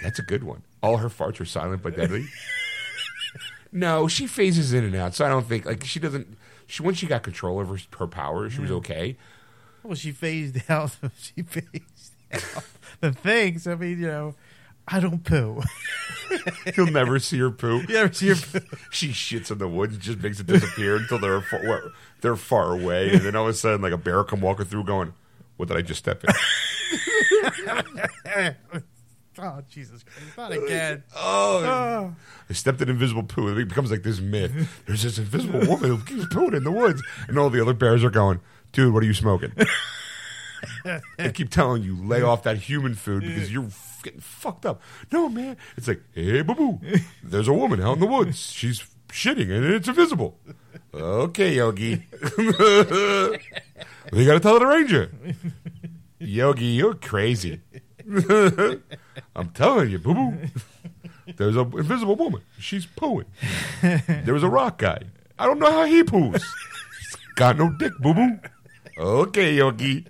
that's a good one. All her farts are silent but [laughs] deadly. No, she phases in and out, so I don't think like she doesn't. She once she got control of her, her power, she was okay.
Well, she phased [laughs] out. She phased out the things. I mean, you know, I don't poo. [laughs]
You'll never see her [laughs] poo.
you ever see her poo? [laughs]
[laughs] she shits in the woods and just makes it disappear until they're far, well, they're far away, and then all of a sudden, like a bear come walking through, going, "What did I just step in?"
Oh, Jesus Christ!
[laughs]
Not again.
oh, I stepped in invisible poo, and it becomes like this myth. There's this invisible woman who keeps pooing in the woods, and all the other bears are going, "Dude, what are you smoking?" I keep telling you, lay off that human food because you're f- getting fucked up. No, man, it's like, hey, boo boo, there's a woman out in the woods. She's shitting and it's invisible. Okay, Yogi, [laughs] we gotta tell the ranger. Yogi, you're crazy. [laughs] I'm telling you, boo boo. There's an invisible woman. She's pooing. There was a rock guy. I don't know how he poos. He's got no dick, boo boo. Okay, Yogi.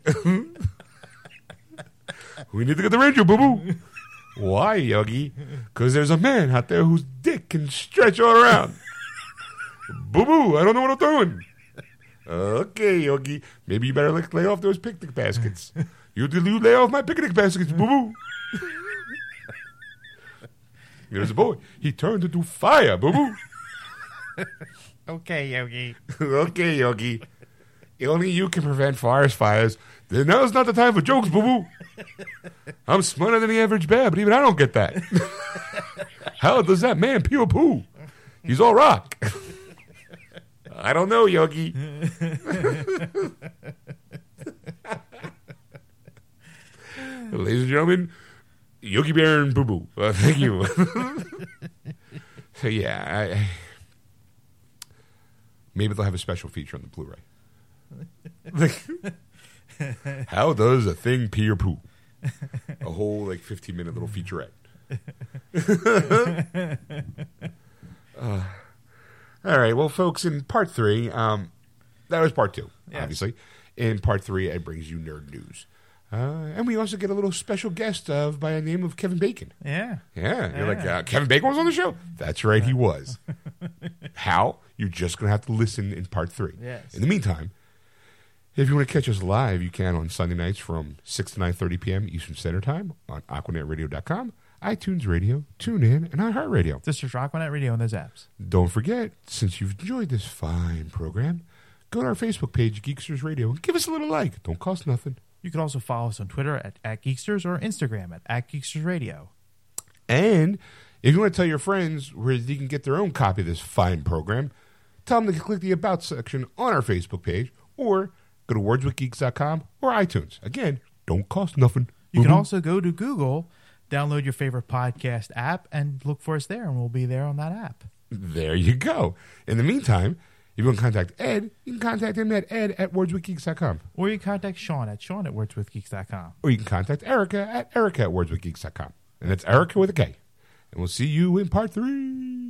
we need to get the ranger, boo boo. Why, Yogi? Because there's a man out there whose dick can stretch all around. boo boo, I don't know what I'm doing. Okay, Yogi. Maybe you better like, lay off those picnic baskets. You, you lay off my picnic baskets, boo boo. There's a boy. He turned into fire, boo boo.
Okay, Yogi.
[laughs] okay, Yogi. Only you can prevent forest fires. Then now's not the time for jokes, boo boo. I'm smarter than the average bear, but even I don't get that. [laughs] How does that man pee or poo? He's all rock. [laughs] I don't know, Yogi. [laughs] Ladies and gentlemen, Yogi Bear and Boo Boo. Uh, thank you. [laughs] so, yeah, I, Maybe they'll have a special feature on the Blu-ray. Like, how does a thing pee or poo? A whole like fifteen minute little featurette. Uh, all right, well, folks, in part three, um, that was part two, obviously. In part three, it brings you nerd news, uh, and we also get a little special guest of by the name of Kevin Bacon.
Yeah.
Yeah, you're like
Yeah.
uh, Kevin Bacon was on the show. That's right, he
[laughs]
was. How? You're just gonna have to listen in part three.
Yes.
In the meantime, If you want to catch us live, you can on Sunday nights from 6 to 9.30 p.m. Eastern Standard Time on AquanetRadio.com, iTunes Radio, TuneIn, and iHeartRadio.
District Rock Net Radio and those apps.
Don't forget, since you've enjoyed this fine program, go to our Facebook page, Geeksters Radio, and give us a little like. Don't cost nothing.
You can also follow us on Twitter at, at Geeksters or Instagram at, at Geeksters Radio.
And if you want to tell your friends where they can get their own copy of this fine program, tell them to click the About section on our Facebook page or go to wordswithgeeks.com or iTunes. Again, don't cost nothing.
You can
Woo-hoo.
also go to Google, download your favorite podcast app, and look for us there, and we'll be there on that app.
There you go. In the meantime, if you want to contact Ed, you can contact him at ed at wordswithgeeks.com.
Or you contact Sean at Sean at WordsWithGeeks.com.
Or you can contact Erica at erica at wordswithgeeks.com. And that's Erica with a K. And we'll see you in part three.